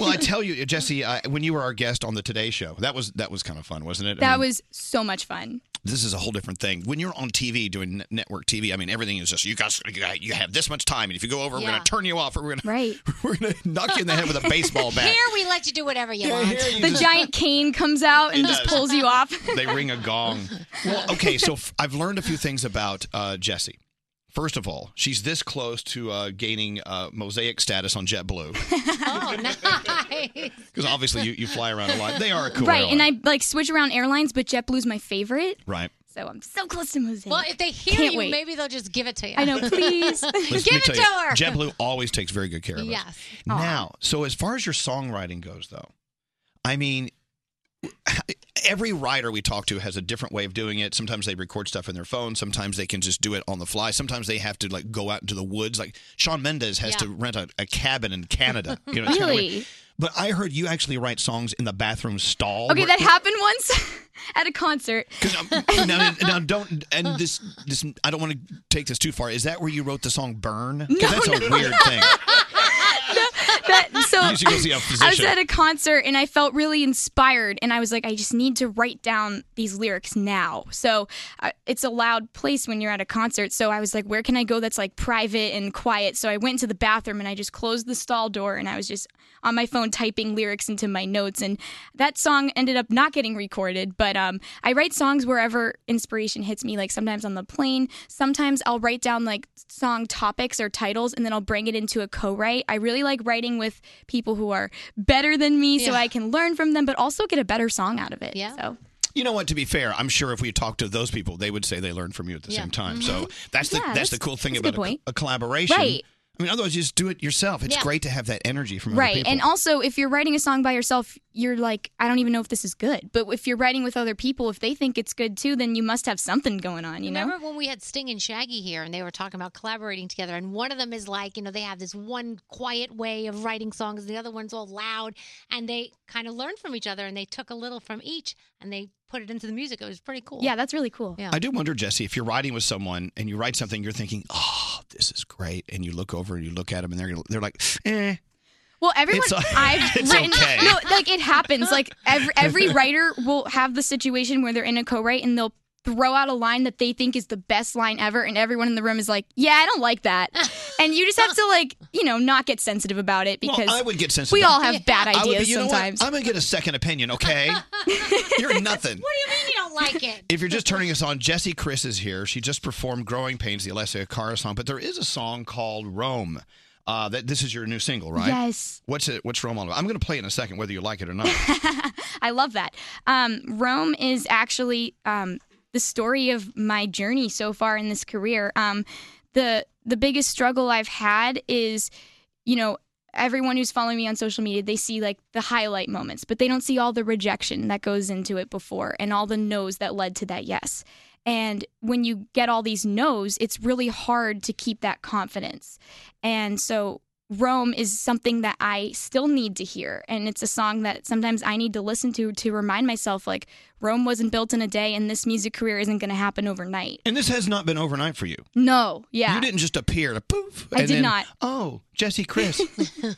Speaker 2: Well, I tell you, Jesse, uh, when you were our guest on the Today Show, that was that was kind of fun, wasn't it? I
Speaker 15: That
Speaker 2: mean,
Speaker 15: was so much fun.
Speaker 2: this is a whole different thing. When you're on TV doing net- network TV, I mean, everything is just you guys. you got- You have this much time, and if you go over, we're
Speaker 15: Yeah.
Speaker 2: gonna turn you off, or we're gonna
Speaker 15: Right.
Speaker 2: (laughs) we're gonna knock you in the head with a baseball
Speaker 15: (laughs)
Speaker 2: bat.
Speaker 5: Here we let you do whatever you
Speaker 15: The
Speaker 5: want.
Speaker 15: giant cane comes out and
Speaker 2: It
Speaker 15: just
Speaker 2: does.
Speaker 15: pulls you off.
Speaker 2: they ring a gong. (laughs) Well, okay, so f- I've learned a few things about uh, Jesse. First of all, she's this close to uh, gaining uh, mosaic status on JetBlue
Speaker 15: (laughs) oh, nice.
Speaker 2: because obviously you, you fly around a lot. They are a cool,
Speaker 15: Right,
Speaker 2: airline.
Speaker 15: and I like switch around airlines, but JetBlue's my favorite.
Speaker 2: right.
Speaker 15: So I'm so close to Mosaic.
Speaker 5: Well, if they hear
Speaker 15: Can't
Speaker 5: you,
Speaker 15: wait.
Speaker 5: maybe they'll just give it to you.
Speaker 15: I
Speaker 5: (laughs)
Speaker 15: know, please.
Speaker 2: Listen,
Speaker 5: (laughs) give it
Speaker 2: let
Speaker 5: to
Speaker 2: me
Speaker 5: her.
Speaker 2: tell you, JetBlue always takes very good care of us.
Speaker 5: Yes.
Speaker 2: Now, so as far as your songwriting goes, though, I mean, (laughs) every writer we talk to has a different way of doing it. Sometimes they record stuff in their phone. Sometimes they can just do it on the fly. Sometimes they have to like go out into the woods. Like Sean Mendez has to
Speaker 16: Yeah.
Speaker 2: rent a, a cabin
Speaker 15: (laughs)
Speaker 2: in Canada. You know, it's kinda weird.
Speaker 15: Really?
Speaker 2: But I heard you actually write songs in the bathroom stall.
Speaker 15: Okay,
Speaker 2: Where-
Speaker 15: that happened once (laughs) at a concert.
Speaker 2: (laughs) now,
Speaker 15: (laughs)
Speaker 2: now don't and this this I don't want to take this too far. Is that where you wrote the song "Burn"? 'Cause
Speaker 15: No,
Speaker 2: that's a
Speaker 15: no.
Speaker 2: weird thing.
Speaker 15: That, so
Speaker 2: You should go see a
Speaker 15: I was
Speaker 2: physician.
Speaker 15: at a concert and I felt really inspired, and I was like, I just need to write down these lyrics now. So uh, it's a loud place when you're at a concert. So I was like, where can I go that's like private and quiet? So I went to the bathroom and I just closed the stall door and I was just on my phone typing lyrics into my notes. And that song ended up not getting recorded, but um, I write songs wherever inspiration hits me. Like sometimes on the plane, sometimes I'll write down like song topics or titles and then I'll bring it into a co write. I really like writing with people who are better than me so
Speaker 5: Yeah.
Speaker 15: I can learn from them, but also get a better song out of it. Yeah. So.
Speaker 2: You know what? To be fair, I'm sure if we talked to those people, they would say they learned from you at the
Speaker 15: Yeah.
Speaker 2: same time.
Speaker 15: Mhm.
Speaker 2: So that's the
Speaker 15: Yeah,
Speaker 2: that's,
Speaker 15: that's-
Speaker 2: the cool thing
Speaker 15: that's a
Speaker 2: about
Speaker 15: good
Speaker 2: a,
Speaker 15: point.
Speaker 2: a collaboration.
Speaker 15: Right.
Speaker 2: I mean, otherwise, you just do it yourself. It's
Speaker 15: Yeah.
Speaker 2: great to have that energy from other
Speaker 15: Right.
Speaker 2: people.
Speaker 15: And also, if you're writing a song by yourself, you're like, I don't even know if this is good. But if you're writing with other people, if they think it's good too, then you must have something going on, you know?
Speaker 5: Remember when we had Sting and Shaggy here and they were talking about collaborating together? And one of them is like, you know, they have this one quiet way of writing songs, the other one's all loud. And they kind of learned from each other and they took a little from each and they put it into the music. It was pretty cool.
Speaker 15: Yeah, that's really cool.
Speaker 5: Yeah.
Speaker 2: I do wonder, Jesse, if you're riding with someone and you write something, you're thinking, "Oh, this is great," and you look over and you look at them, and they're gonna, they're like, "Eh."
Speaker 15: Well, everyone
Speaker 2: It's- (laughs)
Speaker 15: I've
Speaker 2: it's
Speaker 15: written,
Speaker 2: okay.
Speaker 15: no, like it happens. Like every
Speaker 2: (laughs)
Speaker 15: every writer will have the situation where they're in a co-write and they'll throw out a line that they think is the best line ever, and everyone in the room is like, "Yeah, I don't like that," and you just have to like, you know, not get sensitive about it because
Speaker 2: well, I would get sensitive.
Speaker 15: We all have bad
Speaker 2: I would be,
Speaker 15: ideas
Speaker 2: "You know what?
Speaker 15: sometimes.
Speaker 2: I'm gonna get a second
Speaker 15: (laughs)
Speaker 2: opinion, okay? you're nothing.
Speaker 5: What do you mean you don't like it?
Speaker 2: If you're just turning us on, Jessie Chris is here. She just performed "Growing Pains," the Alessia Cara song, but there is a song called "Rome." Uh, that this is your new single, right?
Speaker 15: Yes.
Speaker 2: What's it? What's Rome all about? I'm going to play it in a second, whether you like it
Speaker 15: (laughs)
Speaker 2: or not.
Speaker 15: I love that. Um, Rome is actually um, the story of my journey so far in this career. Um, the The biggest struggle I've had is, you know, everyone who's following me on social media, they see like the highlight moments, but they don't see all the rejection that goes into it before and all the no's that led to that yes. And when you get all these no's, it's really hard to keep that confidence. And so Rome is something that I still need to hear. And it's a song that sometimes I need to listen to to remind myself, like, Rome wasn't built in a day and this music career isn't going to happen overnight.
Speaker 2: and this has not been overnight for you.
Speaker 15: No, yeah.
Speaker 2: You didn't just appear to poof.
Speaker 15: I
Speaker 2: and
Speaker 15: did
Speaker 2: then,
Speaker 15: not.
Speaker 2: Oh,
Speaker 15: (laughs)
Speaker 2: Jesse Chris.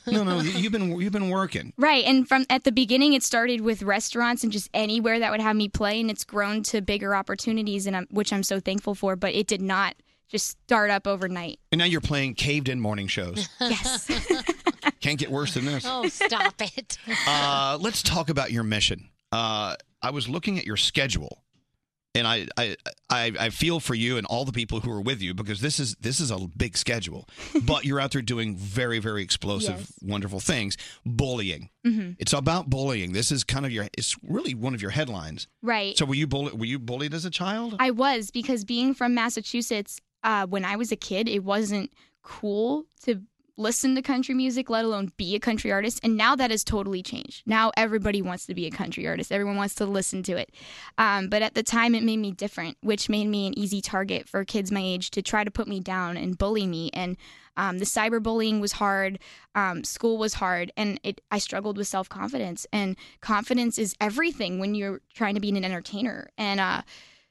Speaker 2: no, no, you've been you've been working.
Speaker 15: Right. And from at the beginning, it started with restaurants and just anywhere that would have me play. And it's grown to bigger opportunities, and I'm, which I'm so thankful for. But it did not just start up overnight.
Speaker 2: And now you're playing caved in
Speaker 15: (laughs)
Speaker 2: morning shows.
Speaker 15: Yes.
Speaker 2: Can't get worse than this.
Speaker 5: (laughs) Oh, stop it.
Speaker 2: Uh, let's talk about your mission. Uh, I was looking at your schedule, and I, I I I feel for you and all the people who are with you because this is this is a big schedule.
Speaker 15: (laughs)
Speaker 2: But you're out there doing very very explosive,
Speaker 6: Yes.
Speaker 2: wonderful things. Bullying.
Speaker 15: Mm-hmm.
Speaker 6: Mhm.
Speaker 2: It's about bullying. This is kind of your. It's really one of your headlines.
Speaker 15: Right.
Speaker 2: So were you bullied? Were you bullied as a child?
Speaker 15: I was because being from Massachusetts, uh, when I was a kid, it wasn't cool to listen to country music, let alone be a country artist. And now that has totally changed. Now everybody wants to be a country artist. Everyone wants to listen to it. Um, but at the time, it made me different, which made me an easy target for kids my age to try to put me down and bully me. And um, the cyberbullying was hard. Um, school was hard, and it I struggled with self confidence. And confidence is everything when you're trying to be an entertainer. And uh,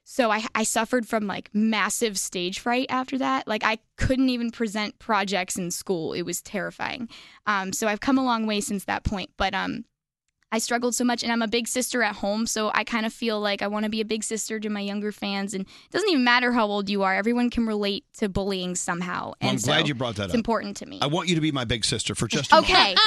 Speaker 15: so I, I suffered from like massive stage fright after that. Like I couldn't even present projects in school. It was terrifying. Um, so I've come a long way since that point, but um, I struggled so much, and I'm a big sister at home. So I kind of feel like I want to be a big sister to my younger fans. And it doesn't even matter how old you are; everyone can relate to bullying somehow.
Speaker 2: Well,
Speaker 15: and
Speaker 2: I'm glad
Speaker 15: so
Speaker 2: you brought that
Speaker 15: it's
Speaker 2: up.
Speaker 15: important to me.
Speaker 2: I want you to be my big sister for just a
Speaker 15: Okay.
Speaker 2: moment.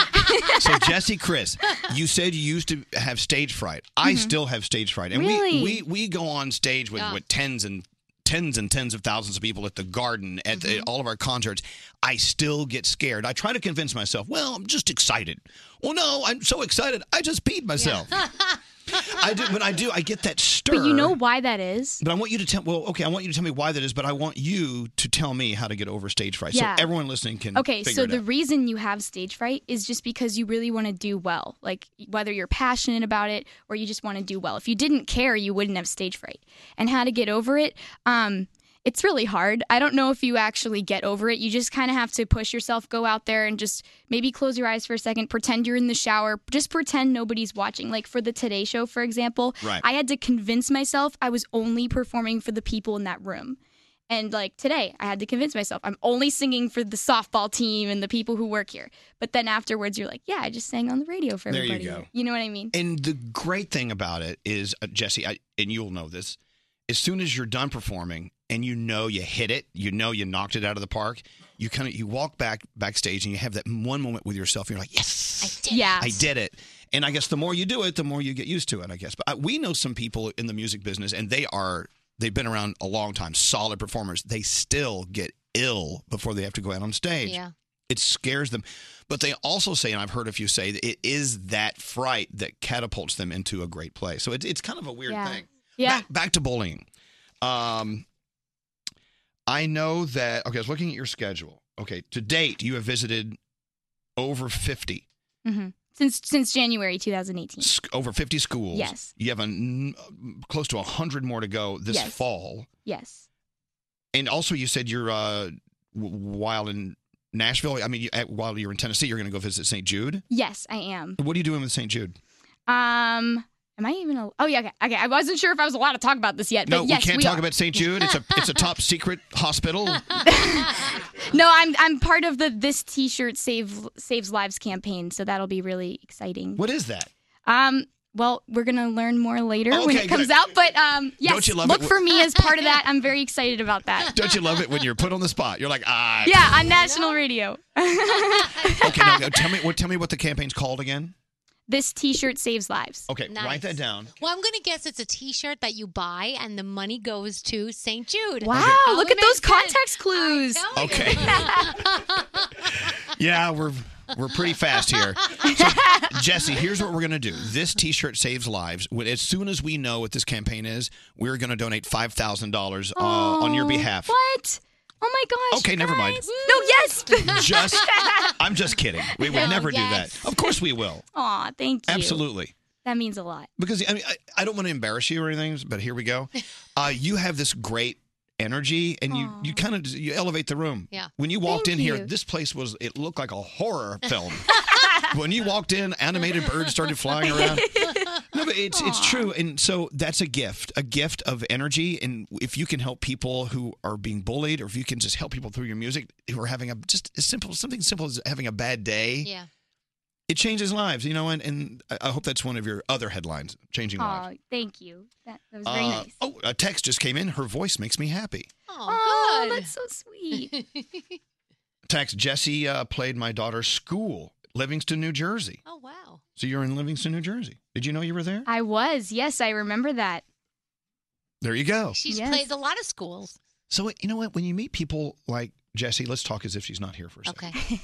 Speaker 2: So Jesse, Chris, you said you used to have stage fright. I
Speaker 15: Mhm.
Speaker 2: still have stage fright, and
Speaker 15: Really?
Speaker 2: we, we we go on stage with
Speaker 15: Yeah.
Speaker 2: with tens and tens and tens of thousands of people at the Garden
Speaker 15: Mm-hmm.
Speaker 2: at, the- at all of our concerts. I still get scared. I try to convince myself, well, I'm just excited. Well, no, I'm so excited. I just peed myself. I do, but I do. I get that stir.
Speaker 15: (laughs) (laughs) but you know why that is?
Speaker 2: But I want you to tell. Well, okay, I want you to tell me why that is. But I want you to tell me how to get over stage fright,
Speaker 15: Yeah.
Speaker 2: so everyone listening can.
Speaker 15: okay
Speaker 2: figure
Speaker 15: so
Speaker 2: it
Speaker 15: the
Speaker 2: out.
Speaker 15: reason you have stage fright is just because you really want to do well like whether you're passionate about it or you just want to do well if you didn't care you wouldn't have stage fright and how to get over it um it's really hard. I don't know if you actually get over it. You just kind of have to push yourself, go out there and just maybe close your eyes for a second, pretend you're in the shower, just pretend nobody's watching. Like for the Today Show, for example,
Speaker 16: Right.
Speaker 15: I had to convince myself I was only performing for the people in that room. And like today, I had to convince myself I'm only singing for the softball team and the people who work here. But then afterwards, you're like, yeah, I just sang on the radio for
Speaker 2: There you
Speaker 15: everybody.
Speaker 2: go.
Speaker 15: You know what I mean?
Speaker 2: And the great thing about it is, uh, Jesse, I, and you'll know this, as soon as you're done performing and you know you hit it, you know you knocked it out of the park, you kind of you walk back backstage and you have that one moment with yourself. And you're like, yes,
Speaker 15: yeah.
Speaker 2: I did it. And I guess the more you do it, the more you get used to it. I guess. But uh, we know some people in the music business, and they are they've been around a long time, solid performers. They still get ill before they have to go out on stage
Speaker 5: Yeah.
Speaker 2: it scares them. But they also say, and I've heard a few say, that it is that fright that catapults them into a great place. So it's it's kind of a weird
Speaker 15: Yeah.
Speaker 2: thing.
Speaker 15: Yeah.
Speaker 13: (laughs)
Speaker 2: Back, back to bullying. Um, I know that. Okay, I was looking at your schedule. Okay, to date, you have visited over 50,
Speaker 15: hmm Since since January 2018.
Speaker 2: over 50 schools.
Speaker 15: Yes.
Speaker 2: You have a, n- close to 100 more to go this
Speaker 15: Yes.
Speaker 2: fall.
Speaker 15: Yes.
Speaker 2: And also, you said you're, uh, w- while in Nashville, I mean, you, at, while you're in Tennessee, you're going to go visit St. Jude.
Speaker 15: Yes, I am.
Speaker 2: What are you doing with St. Jude?
Speaker 15: Um, am I even? Al- oh yeah, okay, okay. I wasn't sure if I was allowed to talk about this yet.
Speaker 2: No,
Speaker 15: but yes,
Speaker 2: we can't
Speaker 15: we
Speaker 2: talk
Speaker 15: are.
Speaker 2: about St. Jude. It's a it's a top secret hospital.
Speaker 15: (laughs) No, I'm I'm part of the this T-shirt save saves lives campaign, so that'll be really exciting.
Speaker 2: What is that?
Speaker 15: Um. Well, we're gonna learn more later when
Speaker 2: Okay,
Speaker 15: it comes
Speaker 2: good.
Speaker 15: out, but um, yes,
Speaker 2: Don't you love
Speaker 15: look
Speaker 2: it?
Speaker 15: for me as part of
Speaker 5: (laughs)
Speaker 15: that. I'm very excited about that.
Speaker 2: Don't you love it when you're put on the spot? You're like, ah.
Speaker 15: Yeah, on national radio. (laughs)
Speaker 2: Okay, now, tell me what tell me what the campaign's called again.
Speaker 15: this T-shirt saves lives.
Speaker 2: Okay, write that down.
Speaker 5: Well, I'm going to guess it's a T-shirt that you buy, and the money goes to St. Jude.
Speaker 15: Wow, look at those context clues. (laughs)
Speaker 2: Okay. Yeah, we're we're pretty fast here. So, Jesse, here's what we're gonna do. This T-shirt saves lives. When- As soon as we know what this campaign is, we're gonna donate five thousand dollars uh, on your
Speaker 15: Oh,
Speaker 2: behalf.
Speaker 15: What? Oh my gosh.
Speaker 2: Okay,
Speaker 15: you
Speaker 2: never mind.
Speaker 15: guys. No, (laughs) yes.
Speaker 2: Just, I'm just kidding. We would
Speaker 15: No,
Speaker 2: never
Speaker 15: yes.
Speaker 2: do that. Of course, we will.
Speaker 15: Aw, thank you.
Speaker 2: Absolutely.
Speaker 15: That means a lot.
Speaker 2: Because I mean, I, I don't want to embarrass you or anything, but here we
Speaker 5: (laughs)
Speaker 2: go. Uh, you have this great energy, and you you kind of you elevate the room.
Speaker 5: Yeah.
Speaker 2: When you walked
Speaker 5: Thank
Speaker 2: in
Speaker 5: you.
Speaker 2: here, this place was it looked like a
Speaker 5: (laughs)
Speaker 2: horror film. when you walked in, animated birds started
Speaker 5: (laughs)
Speaker 2: flying around. No, but it's it's true, and so that's a gift, a gift of energy, and if you can help people who are being bullied, or if you can just help people through your music who are having a just as simple something simple as having a bad day.
Speaker 5: Yeah.
Speaker 2: It changes lives, you know, and, and I- I hope that's one of your other headlines, changing lives.
Speaker 15: Aw, thank you. That, that was very
Speaker 2: Uh,
Speaker 15: nice.
Speaker 2: Oh, a text just came in. Her voice makes me happy.
Speaker 15: Oh, that's so sweet.
Speaker 5: (laughs)
Speaker 2: Text Jesse uh, played my daughter's school, Livingston, New Jersey.
Speaker 5: Oh wow.
Speaker 2: So you're in Livingston, New Jersey. Did you know you were there?
Speaker 15: I was. Yes, I remember that.
Speaker 2: There you go.
Speaker 5: She's played a lot of schools.
Speaker 2: So you know what? When you meet people like Jesse, let's talk as if she's not here for a second.
Speaker 5: Okay.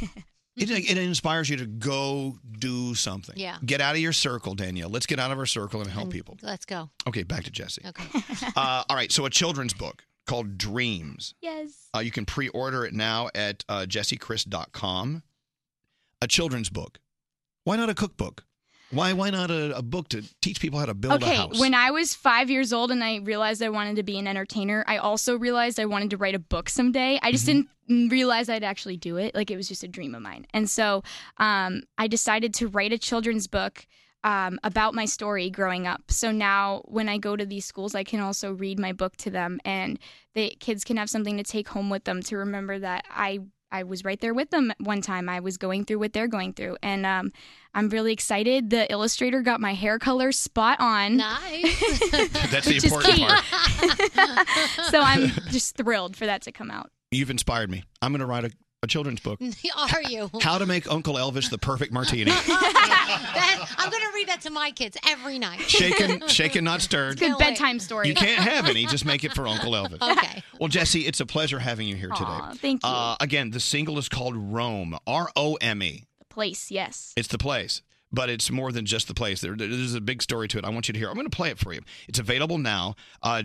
Speaker 2: It, it inspires you to go do something.
Speaker 5: Yeah.
Speaker 2: Get out of your circle, Danielle. Let's get out of our circle and help people.
Speaker 5: Let's go.
Speaker 2: Okay, back to Jesse.
Speaker 15: (laughs)
Speaker 5: Okay.
Speaker 2: (laughs) uh, all right. So a children's book called Dreams.
Speaker 15: Yes.
Speaker 2: Uh, you can pre order it now at uh, jessechris.com. A children's book. Why not a cookbook? Why why not a, a book to teach people how to build a
Speaker 15: okay,
Speaker 2: house?
Speaker 15: when I (laughs) was five years old and I realized I wanted to be an entertainer, I also realized I wanted to write a book someday. I
Speaker 2: Mm-hmm.
Speaker 15: just didn't realize I'd actually do it. Like it was just a dream of mine. And so um, I decided to write a children's book um, about my story growing up. So now when I go to these schools, I can also read my book to them, and the kids can have something to take home with them to remember that I. I was right there with them one time. I was going through what they're going through, and um, I'm really excited. The illustrator got my hair color spot on.
Speaker 2: (laughs)
Speaker 5: Nice.
Speaker 15: (laughs)
Speaker 2: That's the
Speaker 15: Which is
Speaker 2: important
Speaker 15: key.
Speaker 2: part.
Speaker 15: (laughs) so I'm just thrilled for that to come out.
Speaker 2: You've inspired me. I'm going to write a, a
Speaker 15: (laughs)
Speaker 2: children's book.
Speaker 5: (laughs) Are you?
Speaker 2: How to make Uncle Elvis the perfect martini.
Speaker 5: That- I'm going to read that to my kids every night. (laughs)
Speaker 2: Shaken, shaken, not stirred.
Speaker 15: Good bedtime story.
Speaker 2: You can't have any. Just make it
Speaker 15: (laughs)
Speaker 2: for Uncle Elvis.
Speaker 5: (laughs) Okay.
Speaker 2: Well, Jesse, it's a pleasure having you here today.
Speaker 15: Aw, thank you.
Speaker 2: Uh, again, the single is called Rome. R O M E.
Speaker 15: Place, yes.
Speaker 2: It's the place, but it's more than just the place. There, there's a big story to it. I want you to hear. I'm going to play it for you. It's available now. Uh,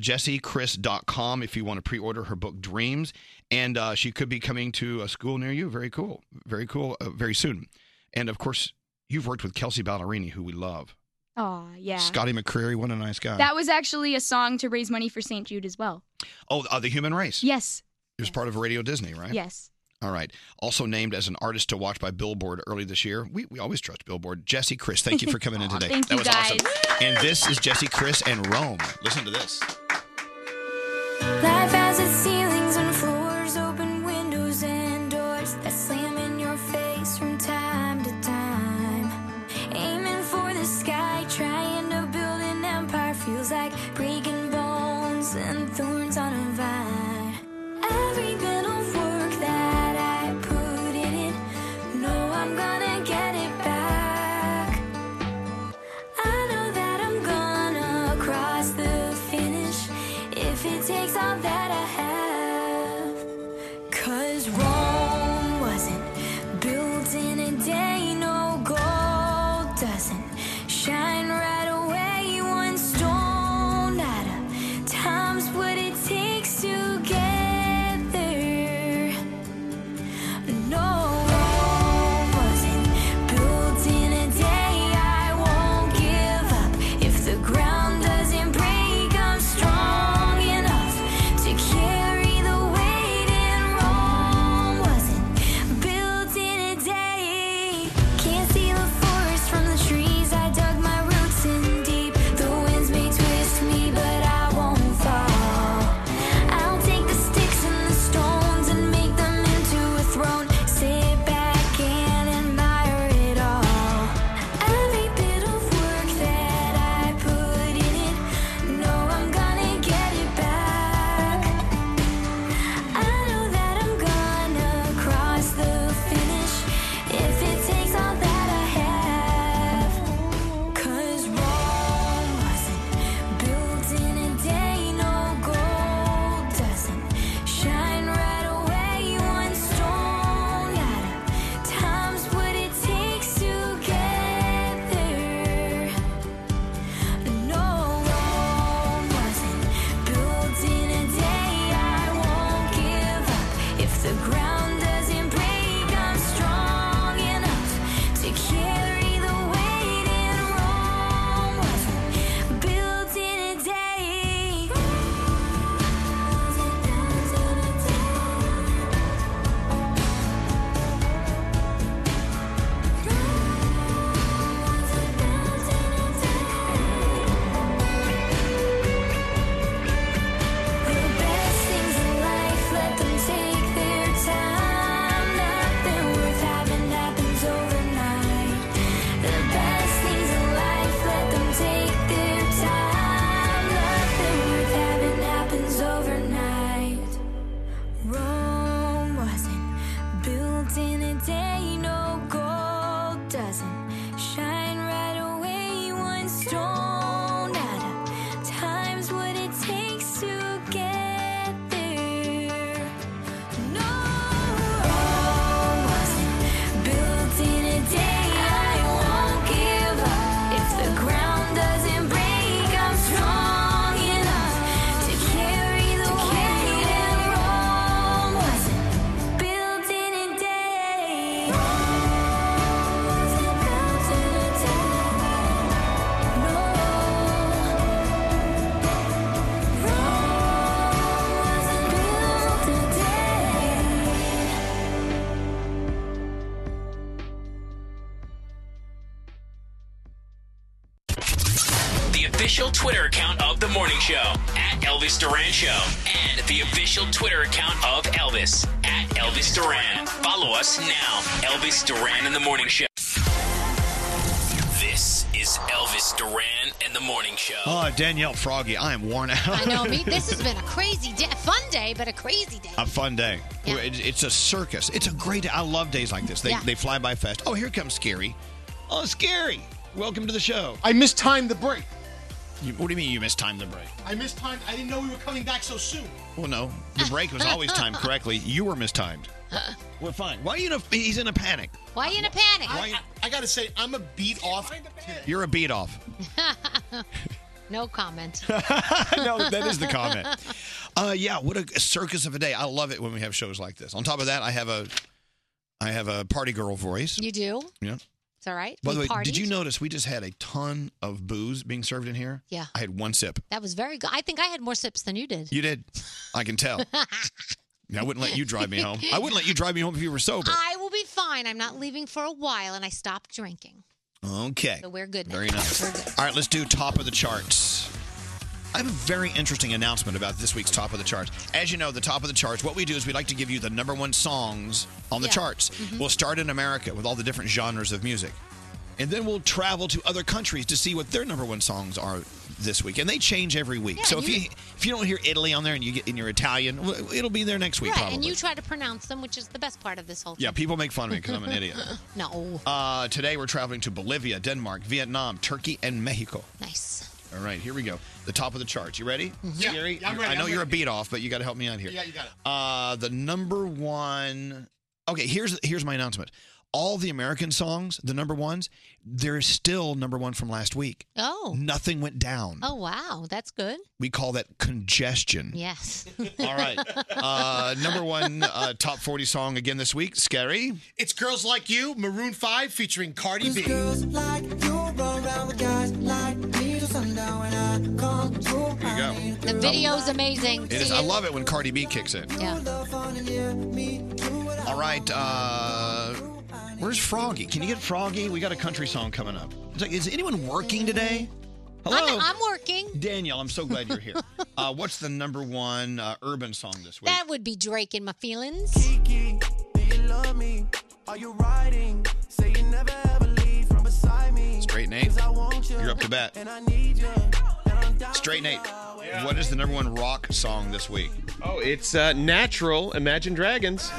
Speaker 2: JessieChris.com if you want to pre-order her book Dreams, and uh, she could be coming to a school near you. Very cool. Very cool. Uh, very soon. And of course, you've worked with Kelsey Ballerini, who we love.
Speaker 15: Oh, yeah.
Speaker 2: Scotty McCreery, what a nice guy.
Speaker 15: That was actually a song to raise money for St. Jude as well.
Speaker 2: oh, uh, the Human Race.
Speaker 15: Yes.
Speaker 2: It was part of Radio Disney, right?
Speaker 15: Yes.
Speaker 2: All right. Also named as an artist to watch by Billboard early this year. We, we always trust Billboard. Jesse Chris, thank you for
Speaker 5: (laughs)
Speaker 2: coming in
Speaker 15: Aw,
Speaker 2: today.
Speaker 15: thank
Speaker 2: that
Speaker 15: you,
Speaker 2: was awesome. And this is Jesse Chris and Rome. Listen to this.
Speaker 27: Life has its ceilings and floors, open windows and doors that slam in your face from time to time. Aiming for the sky, trying to build an empire feels like breaking bones and thorns on a vine. Every bit of work that I put in it, no, I'm gonna get it back. I know that I'm gonna cross the finish if it takes all that I have. Cause Rome wasn't built in a day, no gold doesn't shine right away. One stone at a time's what it takes to get there.
Speaker 3: official Twitter account of The Morning Show, at Elvis Duran Show, and the official Twitter account of Elvis, at Elvis Duran. Follow us now, Elvis Duran and The Morning Show. This is Elvis Duran and The Morning Show.
Speaker 2: Oh, Danielle Froggy, I am worn out.
Speaker 5: (laughs) I
Speaker 2: (laughs)
Speaker 5: know. Me, this has been a crazy day, a fun day, but a crazy day.
Speaker 2: a fun day. It- It's a circus. It's a great. I love days like this. They
Speaker 5: Yeah.
Speaker 2: they fly by fast. Oh, here comes Scary. Oh, Scary. Welcome to the show.
Speaker 9: I mistimed the break.
Speaker 2: You, what do you mean you mistimed the break?
Speaker 9: I mistimed. I didn't know we were coming back so soon.
Speaker 2: Well, no, the break was always
Speaker 5: (laughs)
Speaker 2: timed correctly. You were mistimed. We're fine. Why are you in a? He's in a panic.
Speaker 5: Why you in a panic?
Speaker 9: I, I gotta say, I'm a beat off.
Speaker 2: You're a beat off.
Speaker 5: no comment.
Speaker 2: (laughs) no, that is the comment. Uh, yeah, what a circus of a day. I love it when we have shows like this. On top of that, I have a, I have a party girl voice.
Speaker 5: (laughs) You do?
Speaker 2: Yeah.
Speaker 5: It's all right.
Speaker 2: By
Speaker 5: We
Speaker 2: the way,
Speaker 5: partied.
Speaker 2: did you notice we just had a ton of booze being served in here?
Speaker 5: Yeah.
Speaker 2: I had one sip.
Speaker 5: That was very good. I think I had more sips than you did. (laughs)
Speaker 2: You did. I can tell. I wouldn't let you drive me home. I wouldn't let you drive me home if you were sober.
Speaker 5: I will be fine. I'm not leaving for a while, and I stopped drinking.
Speaker 2: Okay.
Speaker 5: So we're good now.
Speaker 2: Very nice. All right, let's do top of the charts. I have a very interesting announcement about this week's top of the charts. As you know, the top of the charts, what we do is we like to give you the number one songs on the
Speaker 6: Yeah.
Speaker 2: charts.
Speaker 5: Mm-hmm.
Speaker 6: Mhm.
Speaker 2: We'll start in America with all the different genres of music. And then we'll travel to other countries to see what their number one songs are this week. And they change every week. so if you, if you don't hear Italy on there and you get in your Italian, w- it'll be there next week
Speaker 5: right,
Speaker 2: probably.
Speaker 5: and you try to pronounce them, which is the best part of this whole thing.
Speaker 2: yeah, people make fun of me because I'm an
Speaker 5: (laughs)
Speaker 2: idiot.
Speaker 5: no.
Speaker 2: Uh, today we're traveling to Bolivia, Denmark, Vietnam, Turkey, and Mexico.
Speaker 5: Nice. Mm-hmm.
Speaker 2: All right, here we go. The top of the charts. You ready?
Speaker 9: (laughs) Yeah,
Speaker 2: Gary?
Speaker 9: yeah, I'm ready,
Speaker 2: I know
Speaker 9: I'm
Speaker 2: you're a beat off, but you got to help me out here.
Speaker 9: Yeah, you got it.
Speaker 2: Uh, the number one. Okay, here's here's my announcement. All the American songs, the number ones, they're still number one from last week.
Speaker 5: Oh.
Speaker 2: Nothing went down.
Speaker 5: Oh, wow. That's good.
Speaker 2: We call that
Speaker 5: (laughs)
Speaker 2: congestion. (laughs)
Speaker 5: Yes.
Speaker 2: All
Speaker 9: (laughs)
Speaker 2: right. Uh, number one uh, top 40 song again this week. Scary.
Speaker 9: It's Girls Like You, Maroon 5 featuring Cardi B.
Speaker 11: Like you around with guys like me till sundown when I come through.
Speaker 2: Here you go.
Speaker 5: The video's amazing.
Speaker 2: It is.
Speaker 5: See
Speaker 2: I love it when Cardi B kicks in.
Speaker 5: Yeah.
Speaker 2: All right. Uh, where's Froggy? Can you get Froggy? We got a country song coming up. It's like, is anyone working today? Hello,
Speaker 5: I'm, I'm working.
Speaker 2: Danielle. I'm so glad you're
Speaker 5: (laughs)
Speaker 2: here. uh, what's the number one uh, urban song this week?
Speaker 5: That would be Drake in my feelings.
Speaker 11: Are you riding? Say you never ever leave from beside me.
Speaker 2: Straight Nate.
Speaker 11: I want you.
Speaker 2: You're up to bat.
Speaker 11: And I need you. And I'm down.
Speaker 2: Straight Nate. What is the number one rock song this week?
Speaker 4: Oh, it's uh, natural. Imagine Dragons.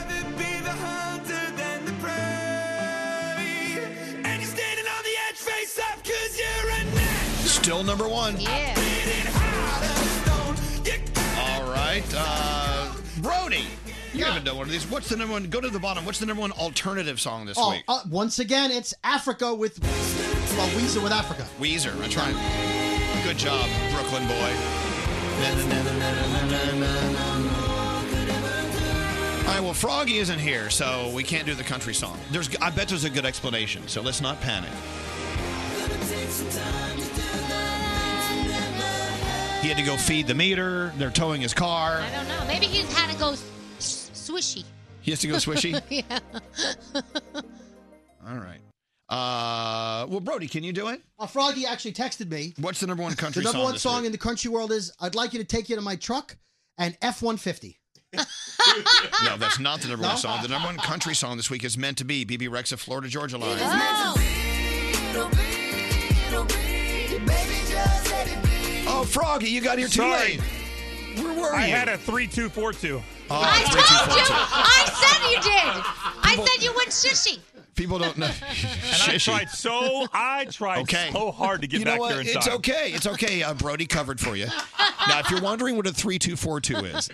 Speaker 11: And you're standing on the edge face up cause you're a
Speaker 2: Still number one.
Speaker 5: Yeah.
Speaker 2: All right. Uh, Brody, you haven't done one of these. What's the number one? Go to the bottom. What's the number one alternative song this
Speaker 6: Oh,
Speaker 2: week?
Speaker 6: uh, once again, it's Africa with well, Weezer with Africa.
Speaker 2: Weezer. That's right. Good job, Brooklyn boy. All right, well, Froggy isn't here, so we can't do the country song. There's, I bet there's a good explanation, so let's not panic. He had to go feed the meter. They're towing his car.
Speaker 5: I don't know. Oh, Maybe he had to go s- swishy.
Speaker 2: He has to go swishy.
Speaker 5: (laughs) yeah.
Speaker 2: All right. Uh, well, Brody, can you do it?
Speaker 6: Uh, Froggy actually texted me.
Speaker 2: What's the
Speaker 6: (laughs)
Speaker 2: number one country
Speaker 6: The number
Speaker 2: song
Speaker 6: one
Speaker 2: this
Speaker 6: song
Speaker 2: week?
Speaker 6: in the country world is "I'd Like You to Take You to My Truck" and F one fifty.
Speaker 2: No, that's not the number one
Speaker 6: No?
Speaker 2: song. The number one country song this week is meant to be BB Rex of Florida Georgia Line. Oh, Froggy, you got here too
Speaker 8: Sorry.
Speaker 2: late. Where were
Speaker 8: I
Speaker 2: you?
Speaker 8: had a 3242.
Speaker 2: Oh,
Speaker 5: I
Speaker 2: it's
Speaker 5: told
Speaker 2: way too far
Speaker 5: you.
Speaker 2: to-
Speaker 5: I said you did. I said you went shishy.
Speaker 2: People don't know.
Speaker 8: And I tried so I tried so hard to get
Speaker 2: you know
Speaker 8: back
Speaker 2: what?
Speaker 8: there in
Speaker 2: It's
Speaker 8: time.
Speaker 2: okay. It's okay. Uh, Brody covered for you. Now, if you're wondering what a 3242 is,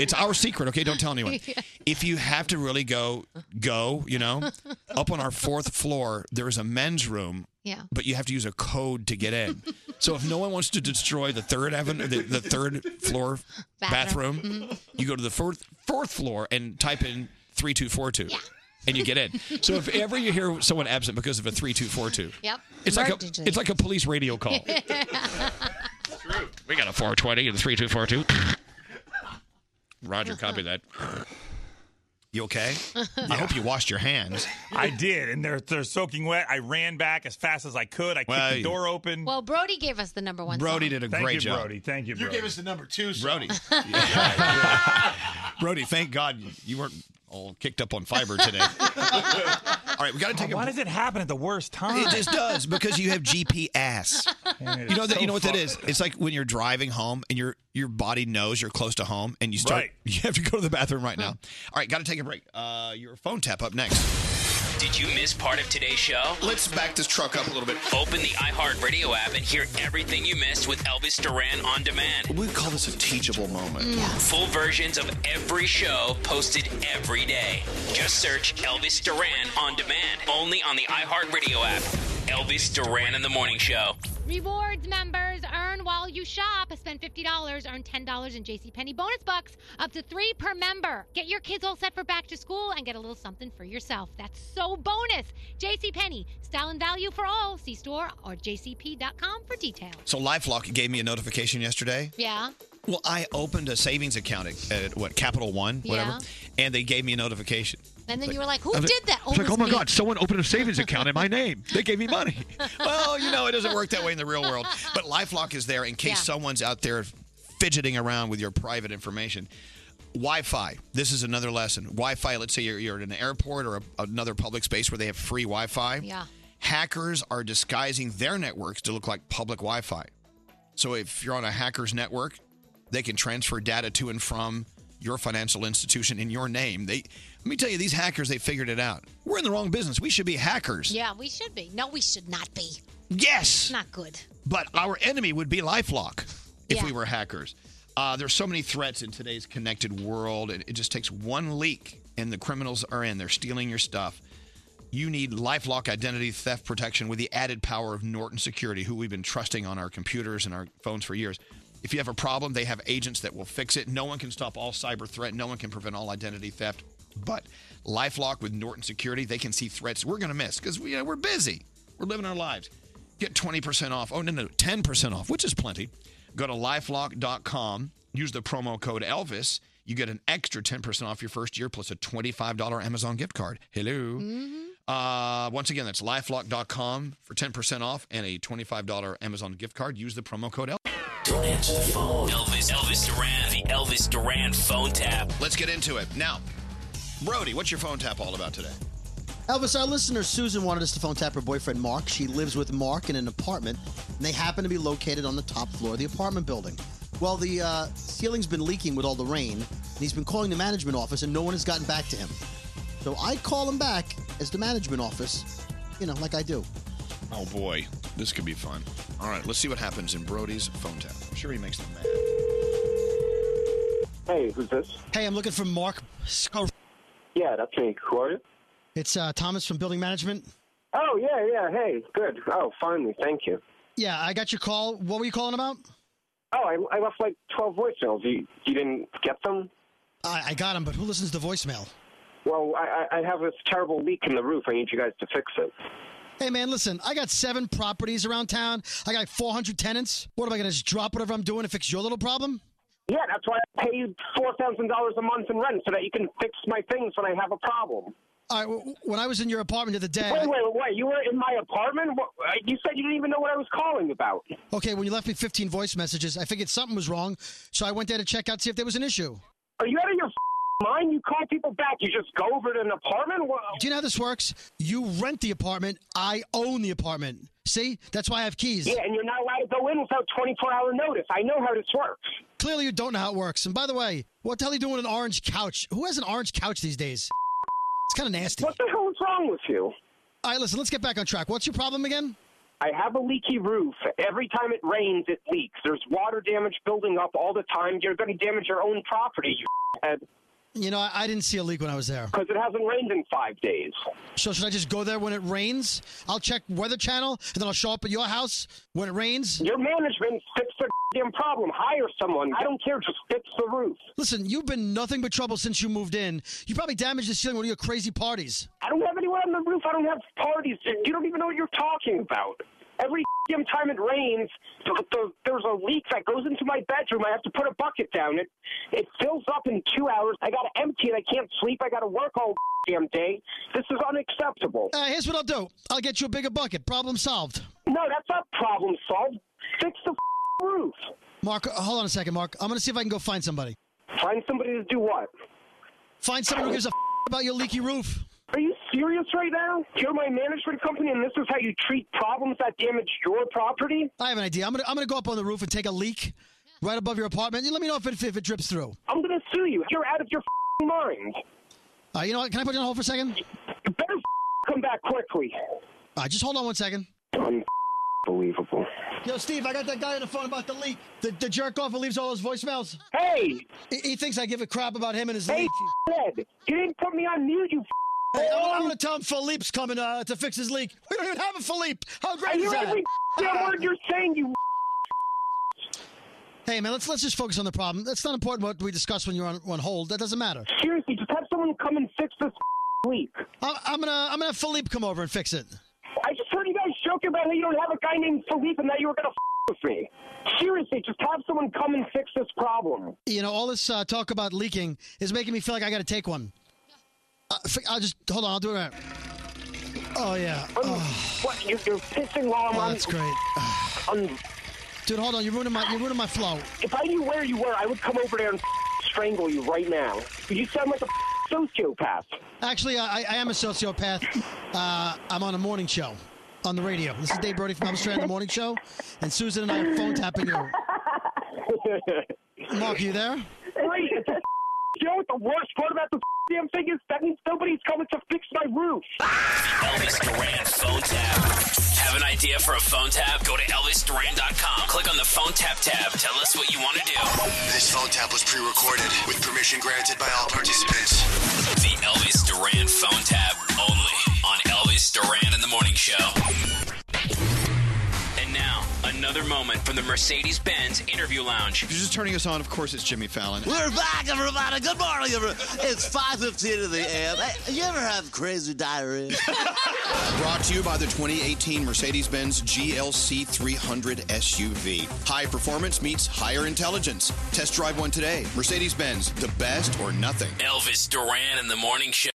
Speaker 2: it's our secret, okay? Don't tell
Speaker 5: (laughs)
Speaker 9: (laughs)
Speaker 2: anyone. If you have to really go, go, you know, up on our fourth floor, there is a men's room,
Speaker 5: Yeah.
Speaker 2: but you have to use a code to get in. So if no one wants to destroy the third avenue, the, the third floor bathroom,
Speaker 5: Bathroom. Mhm.
Speaker 2: you go to the fourth, fourth floor and type in 3242. And you get in. So if ever you hear someone absent because of a 3242,
Speaker 5: Yep.
Speaker 2: it's like a
Speaker 5: Emergency. (laughs)
Speaker 2: it's like a police radio
Speaker 9: (laughs)
Speaker 2: call. we got a 420 and a 3242. Roger, copy that. You okay? I hope you washed your hands.
Speaker 8: I did, and they're they're soaking wet. I ran back as fast as I could. I kicked
Speaker 2: Well,
Speaker 8: the
Speaker 2: (laughs)
Speaker 8: door open.
Speaker 5: Well, Brody gave us the number one.
Speaker 2: Brody
Speaker 5: song.
Speaker 2: did a
Speaker 8: Thank
Speaker 2: great
Speaker 8: you,
Speaker 2: job.
Speaker 8: Brody. Thank you,
Speaker 9: You gave us the number two. So. (laughs)
Speaker 2: Brody. Brody, thank God you- you weren't all kicked up on fiber (laughs)
Speaker 9: (laughs)
Speaker 2: today. all right, we got to
Speaker 9: Oh,
Speaker 2: take a
Speaker 8: Why does it happen at the worst time?
Speaker 2: It just does because you have GP ass. You know that you know what that is? It's like when you're driving home and your your body knows you're close to home and you start
Speaker 3: Right.
Speaker 2: you have to go to the bathroom right now. All right, got to take a break. Uh, your phone tap up next.
Speaker 3: Did you miss part of today's show?
Speaker 2: Let's back this truck up a little bit.
Speaker 3: Open the iHeartRadio app and hear everything you missed with Elvis Duran on demand.
Speaker 2: We call this a teachable moment.
Speaker 3: Full versions of every show posted every day. Just search Elvis Duran on demand only on the iHeartRadio app. Elvis Duran in the Morning Show.
Speaker 10: Rewards members earn while you shop. Spend $50, earn $10 in JCPenney bonus bucks, up to three per member. Get your kids all set for back to school and get a little something for yourself. That's so bonus. JCPenney, style and value for all. See store or jcp.com for details.
Speaker 2: So LifeLock gave me a notification yesterday.
Speaker 10: Yeah.
Speaker 2: Well, I opened a savings account at, at what Capital One, whatever,
Speaker 5: Yeah.
Speaker 2: and they gave me a notification.
Speaker 5: And then you were like, "Who
Speaker 2: I was
Speaker 5: did that?"
Speaker 2: I was like,
Speaker 5: it
Speaker 2: oh
Speaker 5: was
Speaker 2: my
Speaker 5: me."
Speaker 2: God, someone opened a savings account in my name. They gave me money. (laughs) well, you know, it doesn't work that way in the real world. But LifeLock is there in case
Speaker 5: Yeah.
Speaker 2: someone's out there fidgeting around with your private information. Wi-Fi. This is another lesson. Wi-Fi. Let's say you're, you're in an airport or a, another public space where they have free Wi-Fi.
Speaker 5: Yeah.
Speaker 2: Hackers are disguising their networks to look like public Wi-Fi. So if you're on a hacker's network, they can transfer data to and from your financial institution in your name. They let me tell you, these hackers they figured it out. We're in the wrong business. We should be hackers.
Speaker 5: Yeah, we should be. No, we should not be.
Speaker 2: Yes.
Speaker 5: Not good.
Speaker 2: But our enemy would be LifeLock if
Speaker 5: Yeah.
Speaker 2: we were hackers. Uh, there's so many threats in today's connected world, and it just takes one leak, and the criminals are in. They're stealing your stuff. You need LifeLock identity theft protection with the added power of Norton Security, who we've been trusting on our computers and our phones for years. If you have a problem, they have agents that will fix it. No one can stop all cyber threat. No one can prevent all identity theft. But LifeLock with Norton Security, they can see threats we're going to miss because we, you know, we're busy. We're living our lives. Get 20% off. Oh, no, no, 10% off, which is plenty. Go to lifelock.com, use the promo code Elvis. You get an extra 10% off your first year plus a $25 Amazon gift card. Hello. Uh, once again, that's lifelock.com for 10% off and a $25 Amazon gift card. Use the promo code Elvis.
Speaker 3: Don't answer the phone. Elvis, Elvis Duran, the Elvis Duran phone tap.
Speaker 2: Let's get into it. Now, Brody, what's your phone tap all about today?
Speaker 6: Elvis, our listener Susan wanted us to phone tap her boyfriend Mark. She lives with Mark in an apartment, and they happen to be located on the top floor of the apartment building. Well, the uh, ceiling's been leaking with all the rain, and he's been calling the management office, and no one has gotten back to him. So I call him back as the management office, you know, like I do.
Speaker 2: Oh, boy. This could be fun. All right, let's see what happens in Brody's phone tap. I'm sure he makes them mad.
Speaker 16: Hey, who's this?
Speaker 6: Hey, I'm looking for Mark. Scar-
Speaker 16: Yeah, that's me. Who are you?
Speaker 6: It's uh, Thomas from Building Management.
Speaker 16: Oh, yeah, yeah. Hey, good. Oh, finally. Thank you.
Speaker 6: Yeah, I got your call. What were you calling about?
Speaker 16: Oh, I, I left like 12 voicemails. You, you didn't get them?
Speaker 6: I, I got him, but who listens to voicemail?
Speaker 16: Well, I, I I have this terrible leak in the roof. I need you guys to fix it.
Speaker 6: Hey man, listen, I got seven properties around town. I got 400 tenants. What am I gonna just drop whatever I'm doing to fix your little problem?
Speaker 16: Yeah, that's why I pay you $4,000 a month in rent so that you can fix my things when I have a problem.
Speaker 6: All right, w- when I was in your apartment the other day.
Speaker 16: Wait, wait, wait. You were in my apartment? What, uh, you said you didn't even know what I was calling about.
Speaker 6: Okay, when you left me 15 voice messages, I figured something was wrong, so I went there to check out see if there was an issue.
Speaker 16: Are you out of your f***ing mind? You call people back. You just go over to an apartment? What?
Speaker 6: Do you know how this works? You rent the apartment, I own the apartment. See? That's why I have keys.
Speaker 16: Yeah, and you're not allowed to go in without 24 hour notice. I know how this works.
Speaker 6: Clearly you don't know how it works. And by the way, what the hell are you doing with an orange couch? Who has an orange couch these days? It's kind of nasty. What
Speaker 16: the hell is wrong with you?
Speaker 6: All right, listen, let's get back on track. What's your problem again?
Speaker 16: I have a leaky roof. Every time it rains, it leaks. There's water damage building up all the time. You're going to damage your own property, you (laughs) head,
Speaker 6: You know, I, I didn't see a leak when I was there.
Speaker 16: because it hasn't rained in five days.
Speaker 6: So should I just go there when it rains? I'll check Weather Channel, and then I'll show up at your house when it rains.
Speaker 16: Your management fix their damn problem. Hire someone. I don't care. Just fix the roof.
Speaker 6: Listen, you've been nothing but trouble since you moved in. You probably damaged the ceiling with your crazy parties.
Speaker 16: I don't have anyone on the roof. I don't have parties. You don't even know what you're talking about.
Speaker 24: Every damn time it rains, th- th- there's a leak that goes into my bedroom. I have to put a bucket down. It it fills up in two hours. I got to empty it. I can't sleep. I got to work all damn day. This is unacceptable.
Speaker 6: Uh, here's what I'll do. I'll get you a bigger bucket. Problem solved.
Speaker 24: No, that's not problem solved. Fix the roof.
Speaker 6: Mark, uh, hold on a second, Mark. I'm going to see if I can go find somebody.
Speaker 24: Find somebody to do what?
Speaker 6: Find someone who gives a about your leaky roof.
Speaker 24: Are you serious right now? You're my management company, and this is how you treat problems that damage your property?
Speaker 6: I have an idea. I'm going to I'm going to go up on the roof and take a leak right above your apartment. You let me know if it, if it drips through.
Speaker 24: I'm going to sue you. You're out of your f***ing mind.
Speaker 6: Uh, you know what? Can I put you on hold for a second?
Speaker 24: You better come back quickly.
Speaker 6: Uh, just hold on one second.
Speaker 24: Unbelievable.
Speaker 6: Yo, Steve, I got that guy on the phone about the leak. The, the jerk off who leaves all those voicemails.
Speaker 24: Hey!
Speaker 6: He, he thinks I give a crap about him and his
Speaker 24: Hey,
Speaker 6: leak.
Speaker 24: Ed, you didn't put me on mute, you
Speaker 6: Hey, I'm, I'm gonna tell him Philippe's coming uh, to fix his leak. We don't even have a Philippe. How
Speaker 24: I
Speaker 6: great is
Speaker 24: hear
Speaker 6: that?
Speaker 24: every (laughs) damn word you're saying, you (laughs)
Speaker 6: Hey man, let's let's just focus on the problem. That's not important what we discuss when you're on, on hold. That doesn't matter.
Speaker 24: Seriously, just have someone come and fix this (laughs) leak.
Speaker 6: I'm, I'm gonna I'm gonna have Philippe come over and fix it.
Speaker 24: I just heard you guys joking about how you don't have a guy named Philippe and that you were going to f- (laughs) with me. Seriously, just have someone come and fix this problem.
Speaker 6: You know, all this uh, talk about leaking is making me feel like I gotta take one. Uh, fi- I'll just hold on. I'll do it right. Oh yeah.
Speaker 24: What? You're, you're pissing while I'm
Speaker 6: Oh,
Speaker 24: on.
Speaker 6: that's
Speaker 24: (sighs)
Speaker 6: great. Dude, hold on. You're ruining my you're ruining my flow.
Speaker 24: If I knew where you were, I would come over there and (laughs) f- strangle you right now. You sound like a (laughs) f- sociopath. (laughs)
Speaker 6: Actually, I, I am a sociopath. Uh, I'm on a morning show on the radio. This is Dave Brody from Elvis Duran, the morning show, and Susan and I are phone tapping you. Mark, you there?
Speaker 24: Great. it's a (laughs) f- You know what the worst part about the (laughs) f- damn thing is? That means nobody's coming to fix my roof.
Speaker 3: Elvis Duran phone tap. Have an idea for a phone tap? Go to ElvisDuran.com. Click on the phone tap tab. Tell us what you want to do.
Speaker 31: This phone tap was pre-recorded with permission granted by all participants.
Speaker 3: The Elvis Duran phone tap only on Elvis Duran in the Morning Show. And now, another moment from the Mercedes Benz interview lounge.
Speaker 2: You're just turning us on. Of course, it's Jimmy Fallon.
Speaker 14: We're back, everybody. Good morning, everybody. It's 5.15 in the a.m. Hey, You ever have crazy diarrhea?
Speaker 2: Brought to you by the 2018 Mercedes Benz GLC 300 SUV. High performance meets higher intelligence. Test drive one today. Mercedes Benz, the best or nothing.
Speaker 3: Elvis Duran in the Morning Show.